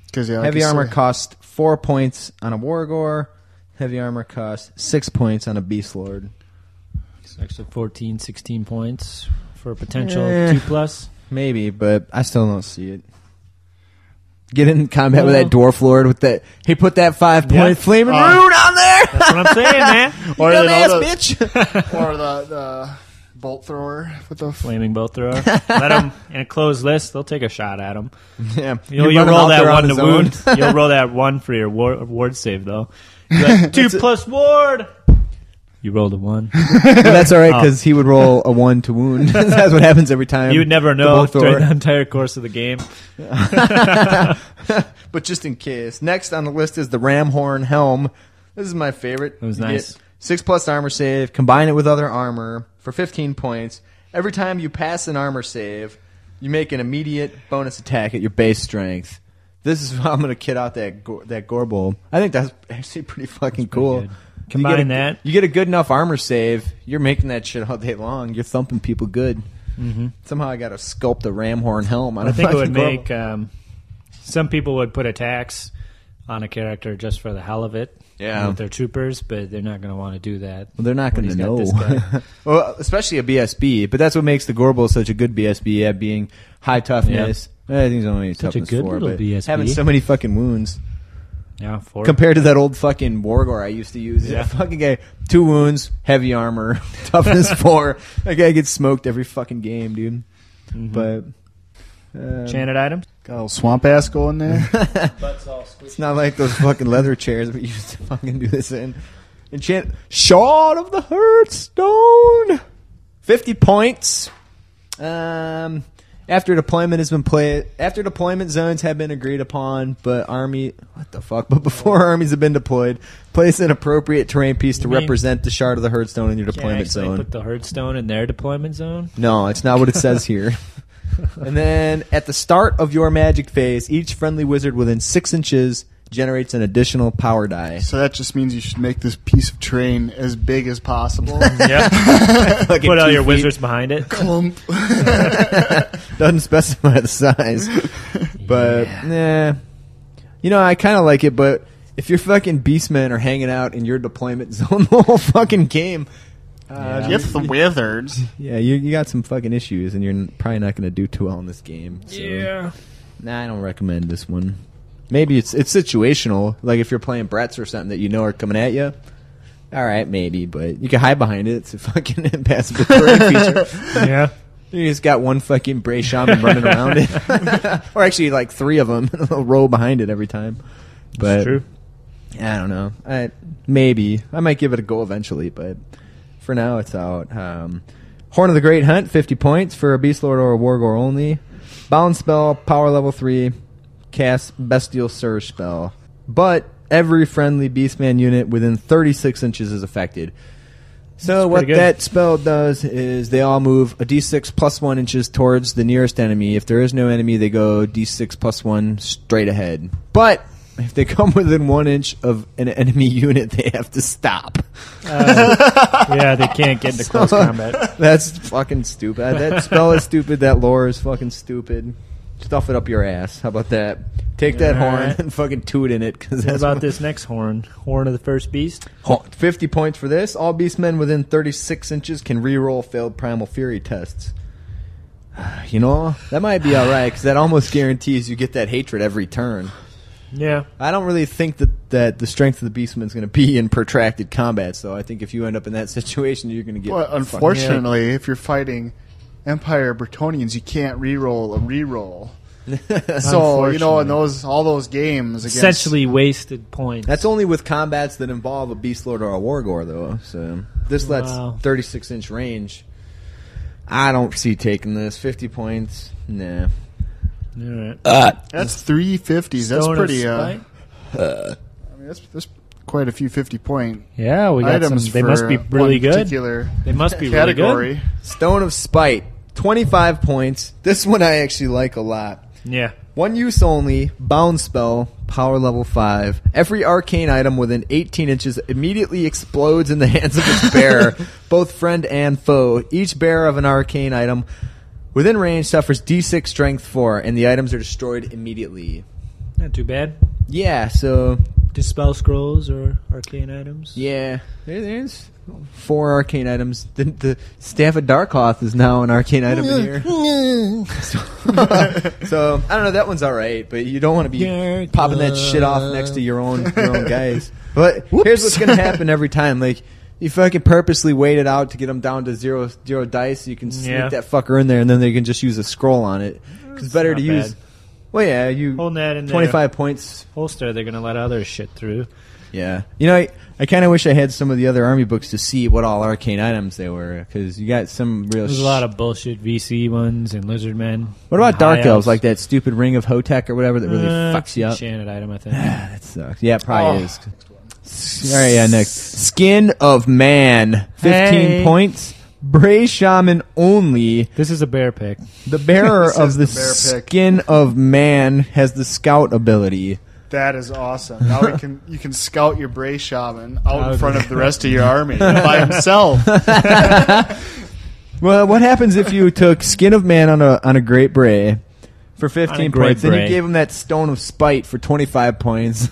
Speaker 6: Because yeah, like uh,
Speaker 5: heavy
Speaker 6: I said-
Speaker 5: armor costs four points on a wargor. Heavy armor costs six points on a beast lord.
Speaker 4: It's actually 14, 16 points for a potential
Speaker 5: Eh.
Speaker 4: two plus.
Speaker 5: Maybe, but I still don't see it. Get in combat with that dwarf lord with that. He put that five point
Speaker 4: Yeah. Uh,
Speaker 5: flaming rune on there.
Speaker 4: That's what I'm saying, man.
Speaker 6: Or,
Speaker 5: Dumbass
Speaker 6: you know, the,
Speaker 5: bitch.
Speaker 6: or the, the bolt thrower with the. Flame.
Speaker 4: Flaming bolt thrower. Let them in a closed list. They'll take a shot at them.
Speaker 5: yeah,
Speaker 4: You'll,
Speaker 5: You
Speaker 4: you'll
Speaker 5: run him
Speaker 4: roll
Speaker 5: out
Speaker 4: that
Speaker 5: there on
Speaker 4: one to
Speaker 5: his
Speaker 4: wound.
Speaker 5: own.
Speaker 4: You'll roll that one for your war, ward save though. You're like, two plus ward. You rolled a one.
Speaker 5: But that's all right because he would roll a one to wound. that's what happens every time.
Speaker 4: Oh. You would never
Speaker 5: the
Speaker 4: know
Speaker 5: bolt thrower.
Speaker 4: during the entire course of the game.
Speaker 5: but just in case. Next on the list is the Ram Horn Helm. This is my favorite. It
Speaker 4: was nice.
Speaker 5: Six plus armor save. Combine it with other armor for 15 points. Every time you pass an armor save, you make an immediate bonus attack at your base strength. This is how I'm going to kit out that go- that Gorbol. I think that's actually pretty fucking cool.
Speaker 4: good.
Speaker 5: You
Speaker 4: Combine
Speaker 5: get a-
Speaker 4: that.
Speaker 5: You get a good enough armor save. You're making that shit all day long. You're thumping people good. Somehow I got to sculpt a ram horn helm. On
Speaker 4: Mm-hmm. I think it would
Speaker 5: make.
Speaker 4: make um, some people would put a tax on a character just for the hell of it.
Speaker 5: Yeah.
Speaker 4: with their troopers, but they're not going to want to do that.
Speaker 5: Well, they're not
Speaker 4: when
Speaker 5: going to
Speaker 4: he's got
Speaker 5: know.
Speaker 4: this guy.
Speaker 5: well, especially a BSB, but that's what makes the Gorbel such a good BSB at being high toughness. Eh, I think he's only
Speaker 4: Such a
Speaker 5: toughness
Speaker 4: good
Speaker 5: four,
Speaker 4: little
Speaker 5: but
Speaker 4: BSB.
Speaker 5: having so many fucking wounds
Speaker 4: yeah, four.
Speaker 5: compared to that old fucking Wargor I used to use.
Speaker 4: Yeah.
Speaker 5: Yeah. Fucking guy, two wounds, heavy armor, toughness four. That guy gets smoked every fucking game, dude. But um,
Speaker 4: Enchanted Mm-hmm. items.
Speaker 6: Got a little swamp ass going there.
Speaker 5: it's not like those fucking leather chairs we used to fucking do this in. Enchant Shard of the Hearthstone. Fifty points. Um, after deployment has been played, after deployment zones have been agreed upon, but army, what the fuck? But before armies have been deployed, place an appropriate terrain piece to
Speaker 4: mean-
Speaker 5: represent the shard of the Hearthstone in your
Speaker 4: Can't
Speaker 5: deployment
Speaker 4: actually
Speaker 5: zone.
Speaker 4: Put the herdstone in their deployment zone.
Speaker 5: No, it's not what it says here. and then at the start of your magic phase, each friendly wizard within six inches generates an additional power die.
Speaker 6: so that just means you should make this piece of train as big as possible.
Speaker 4: Yep.
Speaker 5: Like
Speaker 4: put
Speaker 5: at
Speaker 4: all
Speaker 5: two
Speaker 4: your
Speaker 5: feet.
Speaker 4: wizards behind it.
Speaker 6: Clump.
Speaker 5: Doesn't specify the size. But nah. You know, I kinda like it, but if your fucking beastmen are hanging out in your deployment zone the whole fucking game, uh, yeah,
Speaker 6: It's the wizards.
Speaker 5: you, you got some fucking issues, and you're n- probably not going to do too well in this game. So. Nah, I don't recommend this one. Maybe it's it's situational. Like if you're playing Bratz or something that you know are coming at you. All right, maybe, but you can hide behind it. It's a fucking impassable terrain feature.
Speaker 4: yeah.
Speaker 5: You just got one fucking Bray Shaman running around it, or actually like three of them in a little row behind it every time. But
Speaker 4: true.
Speaker 5: I don't know. I, maybe I might give it a go eventually, but for now it's out. Um, Horn of the Great Hunt, fifty points for a Beast Lord or a Wargor only. Bound spell, power level three, cast Bestial Surge spell. But every friendly Beastman unit within thirty-six inches is affected. So what
Speaker 4: good.
Speaker 5: that spell does is they all move a d6 plus one inches towards the nearest enemy. If there is no enemy, they go d6 plus one straight ahead. But if they come within one inch of an enemy unit, they have to stop.
Speaker 4: Yeah, they can't get into close combat.
Speaker 5: That's fucking stupid. That spell is stupid. That lore is fucking stupid. Stuff it up your ass. How about that? Take that
Speaker 4: All
Speaker 5: horn
Speaker 4: right.
Speaker 5: and fucking toot in it. Cause
Speaker 4: What
Speaker 5: that's
Speaker 4: about this next horn? Horn of the first beast.
Speaker 5: Hon- 50 points for this. All beastmen within 36 inches can reroll failed Primal Fury tests. You know, that might be alright because that almost guarantees you get that hatred every turn.
Speaker 4: Yeah.
Speaker 5: I don't really think that, that the strength of the beastman is going to be in protracted combat, so I think if you end up in that situation, you're going to get.
Speaker 6: Well,
Speaker 5: fucked.
Speaker 6: unfortunately, if you're fighting Empire Bretonians, you can't reroll a reroll. so you know, in those all those games, against,
Speaker 4: Essentially wasted points.
Speaker 5: That's only with combats that involve a beast lord or a wargor, though. So this lets
Speaker 4: Wow.
Speaker 5: 36 inch range. I don't see taking this 50 points. Nah.
Speaker 4: All right.
Speaker 6: that's three fifties. That's
Speaker 4: Stone of
Speaker 6: pretty. Uh, I
Speaker 4: Spite?
Speaker 6: mean, that's, that's quite a few fifty point
Speaker 4: yeah, we got some.
Speaker 6: items.
Speaker 4: They
Speaker 6: for,
Speaker 4: must be
Speaker 6: uh,
Speaker 4: really
Speaker 6: one
Speaker 4: good.
Speaker 6: Particular
Speaker 4: They must be really good.
Speaker 6: category.
Speaker 5: Stone of Spite, 25 points. This one I actually like a lot.
Speaker 4: Yeah.
Speaker 5: One use only, bound spell, Power level 5. Every arcane item within 18 inches immediately explodes in the hands of its bearer, both friend and foe. Each bearer of an arcane item within range suffers d6 strength 4, and the items are destroyed immediately.
Speaker 2: Not too bad.
Speaker 5: Yeah, so.
Speaker 2: Dispel scrolls or arcane items.
Speaker 5: Yeah. There, there's four arcane items. The, the Staff of Darkoth is now an arcane item in here. so I don't know. That one's all right, but you don't want to be
Speaker 2: You're
Speaker 5: popping that shit off
Speaker 2: good.
Speaker 5: next to your own your own guys. But here's what's gonna happen every time. Like you fucking purposely wait it out to get them down to zero zero dice. You can sneak
Speaker 2: Yeah.
Speaker 5: that fucker in there, and then they can just use a scroll on it. 'Cause It's better
Speaker 2: not
Speaker 5: to use.
Speaker 2: bad.
Speaker 5: Well, yeah, you
Speaker 2: Holding that in
Speaker 5: twenty
Speaker 2: their
Speaker 5: five points.
Speaker 2: holster, they're gonna let other shit through.
Speaker 5: Yeah, you know, I, I kind of wish I had some of the other army books to see what all arcane items they were because you got some real.
Speaker 2: There's a
Speaker 5: sh-
Speaker 2: lot of bullshit VC ones and lizard men.
Speaker 5: What
Speaker 2: and
Speaker 5: about dark
Speaker 2: high
Speaker 5: elves? Like that stupid ring of Hotek or whatever that really
Speaker 2: Uh,
Speaker 5: fucks you up.
Speaker 2: Enchanted item, I think.
Speaker 5: That sucks. Yeah, it
Speaker 2: Oh.
Speaker 5: probably is. S- All right, yeah, next. Skin of Man, 15
Speaker 2: Hey.
Speaker 5: points. Bray Shaman only.
Speaker 2: this is a bear pick.
Speaker 5: The bearer
Speaker 6: This
Speaker 5: of
Speaker 6: is
Speaker 5: the,
Speaker 6: the bear pick.
Speaker 5: Skin of Man has the scout ability.
Speaker 6: That is awesome. Now we can you can scout your Bray Shaman out
Speaker 2: Out.
Speaker 6: in front of the rest of your army by himself.
Speaker 5: Well, what happens if you took Skin of Man on a on a Great Bray for 15
Speaker 2: Great
Speaker 5: points, and you
Speaker 2: Bray.
Speaker 5: gave him that Stone of Spite for 25 points?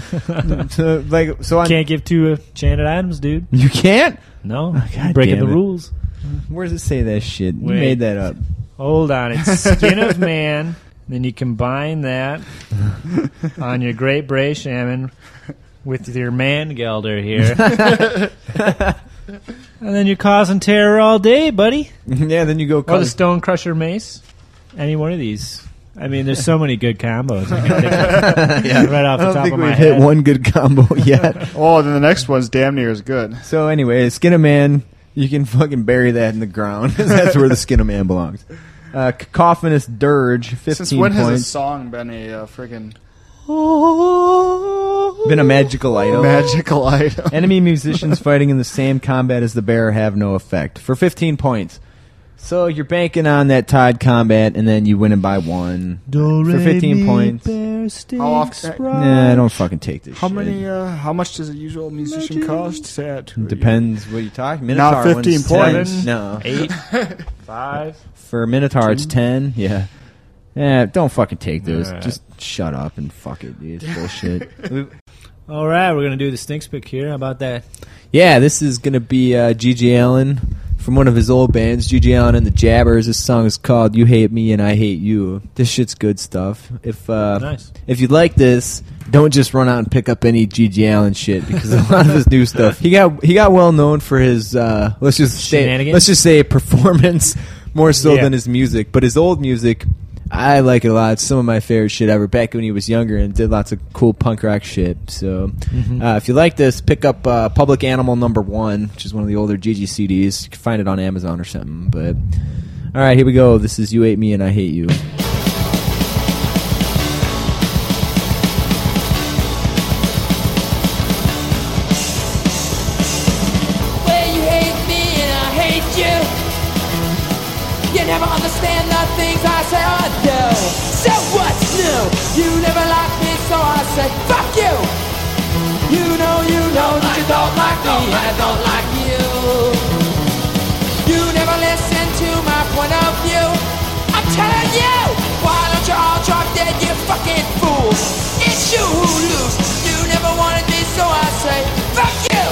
Speaker 5: so, like, so on,
Speaker 2: Can't give two enchanted items, dude.
Speaker 5: you can't?
Speaker 2: No,
Speaker 5: God
Speaker 2: breaking
Speaker 5: damn
Speaker 2: the
Speaker 5: it.
Speaker 2: rules.
Speaker 5: Where does it say that shit? You
Speaker 2: Wait.
Speaker 5: made that up.
Speaker 2: Hold on, it's skin of man. Then you combine that on your great bray shaman with your man gelder here, and then you're causing terror all day, buddy.
Speaker 5: yeah, then you go.
Speaker 2: Or
Speaker 5: call
Speaker 2: the stone crusher mace. Any one of these. I mean, there's so many good combos. I can think of right off the
Speaker 5: I don't
Speaker 2: top
Speaker 5: think
Speaker 2: of my
Speaker 5: we've
Speaker 2: head.
Speaker 5: hit one good combo yet.
Speaker 6: oh, then the next one's damn near as good.
Speaker 5: so anyway, skin of man, you can fucking bury that in the ground 'cause that's where the skin of man belongs. Uh, cacophonous dirge, fifteen
Speaker 6: Since when has a
Speaker 5: points.
Speaker 6: song been a uh, friggin'
Speaker 5: Been a magical item.
Speaker 6: magical item?
Speaker 5: Enemy musicians fighting in the same combat as the bear have no effect for fifteen points. So you're banking on that tied combat, and then you win it by one for fifteen points.
Speaker 6: How often?
Speaker 5: Nah, I don't fucking take this.
Speaker 6: How
Speaker 5: shit.
Speaker 6: many? Uh, how much does a usual musician cost? Say that to
Speaker 5: Depends what you talk. Minotaur
Speaker 6: Not 15
Speaker 5: one's 10.
Speaker 6: points.
Speaker 5: No,
Speaker 2: Eight, five.
Speaker 5: For a Minotaur, it's ten. Yeah. Yeah, don't fucking take those.
Speaker 2: Alright.
Speaker 5: Just shut up and fuck it, dude. It's bullshit.
Speaker 2: All right, we're gonna do the stinks pick here. How about that?
Speaker 5: yeah, this is gonna be uh, G.G. Allen from one of his old bands, G.G. Allen and the Jabbers. This song is called "You Hate Me and I Hate You." This shit's good stuff. If uh,
Speaker 2: Nice.
Speaker 5: if you like this, don't just run out and pick up any G.G. Allen shit because a lot of his new stuff. He got he got well known for his uh, let's just say
Speaker 2: Shenanigans?
Speaker 5: let's just say performance more so
Speaker 2: Yeah.
Speaker 5: than his music. But his old music, I like it a lot. It's some of my favorite shit ever. Back when he was younger and did lots of cool punk rock shit. So
Speaker 2: Mm-hmm.
Speaker 5: uh, if you like this, pick up uh, Public Animal Number One, which is one of the older G.G. CDs. You can find it on Amazon or something. But all right, here we go. This is "You Hate Me and I Hate You."
Speaker 12: way you hate me and I hate you. You never understand the things I say or do. So what's new? You never liked me, so I say fuck you. You know, you know that you don't like me, and I don't like you. You never listen to my point of view. I'm telling you, why don't you all drop dead, you fucking fools? It's you who lose. You never wanted me, so I say fuck you.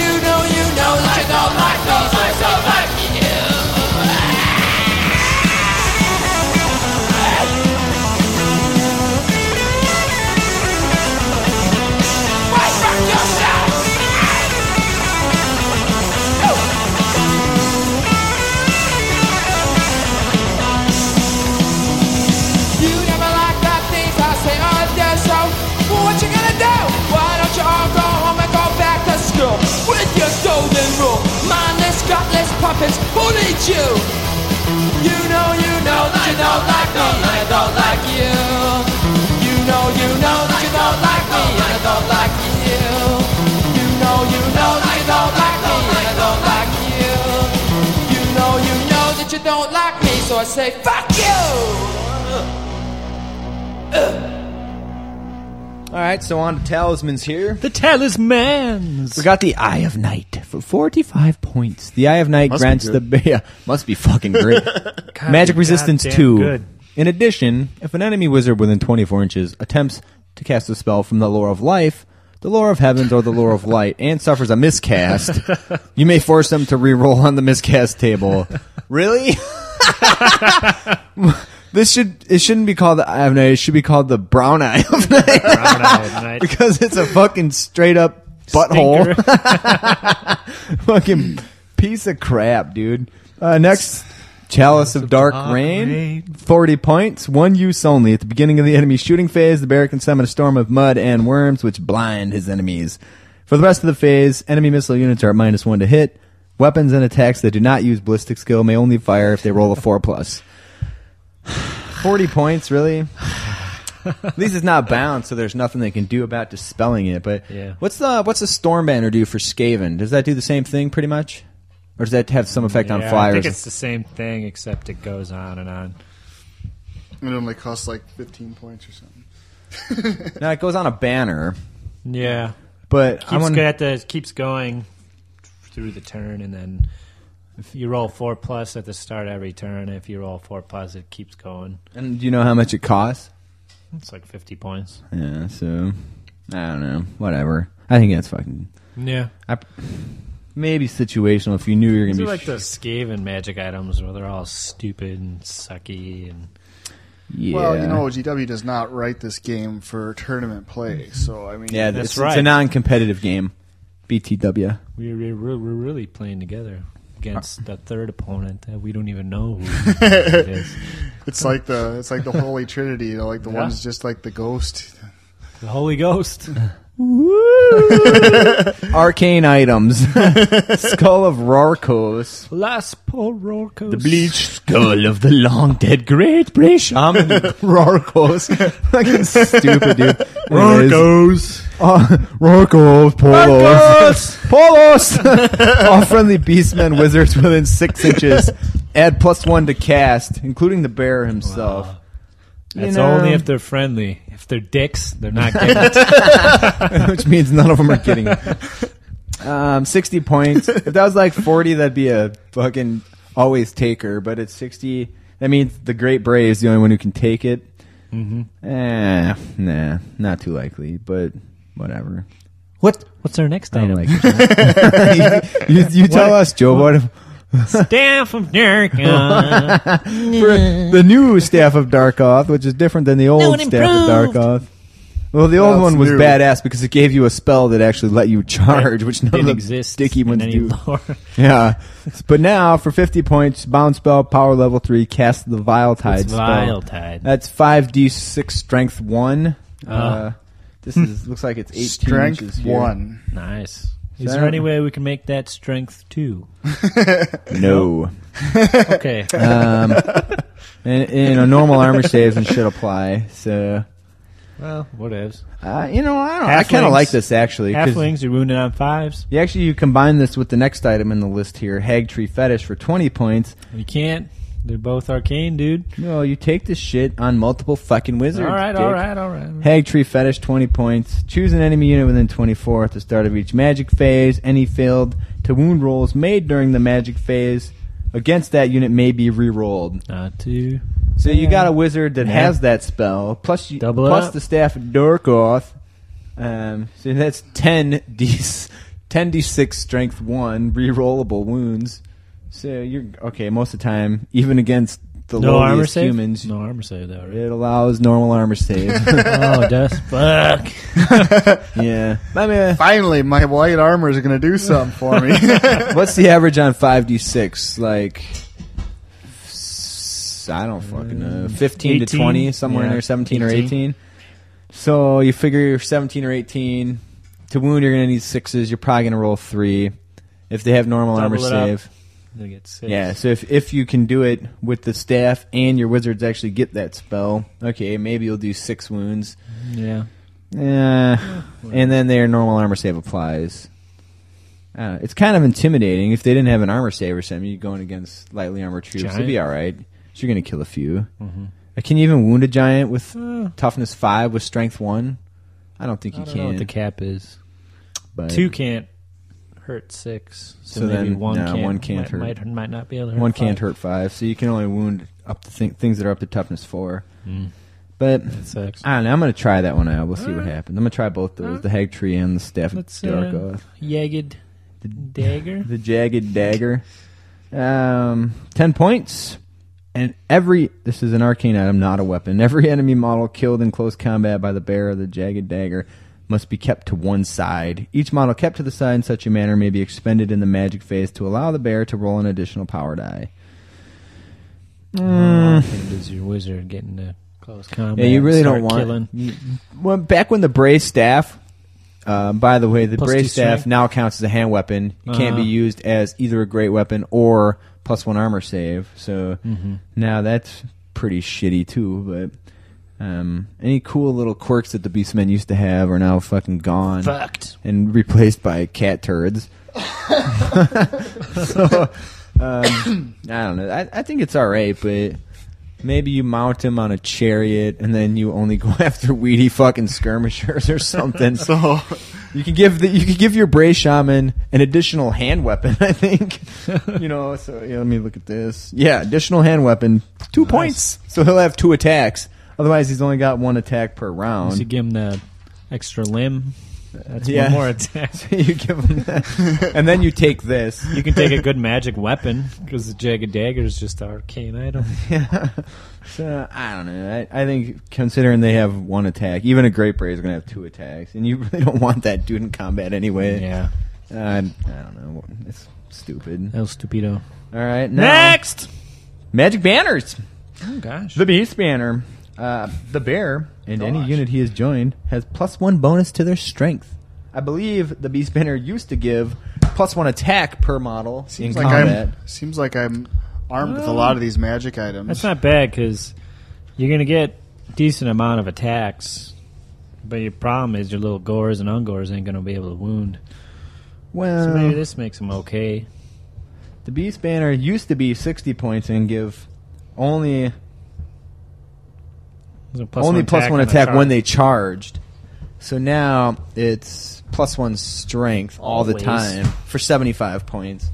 Speaker 12: You know, you know that you don't like me, so I don't like you. Why fuck yourself? You never like the things I say or do, so what you gonna do? Why don't you all go home and go back to school with your golden rule? Mindless, gutless puppets who need you. You know, you know that you don't like me, and I don't like you. You know, you know that you don't like me, and I don't like you. You know, you know that you don't like me, and I don't like you. You know, you know that you don't like me, so I say fuck you.
Speaker 5: All right, so on to talismans here.
Speaker 4: The talismans.
Speaker 5: We got the Eye of Night for 45 points. The Eye of Night
Speaker 6: Must be
Speaker 5: grants the
Speaker 6: good.
Speaker 5: yeah, must be fucking great. Magic Resistance
Speaker 4: goddamn
Speaker 5: 2.
Speaker 4: good.
Speaker 5: In addition, if an enemy wizard within 24 inches attempts to cast a spell from the Lore of Life, the Lore of Heavens, or the Lore of Light and suffers a miscast, you may force them to re-roll on the miscast table. really? this should it shouldn't be called the Eye of Night. It should be called the Brown Eye of Night
Speaker 4: Brown Eye of Night.
Speaker 5: because it's a fucking straight up butthole.
Speaker 4: Stinker.
Speaker 5: fucking piece of crap, dude. Uh, next, Chalice of Dark Rain. 40 points, one use only. At the beginning of the enemy shooting phase, the bear can summon a storm of mud and worms, which blind his enemies. For the rest of the phase, enemy missile units are at minus one to hit. Weapons and attacks that do not use ballistic skill may only fire if they roll a four plus. 40 points, really? At least it's not bound, so there's nothing they can do about dispelling it. But
Speaker 4: Yeah.
Speaker 5: what's the what's the storm banner do for Skaven? Does that do the same thing pretty much, or does that have some effect on
Speaker 4: Yeah, I
Speaker 5: flyers?
Speaker 4: think it's the same thing, except it goes on and on.
Speaker 6: It only costs like 15 points or something.
Speaker 5: no, it goes on a banner,
Speaker 4: Yeah,
Speaker 5: but
Speaker 4: keeps
Speaker 5: I want
Speaker 4: got the keeps going through the turn, and then if you roll four plus at the start every turn, if you roll four plus, it keeps going.
Speaker 5: And do you know how much it costs?
Speaker 4: It's like fifty points.
Speaker 5: Yeah, so I don't know. Whatever. I think that's fucking
Speaker 4: Yeah,
Speaker 5: maybe situational. If you knew you were gonna
Speaker 4: these
Speaker 5: be
Speaker 4: are like the Skaven magic items where they're all stupid and sucky and
Speaker 5: yeah,
Speaker 6: Well, you know, GW does not write this game for tournament play, so I mean,
Speaker 5: yeah,
Speaker 4: that's
Speaker 5: it's, It's a
Speaker 4: right.
Speaker 5: non-competitive game. BTW.
Speaker 4: we we're, we're we're really playing together
Speaker 5: Uh.
Speaker 4: against the third opponent that we don't even know who it is.
Speaker 6: it's like the it's like the Holy Trinity, you know, like the
Speaker 4: Yeah.
Speaker 6: one's just like the ghost.
Speaker 4: The Holy Ghost.
Speaker 5: Arcane items. Skull of Rarkos.
Speaker 4: Las Pororcos.
Speaker 5: skull of the long dead great British shaman
Speaker 4: Um,
Speaker 5: Rarkos. Fucking stupid dude. Uh, Rorkos, Polos. Polos! All friendly beastmen wizards within six inches. Add plus one to cast, including the bear himself.
Speaker 4: That's
Speaker 5: You know.
Speaker 4: only if they're friendly. If they're dicks, they're not getting it.
Speaker 5: which means none of them are getting it. Um, 60 points. If that was like 40, that'd be a fucking always taker, but it's 60. That means the Great Bray is the only one who can take it. Mm-hmm. Eh, nah, not too likely, but whatever.
Speaker 4: What? What's our next
Speaker 5: I don't
Speaker 4: item?
Speaker 5: like it. you, you tell us, Joe, what, if-
Speaker 4: Staff of Narca.
Speaker 5: for the new staff of Darkoth, which is different than the old
Speaker 4: one
Speaker 5: staff of
Speaker 4: improved.
Speaker 5: Darkoth. Well, the old
Speaker 6: it's
Speaker 5: one was
Speaker 6: new.
Speaker 5: badass because it gave you a spell that actually let you charge, which none of
Speaker 4: Didn't
Speaker 5: the
Speaker 4: exist.
Speaker 5: sticky
Speaker 4: in
Speaker 5: ones
Speaker 4: any
Speaker 5: do.
Speaker 4: lore.
Speaker 5: Yeah, but now for fifty points, bound spell, power level three, cast the Vile Tide
Speaker 4: It's
Speaker 5: spell.
Speaker 4: Vile Tide.
Speaker 5: That's five d six strength one. Uh,
Speaker 4: Ah.
Speaker 5: this is looks like it's eighteen
Speaker 6: Strength
Speaker 5: inches here.
Speaker 6: one.
Speaker 4: Nice. Is
Speaker 5: that-
Speaker 4: there any way we can make that strength two?
Speaker 5: No,
Speaker 4: Okay.
Speaker 5: um, and, you know normal armor saves and shit apply. So
Speaker 4: well, what is?
Speaker 5: uh, you know I don't. I kind of
Speaker 4: Halflings.
Speaker 5: like this actually. 'cause-
Speaker 4: Halflings, you're wounded on fives.
Speaker 5: Yeah, actually, you combine this with the next item in the list here, Hag Tree Fetish for twenty points.
Speaker 4: You can't. They're both arcane, dude.
Speaker 5: No, you take this shit on multiple fucking wizards.
Speaker 4: All right,
Speaker 5: dick.
Speaker 4: all right, all right.
Speaker 5: Mm-hmm. Hag Tree Fetish, 20 points. Choose an enemy unit within 24 at the start of each magic phase. Any failed to wound rolls made during the magic phase against that unit may be re-rolled.
Speaker 4: Not two.
Speaker 5: So you got a wizard that
Speaker 4: Yeah.
Speaker 5: has that spell, plus, you,
Speaker 4: Double it
Speaker 5: plus
Speaker 4: up.
Speaker 5: the staff of Dorkoth. Um, so that's 10 d 10 d6 strength 1 re-rollable wounds. So you're okay most of the time, even against the
Speaker 4: No armor
Speaker 5: lowliest
Speaker 4: save.
Speaker 5: humans.
Speaker 4: No armor save though. Right?
Speaker 5: It allows normal armor save.
Speaker 4: oh, dust. Fuck.
Speaker 5: yeah. I mean,
Speaker 6: Finally, my white armor is going to do something for me.
Speaker 5: What's the average on five d six? Like, s- I don't fucking know, fifteen to
Speaker 4: 18?
Speaker 5: twenty, somewhere in
Speaker 4: Mm, Yeah,
Speaker 5: there, seventeen or
Speaker 4: 18.
Speaker 5: eighteen. So you figure you're seventeen or eighteen to wound, you're gonna need sixes. You're probably gonna roll three if they have normal armor
Speaker 4: Double it up.
Speaker 5: save.
Speaker 4: They get six.
Speaker 5: Yeah, so if if you can do it with the staff and your wizards actually get that spell, okay, maybe you'll do six wounds.
Speaker 4: Yeah.
Speaker 5: Yeah, Eh. and then their normal armor save applies. Uh, it's kind of intimidating. If they didn't have an armor save or something, you're going against lightly armored troops. It'd be all right. So you're going to kill a
Speaker 4: Mm-hmm.
Speaker 5: few. Uh, Can you even wound a giant with toughness five with strength one? I I don't think
Speaker 4: Eh. I
Speaker 5: you
Speaker 4: don't know
Speaker 5: can.
Speaker 4: what the cap is.
Speaker 5: but
Speaker 4: Two can't hurt six, so,
Speaker 5: So
Speaker 4: maybe
Speaker 5: then,
Speaker 4: one
Speaker 5: no,
Speaker 4: can't.
Speaker 5: one can't
Speaker 4: might, Might,
Speaker 5: hurt.
Speaker 4: might not be able to. Hurt
Speaker 5: one can't
Speaker 4: five.
Speaker 5: hurt five, so you can only wound up to th- things that are up to toughness four.
Speaker 4: Mm.
Speaker 5: But
Speaker 4: That sucks.
Speaker 5: I don't know. I'm gonna try that one out. We'll see what happens. I'm gonna try both those: the hag tree and the staff of
Speaker 4: Eh. Let's, uh,
Speaker 5: Darkoth.
Speaker 4: Jagged dagger.
Speaker 5: the jagged dagger. Um, ten points, and every this is an arcane item, not a weapon. Every enemy model killed in close combat by the bearer of the jagged dagger must be kept to one side. Each model kept to the side in such a manner may be expended in the magic phase to allow the bearer to roll an additional power die.
Speaker 4: Mm. Does your wizard get into close combat?
Speaker 5: Yeah, you
Speaker 4: and
Speaker 5: really
Speaker 4: start
Speaker 5: don't want.
Speaker 4: killing?
Speaker 5: you- well, back when the brace staff. Uh, by the way, the
Speaker 4: Plus two
Speaker 5: brace staff
Speaker 4: strength?
Speaker 5: now counts as a hand weapon. It can't be
Speaker 4: Uh-huh.
Speaker 5: used as either a great weapon or plus one armor save. So
Speaker 4: Mm-hmm.
Speaker 5: now that's pretty shitty too. But um, any cool little quirks that the beastmen used to have are now fucking gone
Speaker 4: Fucked.
Speaker 5: and replaced by cat turds. so um, I don't know. I, I think it's all right, but maybe you mount him on a chariot and then you only go after weedy fucking skirmishers or something. so you can give the, you can give your bray shaman an additional hand weapon. I think you know. So yeah, let me look at this. Yeah, additional hand weapon, two points. So he'll have two attacks. Otherwise, he's only got one attack per round.
Speaker 4: Does he give him the extra limb? That's
Speaker 5: Yeah.
Speaker 4: one more attack.
Speaker 5: you give him that. and then you take this.
Speaker 4: You can take a good magic weapon because the jagged dagger is just an arcane item.
Speaker 5: so I don't know. I, I think considering they have one attack, even a great braid is going to have two attacks, and you really don't want that dude in combat anyway.
Speaker 4: Yeah,
Speaker 5: Uh, I don't know. It's stupid.
Speaker 4: El Stupido.
Speaker 5: All right, now,
Speaker 4: Next.
Speaker 5: magic banners.
Speaker 4: Oh gosh.
Speaker 5: The beast banner. Uh, the bear and any unit he has joined has plus one bonus to their strength. I believe the beast banner used to give plus one attack per model
Speaker 6: Seems
Speaker 5: in
Speaker 6: like
Speaker 5: combat.
Speaker 6: I'm seems like I'm armed with a lot of these magic items.
Speaker 4: That's not bad because you're gonna get decent amount of attacks, but your problem is your little gores and ungores ain't gonna be able to wound.
Speaker 5: well,
Speaker 4: So maybe this makes them okay.
Speaker 5: The Beast Banner used to be 60 points and give only
Speaker 4: There's a plus
Speaker 5: only plus one
Speaker 4: on the
Speaker 5: attack
Speaker 4: chart.
Speaker 5: when they charged. So now it's plus one strength all the
Speaker 4: Always.
Speaker 5: time for 75 points.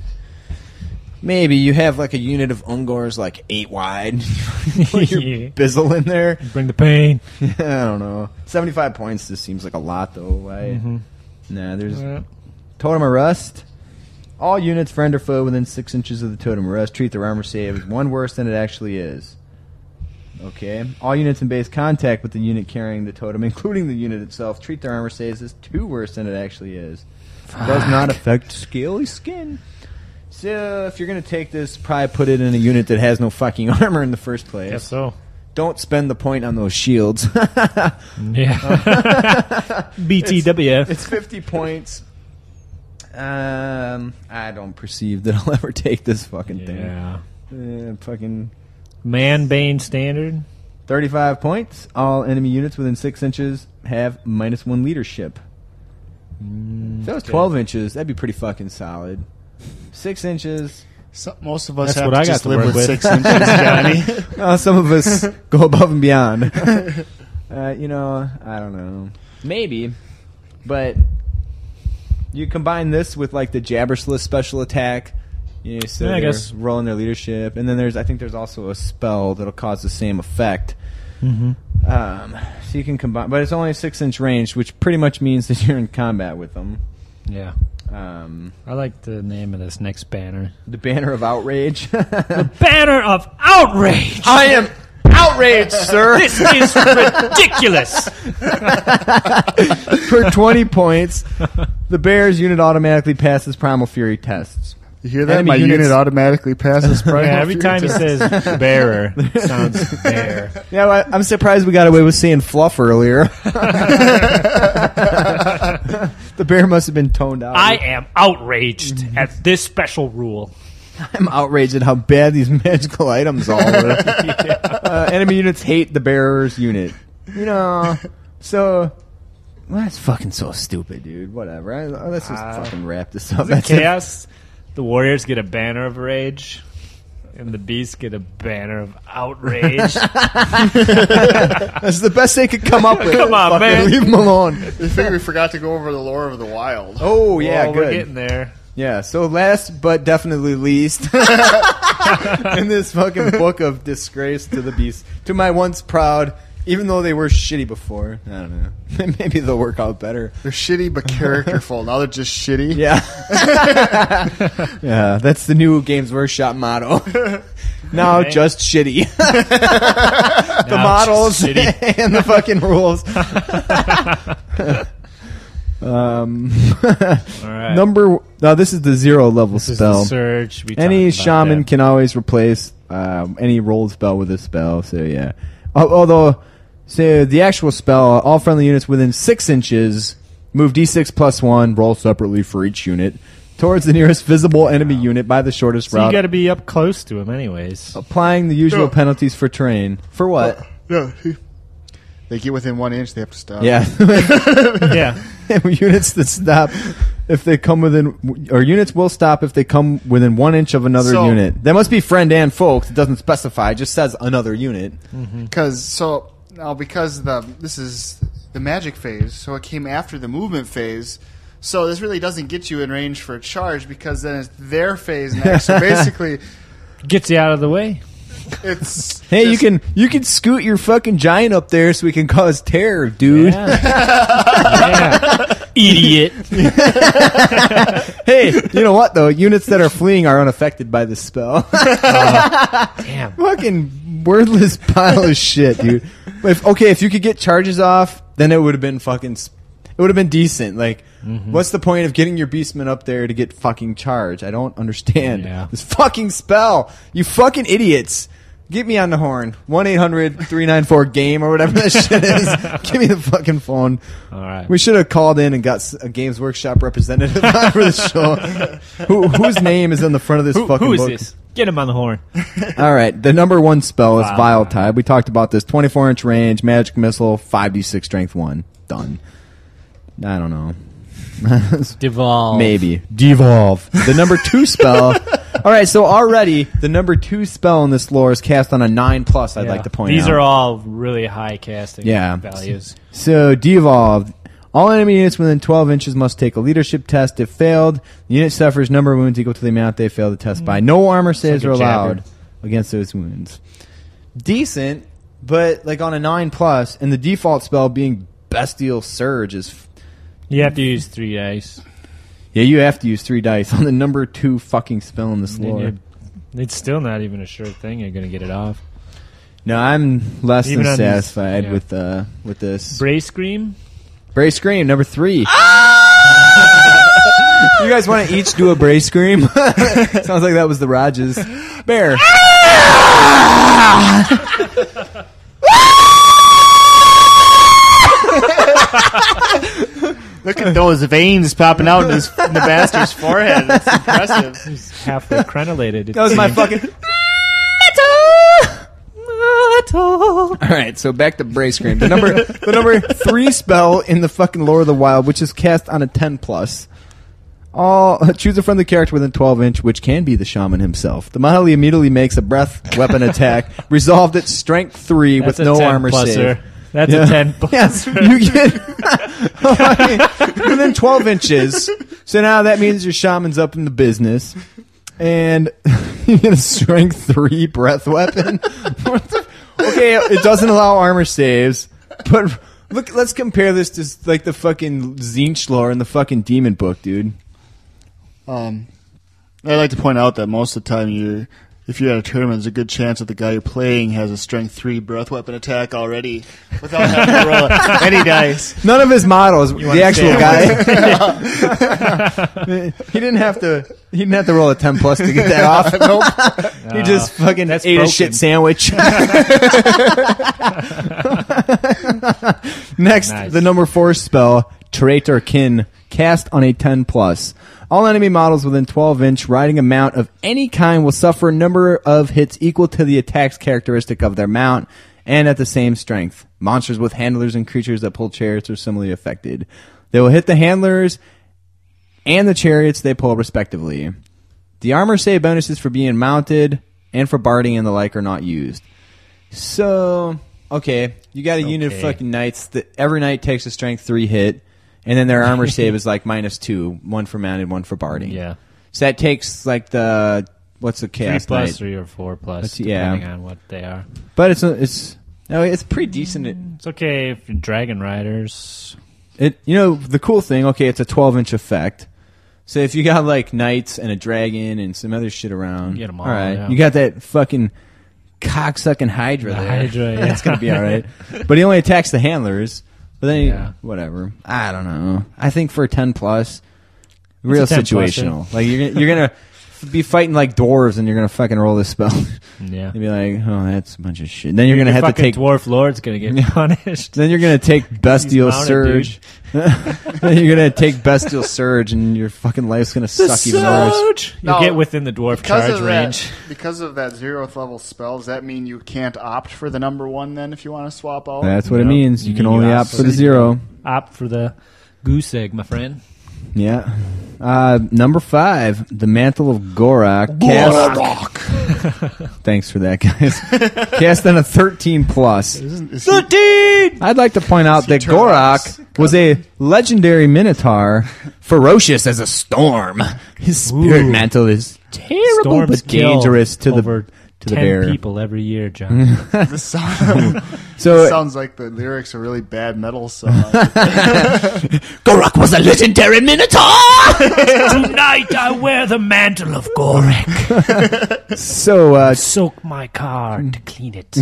Speaker 5: Maybe you have like a unit of Ungors like eight wide. Put your
Speaker 4: Yeah.
Speaker 5: Bizzle in there.
Speaker 4: bring the pain.
Speaker 5: I don't know. 75 points just seems like a lot though. I,
Speaker 4: Mm-hmm.
Speaker 5: Nah, there's Totem of Rust. All units, friend or foe, within six inches of the Totem of Rust treat their armor save as one worse than it actually is. Okay. All units in base contact with the unit carrying the totem, including the unit itself, treat their armor saves as two worse than it actually is. Does not affect scaly skin. So if you're gonna take this, probably put it in a unit that has no fucking armor in the first place.
Speaker 4: Guess so.
Speaker 5: Don't spend the point on those shields. Mm,
Speaker 4: Yeah. BTWF.
Speaker 5: It's 50 points. Um, I don't perceive that I'll ever take this fucking
Speaker 4: Yeah.
Speaker 5: thing. Uh, fucking
Speaker 4: Man Bane standard.
Speaker 5: 35 points. All enemy units within 6 inches have minus 1 leadership. if that was 12 inches, that'd be pretty fucking solid. 6 inches.
Speaker 6: So- most of us
Speaker 4: That's
Speaker 6: have
Speaker 4: what
Speaker 6: to
Speaker 4: I got
Speaker 6: just
Speaker 4: to
Speaker 6: live
Speaker 4: work
Speaker 6: with,
Speaker 4: with.
Speaker 6: six inches, Johnny.
Speaker 5: Uh, some of us go above and beyond. uh, you know, I don't know. Maybe, but you combine this with like the Jabberslith special attack. You know, so
Speaker 4: Yeah, I
Speaker 5: they're
Speaker 4: guess.
Speaker 5: rolling their leadership, and then there's I think there's also a spell that'll cause the same effect.
Speaker 4: Mm-hmm.
Speaker 5: Um, so you can combine, but it's only six inch range, which pretty much means that you're in combat with them.
Speaker 4: Yeah.
Speaker 5: Um,
Speaker 4: I like the name of this next banner.
Speaker 5: the banner of outrage.
Speaker 4: Banner of outrage.
Speaker 5: I am outraged, sir.
Speaker 4: This is ridiculous.
Speaker 5: for 20 points, the Bears unit automatically passes Primal Fury tests.
Speaker 6: You hear that?
Speaker 5: Enemy
Speaker 6: My
Speaker 5: units-
Speaker 6: unit automatically passes. Primal
Speaker 4: Yeah, every
Speaker 6: Fury
Speaker 4: time he
Speaker 6: test.
Speaker 4: says bearer, it sounds bear.
Speaker 5: Yeah, well, I'm surprised we got away with seeing Fluff earlier. the bear must have been toned out.
Speaker 13: I am outraged
Speaker 5: Mm-hmm.
Speaker 13: at this special rule.
Speaker 5: am outraged at how bad these magical items all were. uh, enemy units hate the bearer's unit. You know, so. Well, that's fucking so stupid, dude. Whatever. I, uh, let's
Speaker 2: Ah.
Speaker 5: just fucking wrap this up. That's it.
Speaker 4: Chaos. The warriors get a banner of rage.
Speaker 2: and the beast get a banner of outrage.
Speaker 5: That's the best they could come up with.
Speaker 2: Come on,
Speaker 5: Fucking
Speaker 2: man.
Speaker 5: Leave them alone.
Speaker 9: I figure we forgot to go over the lore of the wild.
Speaker 5: Oh yeah,
Speaker 2: Well, we're
Speaker 5: good.
Speaker 2: getting there.
Speaker 5: Yeah, so last but definitely least in this fucking book of disgrace to the beast, to my once proud, even though they were shitty before. I don't know. Maybe they'll work out better.
Speaker 9: They're shitty but characterful. now they're just shitty.
Speaker 5: Yeah. yeah, that's the new Games Workshop motto. now
Speaker 2: Right.
Speaker 5: just shitty. the models and the fucking rules. um,
Speaker 2: All right.
Speaker 5: number now this is the zero level
Speaker 2: This is
Speaker 5: spell.
Speaker 2: the surge. We
Speaker 5: any
Speaker 2: talked about
Speaker 5: shaman
Speaker 2: that.
Speaker 5: can always replace um, any rolled spell with a spell. So yeah, Al- although so the actual spell, all friendly units within six inches move d6 plus one, roll separately for each unit towards the nearest visible enemy unit by the shortest
Speaker 2: So you
Speaker 5: route.
Speaker 2: got to be up close to him, anyways.
Speaker 5: applying the usual
Speaker 9: No.
Speaker 5: penalties for terrain. For what?
Speaker 9: Yeah. They get within one inch, they have to stop.
Speaker 5: Yeah,
Speaker 2: yeah.
Speaker 5: units that stop. If they come within, or units will stop if they come within one inch of another
Speaker 9: So-
Speaker 5: unit. That must be friend and folks. It doesn't specify. It just says another unit.
Speaker 9: Because so now because the this is the magic phase, so it came after the movement phase. So this really doesn't get you in range for a charge because then it's their phase next. so basically,
Speaker 2: Gets you out of the way.
Speaker 9: it's
Speaker 5: Hey, you
Speaker 9: just-
Speaker 5: can you can scoot your fucking giant up there so we can cause terror, dude.
Speaker 2: Yeah. Yeah. Idiot.
Speaker 5: Hey, you know what though? Units that are fleeing are unaffected by this spell.
Speaker 2: Damn.
Speaker 5: fucking wordless pile of shit, dude. But If, okay, if you could get charges off, then it would have been fucking. s- It would have been decent. Like,
Speaker 2: Mm-hmm.
Speaker 5: what's the point of getting your beastman up there to get fucking charge? I don't understand
Speaker 2: Yeah.
Speaker 5: this fucking spell. You fucking idiots. Get me on the horn. 1 800 394 game or whatever that shit is. Give me the fucking phone.
Speaker 2: All right.
Speaker 5: We should have called in and got s- a Games Workshop representative on for the show. Who, whose name is on the front of this
Speaker 2: Who,
Speaker 5: fucking
Speaker 2: who is
Speaker 5: book?
Speaker 2: this? Get him on the horn.
Speaker 5: All right, the number one spell is
Speaker 2: Wow.
Speaker 5: Vile Tide. We talked about this. Twenty-four inch range, magic missile, five d six strength one. Done. I don't know.
Speaker 2: Devolve.
Speaker 5: Maybe devolve. The number two spell. All right, so already the number two spell in this lore is cast on a nine plus. I'd
Speaker 2: Yeah.
Speaker 5: like to point
Speaker 2: These
Speaker 5: out.
Speaker 2: are all really high casting
Speaker 5: Yeah.
Speaker 2: values.
Speaker 5: So devolved. All enemy units within 12 inches must take a leadership test. If failed, the unit suffers number of wounds equal to the amount they failed the test by. No armor saves
Speaker 2: Mm-hmm. like
Speaker 5: are
Speaker 2: a jabber.
Speaker 5: allowed against those wounds. Decent, but like on a 9 plus, and the default spell being Bestial Surge is. F-
Speaker 2: You have to use three dice.
Speaker 5: yeah, you have to use three dice on the number two fucking spell in this
Speaker 2: And
Speaker 5: lore.
Speaker 2: you- It's still not even a sure thing. You're going to get it off.
Speaker 5: No, I'm less
Speaker 2: Even
Speaker 5: than
Speaker 2: on these-
Speaker 5: satisfied
Speaker 2: yeah.
Speaker 5: with uh, with this.
Speaker 2: Bray scream.
Speaker 5: Bray scream number three. you guys want to each do a Bray scream? Sounds like that was the Rogers bear.
Speaker 6: Look at those veins popping out in, his, in the bastard's forehead. It's impressive.
Speaker 2: He's halfway crenellated. it
Speaker 5: That was my
Speaker 2: seems.
Speaker 5: fucking. All right, so back to Bray scream. The number, the number three spell in the fucking lore of the wild, which is cast on a ten plus. All choose a friendly character within twelve inch, which can be the shaman himself. The Mahali immediately makes a breath weapon attack, resolved at strength three
Speaker 2: That's
Speaker 5: with
Speaker 2: a
Speaker 5: no
Speaker 2: 10
Speaker 5: armor
Speaker 2: pluser.
Speaker 5: save.
Speaker 2: That's
Speaker 5: Yeah.
Speaker 2: a 10 plus.
Speaker 5: Yes, you get within 12 inches. So now that means your shaman's up in the business. And you get a strength three breath weapon. What the- okay, it doesn't allow armor saves, but look, let's compare this to like the fucking Zinch lore in the fucking demon book, dude.
Speaker 9: Um, I'd like to point out that most of the time you. If you're at a tournament, there's a good chance that the guy you're playing has a strength three breath weapon attack already without having to roll any dice.
Speaker 5: None of his models,
Speaker 2: wanna
Speaker 5: the actual
Speaker 2: say
Speaker 5: guy. he didn't have to. He didn't have to roll a ten plus to get that off. He just fucking
Speaker 2: that's
Speaker 5: ate a
Speaker 2: broken.
Speaker 5: shit sandwich. Next,
Speaker 2: Nice.
Speaker 5: the number four spell, Traitor Kin, cast on a 10 plus. All enemy models within 12 inch riding a mount of any kind will suffer a number of hits equal to the attack's characteristic of their mount and at the same strength. Monsters with handlers and creatures that pull chariots are similarly affected. They will hit the handlers and the chariots they pull respectively. The armor save bonuses for being mounted and for barding and the like are not used. So okay, you got a unit of
Speaker 2: Okay.
Speaker 5: fucking knights that every knight takes a strength three hit, and then their armor save is like minus two, one for mounted, one for barding.
Speaker 2: Yeah.
Speaker 5: So that takes like the what's the
Speaker 2: Three
Speaker 5: chaos
Speaker 2: plus,
Speaker 5: knight?
Speaker 2: three or four plus,
Speaker 5: That's- yeah.
Speaker 2: depending on what they are.
Speaker 5: But it's a, it's no, it's pretty decent.
Speaker 2: It's okay if you're dragon riders.
Speaker 5: It you know the cool thing. Okay, it's a twelve inch effect. So if you got like knights and a dragon and some other shit around,
Speaker 2: You get 'em
Speaker 5: all
Speaker 2: all,
Speaker 5: right,
Speaker 2: yeah.
Speaker 5: you got that fucking cocksucking Hydra there.
Speaker 2: Hydra, yeah.
Speaker 5: That's gonna be all right. But he only attacks the handlers. But then he-
Speaker 2: Yeah.
Speaker 5: whatever. I don't know. I think for a ten plus, real
Speaker 2: 10 plus, yeah.
Speaker 5: situational. like you're gonna, you're gonna be fighting like dwarves and you're gonna fucking roll this spell.
Speaker 2: Yeah.
Speaker 5: You'd be like, oh, that's a bunch of shit. Then you're gonna
Speaker 2: Your
Speaker 5: have to
Speaker 2: fucking
Speaker 5: take
Speaker 2: dwarf lord's gonna get punished.
Speaker 5: then you're gonna take bestial
Speaker 2: mounted,
Speaker 5: surge. then you're gonna take bestial surge, and your fucking life's gonna suck even worse.
Speaker 2: You
Speaker 6: No,
Speaker 2: get within the dwarf charge
Speaker 6: of
Speaker 2: range.
Speaker 6: That, because of that zeroth level spell, does that mean you can't opt for the number one then if you want to swap out?
Speaker 5: That's what it
Speaker 2: No,
Speaker 5: means. You
Speaker 2: you
Speaker 5: can
Speaker 2: need
Speaker 5: only
Speaker 2: to
Speaker 5: opt
Speaker 2: opt
Speaker 5: for the
Speaker 2: for-
Speaker 5: zero.
Speaker 2: Opt for the goose egg, my friend.
Speaker 5: Yeah. Uh, number five, the mantle of Gorak. Cast. Thanks for that, guys. Cast on a thirteen plus. I'd like to point out that Gorak was a legendary minotaur, ferocious as a storm. His spirit
Speaker 2: Ooh.
Speaker 5: mantle is terrible
Speaker 2: Storms
Speaker 5: but dangerous
Speaker 2: kill
Speaker 5: to the
Speaker 2: over
Speaker 5: to the
Speaker 2: ten
Speaker 5: bear.
Speaker 2: people every year, John.
Speaker 6: This sound-
Speaker 5: So
Speaker 6: sounds like the lyrics are really bad metal uh, song.
Speaker 5: Gorak was a legendary minotaur.
Speaker 2: Tonight I wear the mantle of Gorek.
Speaker 5: so uh,
Speaker 2: Soak my car
Speaker 5: Mm.
Speaker 2: to clean it.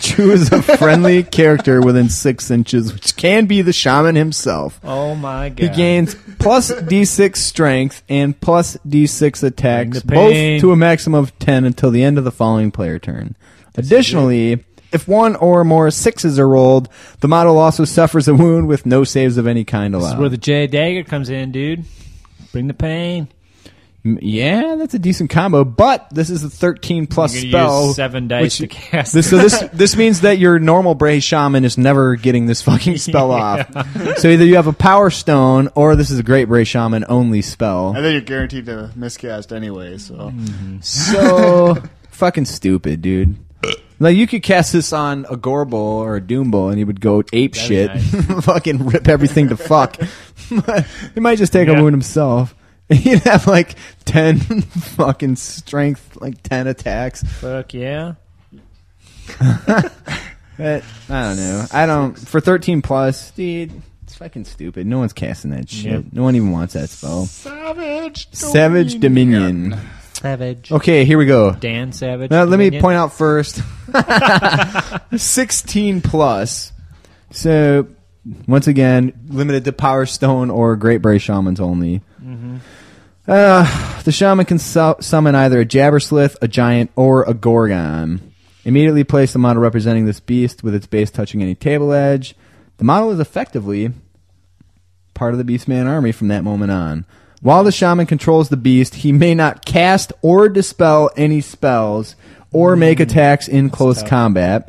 Speaker 5: choose a friendly character within six inches, which can be the shaman himself.
Speaker 2: oh my god.
Speaker 5: He gains plus d6 strength and plus d6 attacks,
Speaker 2: Bring the pain.
Speaker 5: both to a maximum of 10 until the end of the following player turn. Additionally, if one or more sixes are rolled, the model also suffers a wound with no saves of any kind
Speaker 2: This is where
Speaker 5: allowed.
Speaker 2: the J dagger comes in, dude. Bring the pain.
Speaker 5: M- yeah, that's a decent combo, but this is a 13 plus
Speaker 2: You're gonna
Speaker 5: spell.
Speaker 2: use seven dice to
Speaker 5: which-
Speaker 2: cast.
Speaker 5: This, so this this means that your normal Bray Shaman is never getting this fucking spell off. So either you have a Power Stone or this is a Great Bray Shaman only spell.
Speaker 6: and then you're guaranteed to miscast anyway, so.
Speaker 5: So fucking stupid, dude. Like you could cast this on a Gorble or a Doomble and he would go ape shit, fucking rip everything to fuck. he might just take
Speaker 2: Yeah.
Speaker 5: a wound himself. He'd have like ten fucking strength, like ten attacks.
Speaker 2: Fuck yeah.
Speaker 5: But I don't know. I don't for thirteen plus, dude. It's fucking stupid. No one's casting that shit.
Speaker 2: Yep.
Speaker 5: No one even wants that spell.
Speaker 6: Savage!
Speaker 5: Savage Dominion.
Speaker 2: Savage.
Speaker 5: Okay, here we go.
Speaker 2: Dan Savage.
Speaker 5: Now, let me point out first. Sixteen plus. So once again, limited to Power Stone or Great Bray Shamans only. Uh, the shaman can su- summon either a Jabberslith, a giant, or a Gorgon. Immediately place the model representing this beast with its base touching any table edge. The model is effectively part of the Beastman army from that moment on. While the shaman controls the beast, he may not cast or dispel any spells or make attacks in close combat.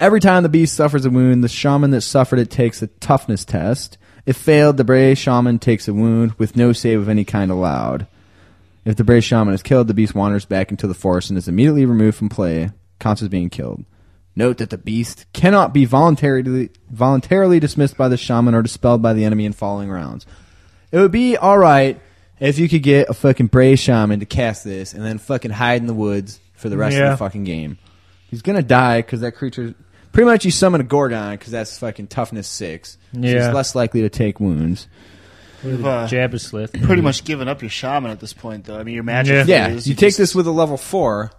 Speaker 5: Every time the beast suffers a wound, the shaman that suffered it takes a toughness test. If failed, the Bray shaman takes a wound with no save of any kind allowed. If the Bray shaman is killed, the beast wanders back into the forest and is immediately removed from play, counts as being killed. Note that the beast cannot be voluntarily voluntarily dismissed by the shaman or dispelled by the enemy in following rounds. It would be all right if you could get a fucking Bray shaman to cast this and then fucking hide in the woods for the rest of
Speaker 4: Yeah.
Speaker 5: the fucking game. He's gonna die because that creature. Pretty much, you summon a Gorgon because that's fucking toughness six. So
Speaker 4: Yeah.
Speaker 5: he's less likely to take wounds.
Speaker 6: You've, uh,
Speaker 4: Jabberslith.
Speaker 6: pretty much given up your shaman at this point, though. I mean, your magic.
Speaker 4: Yeah.
Speaker 6: phase,
Speaker 5: Mm. Yeah, you take
Speaker 6: just-
Speaker 5: this with a level four.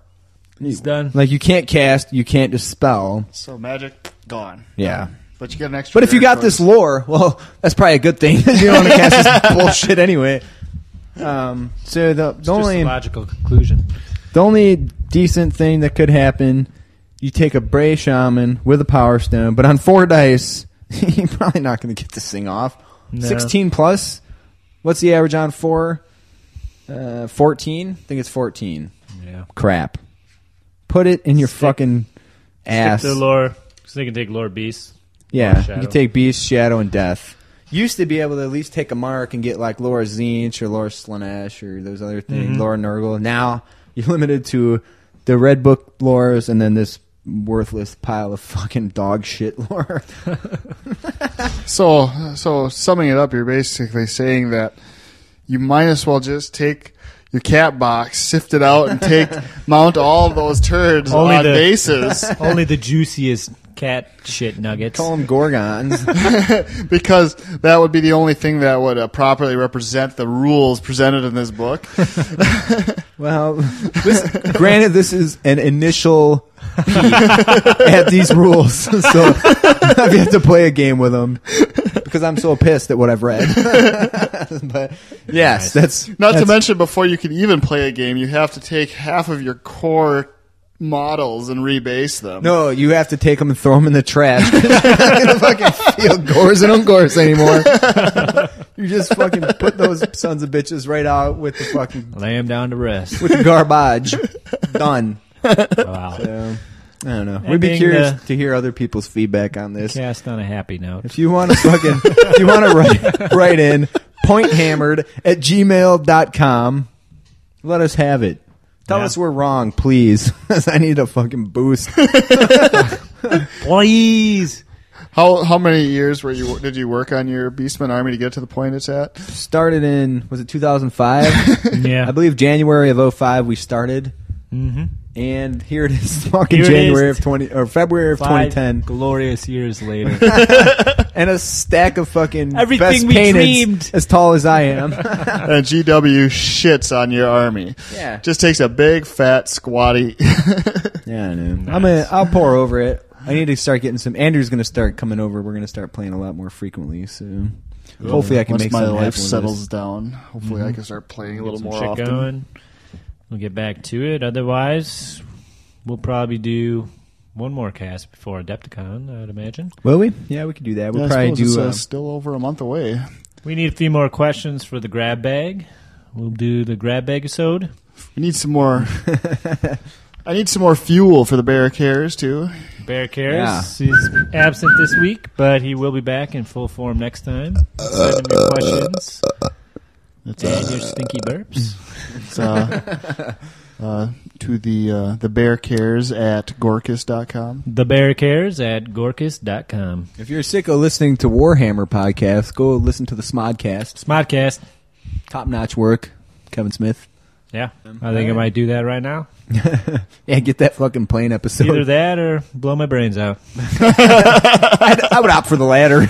Speaker 2: He's done.
Speaker 5: Like you can't cast, you can't dispel.
Speaker 6: So magic, gone.
Speaker 5: Yeah.
Speaker 6: But you get an extra.
Speaker 5: But if you
Speaker 6: rare
Speaker 5: got this
Speaker 6: choice.
Speaker 5: lore, well, that's probably a good thing. you don't want to cast this bullshit anyway. Um, so the, the
Speaker 2: Just
Speaker 5: only
Speaker 2: a logical conclusion.
Speaker 5: the only decent thing that could happen, you take a Bray Shaman with a Power Stone, but on four dice, you're probably not going to get this thing off. 16 plus. What's the average on four? Uh, 14? I think it's 14.
Speaker 2: Yeah.
Speaker 5: Crap. Put it in your
Speaker 4: Stick-
Speaker 5: fucking ass.
Speaker 4: Stick to lore. So they can take lore beasts.
Speaker 5: Yeah, you
Speaker 4: Shadow.
Speaker 5: can take Beast, Shadow, and Death. Used to be able to at least take a mark and get like Laura Zinch or Laura Slanesh or those other things, Laura Nurgle. Now you're limited to the red book lores and then this worthless pile of fucking dog shit lore.
Speaker 6: So, so summing it up, you're basically saying that you might as well just take your cat box, sift it out, and take mount all of those turds
Speaker 4: Only
Speaker 6: on
Speaker 4: the-
Speaker 6: bases
Speaker 4: Only the juiciest cat shit nuggets.
Speaker 5: Call them gorgons.
Speaker 6: because that would be the only thing that would uh, properly represent the rules presented in this book.
Speaker 5: Well, this, granted, this is an initial peek at these rules, so I have to play a game with them because I'm so pissed at what I've read. but yes, that's
Speaker 6: Not to
Speaker 5: that's-
Speaker 6: mention, before you can even play a game, you have to take half of your core models and rebase them.
Speaker 5: No, you have to take them and throw them in the trash. You're not gonna fucking feel gores and ungores anymore. you just fucking put those sons of bitches right out with the fucking
Speaker 4: Lay him down to rest.
Speaker 5: with the garbage. Done.
Speaker 4: Wow.
Speaker 5: So, I don't know. We'd be
Speaker 4: Ending
Speaker 5: curious
Speaker 4: the-
Speaker 5: to hear other people's feedback on this.
Speaker 4: Cast on a happy note.
Speaker 5: If you want to fucking, if you want to write, write in pointhammered at gmail.com, let us have it. Tell
Speaker 4: Yeah.
Speaker 5: us we're wrong, please. 'Cause I need a fucking boost.
Speaker 4: Please.
Speaker 6: How how many years were you did you work on your Beastman army to get to the point it's at?
Speaker 5: started in, was it 2005?
Speaker 4: Yeah. Mm-hmm.
Speaker 5: I believe January of 05 we started. And here it is, fucking
Speaker 4: Here it
Speaker 5: January
Speaker 4: is.
Speaker 5: of 20, or February of
Speaker 4: Five
Speaker 5: 2010.
Speaker 4: glorious years later.
Speaker 5: And a stack of fucking
Speaker 4: Everything
Speaker 5: best
Speaker 4: we
Speaker 5: painteds
Speaker 4: dreamed.
Speaker 5: as tall as I am.
Speaker 6: And GW shits on your army.
Speaker 5: Yeah.
Speaker 6: Just takes a big fat squatty.
Speaker 5: Yeah, I know. I'm gonna, I'll pour over it. I need to start getting some. Andrew's gonna start coming over. We're gonna start playing a lot more frequently. So hopefully I can
Speaker 6: Once
Speaker 5: make
Speaker 6: my
Speaker 5: something
Speaker 6: life
Speaker 5: happen with Mm-hmm.
Speaker 6: settles down, hopefully I can start playing a little
Speaker 4: some
Speaker 6: more
Speaker 4: shit
Speaker 6: often.
Speaker 4: going. We'll get back to it. Otherwise, we'll probably do one more cast before Adepticon, I'd imagine.
Speaker 5: this. Will we? Yeah, we could do that. We'll
Speaker 6: Yeah, I
Speaker 5: probably
Speaker 6: suppose it's,
Speaker 5: do. Uh,
Speaker 6: uh, still over a month away.
Speaker 4: We need a few more questions for the grab bag. We'll do the grab bag episode.
Speaker 6: We need some more. I need some more fuel for the barricades too.
Speaker 4: Bear cares. He's absent this week, but he will be back in full form next time. Send him your questions
Speaker 6: It's, uh,
Speaker 4: and your stinky burps.
Speaker 6: it's, uh, uh, to the uh, the barricades at gorkus.com.
Speaker 4: The Bear Cares at gorkus.com.
Speaker 5: if you're sick of listening to Warhammer podcasts, go listen to the Smodcast.
Speaker 4: Smodcast.
Speaker 5: Top notch work, Kevin Smith.
Speaker 4: Yeah. I think I might do that right now.
Speaker 5: Yeah, get that fucking plane episode.
Speaker 4: Either that or blow my brains out.
Speaker 5: I'd, I would opt for the latter. you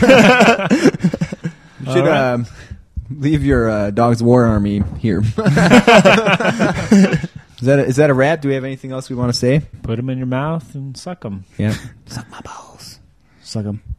Speaker 5: should
Speaker 4: All right.
Speaker 5: um, leave your uh, dog's war army here. is that a, is that a wrap? Do we have anything else we want to say?
Speaker 4: Put them in your mouth and suck them.
Speaker 5: Yeah. Suck my balls.
Speaker 6: Suck 'em.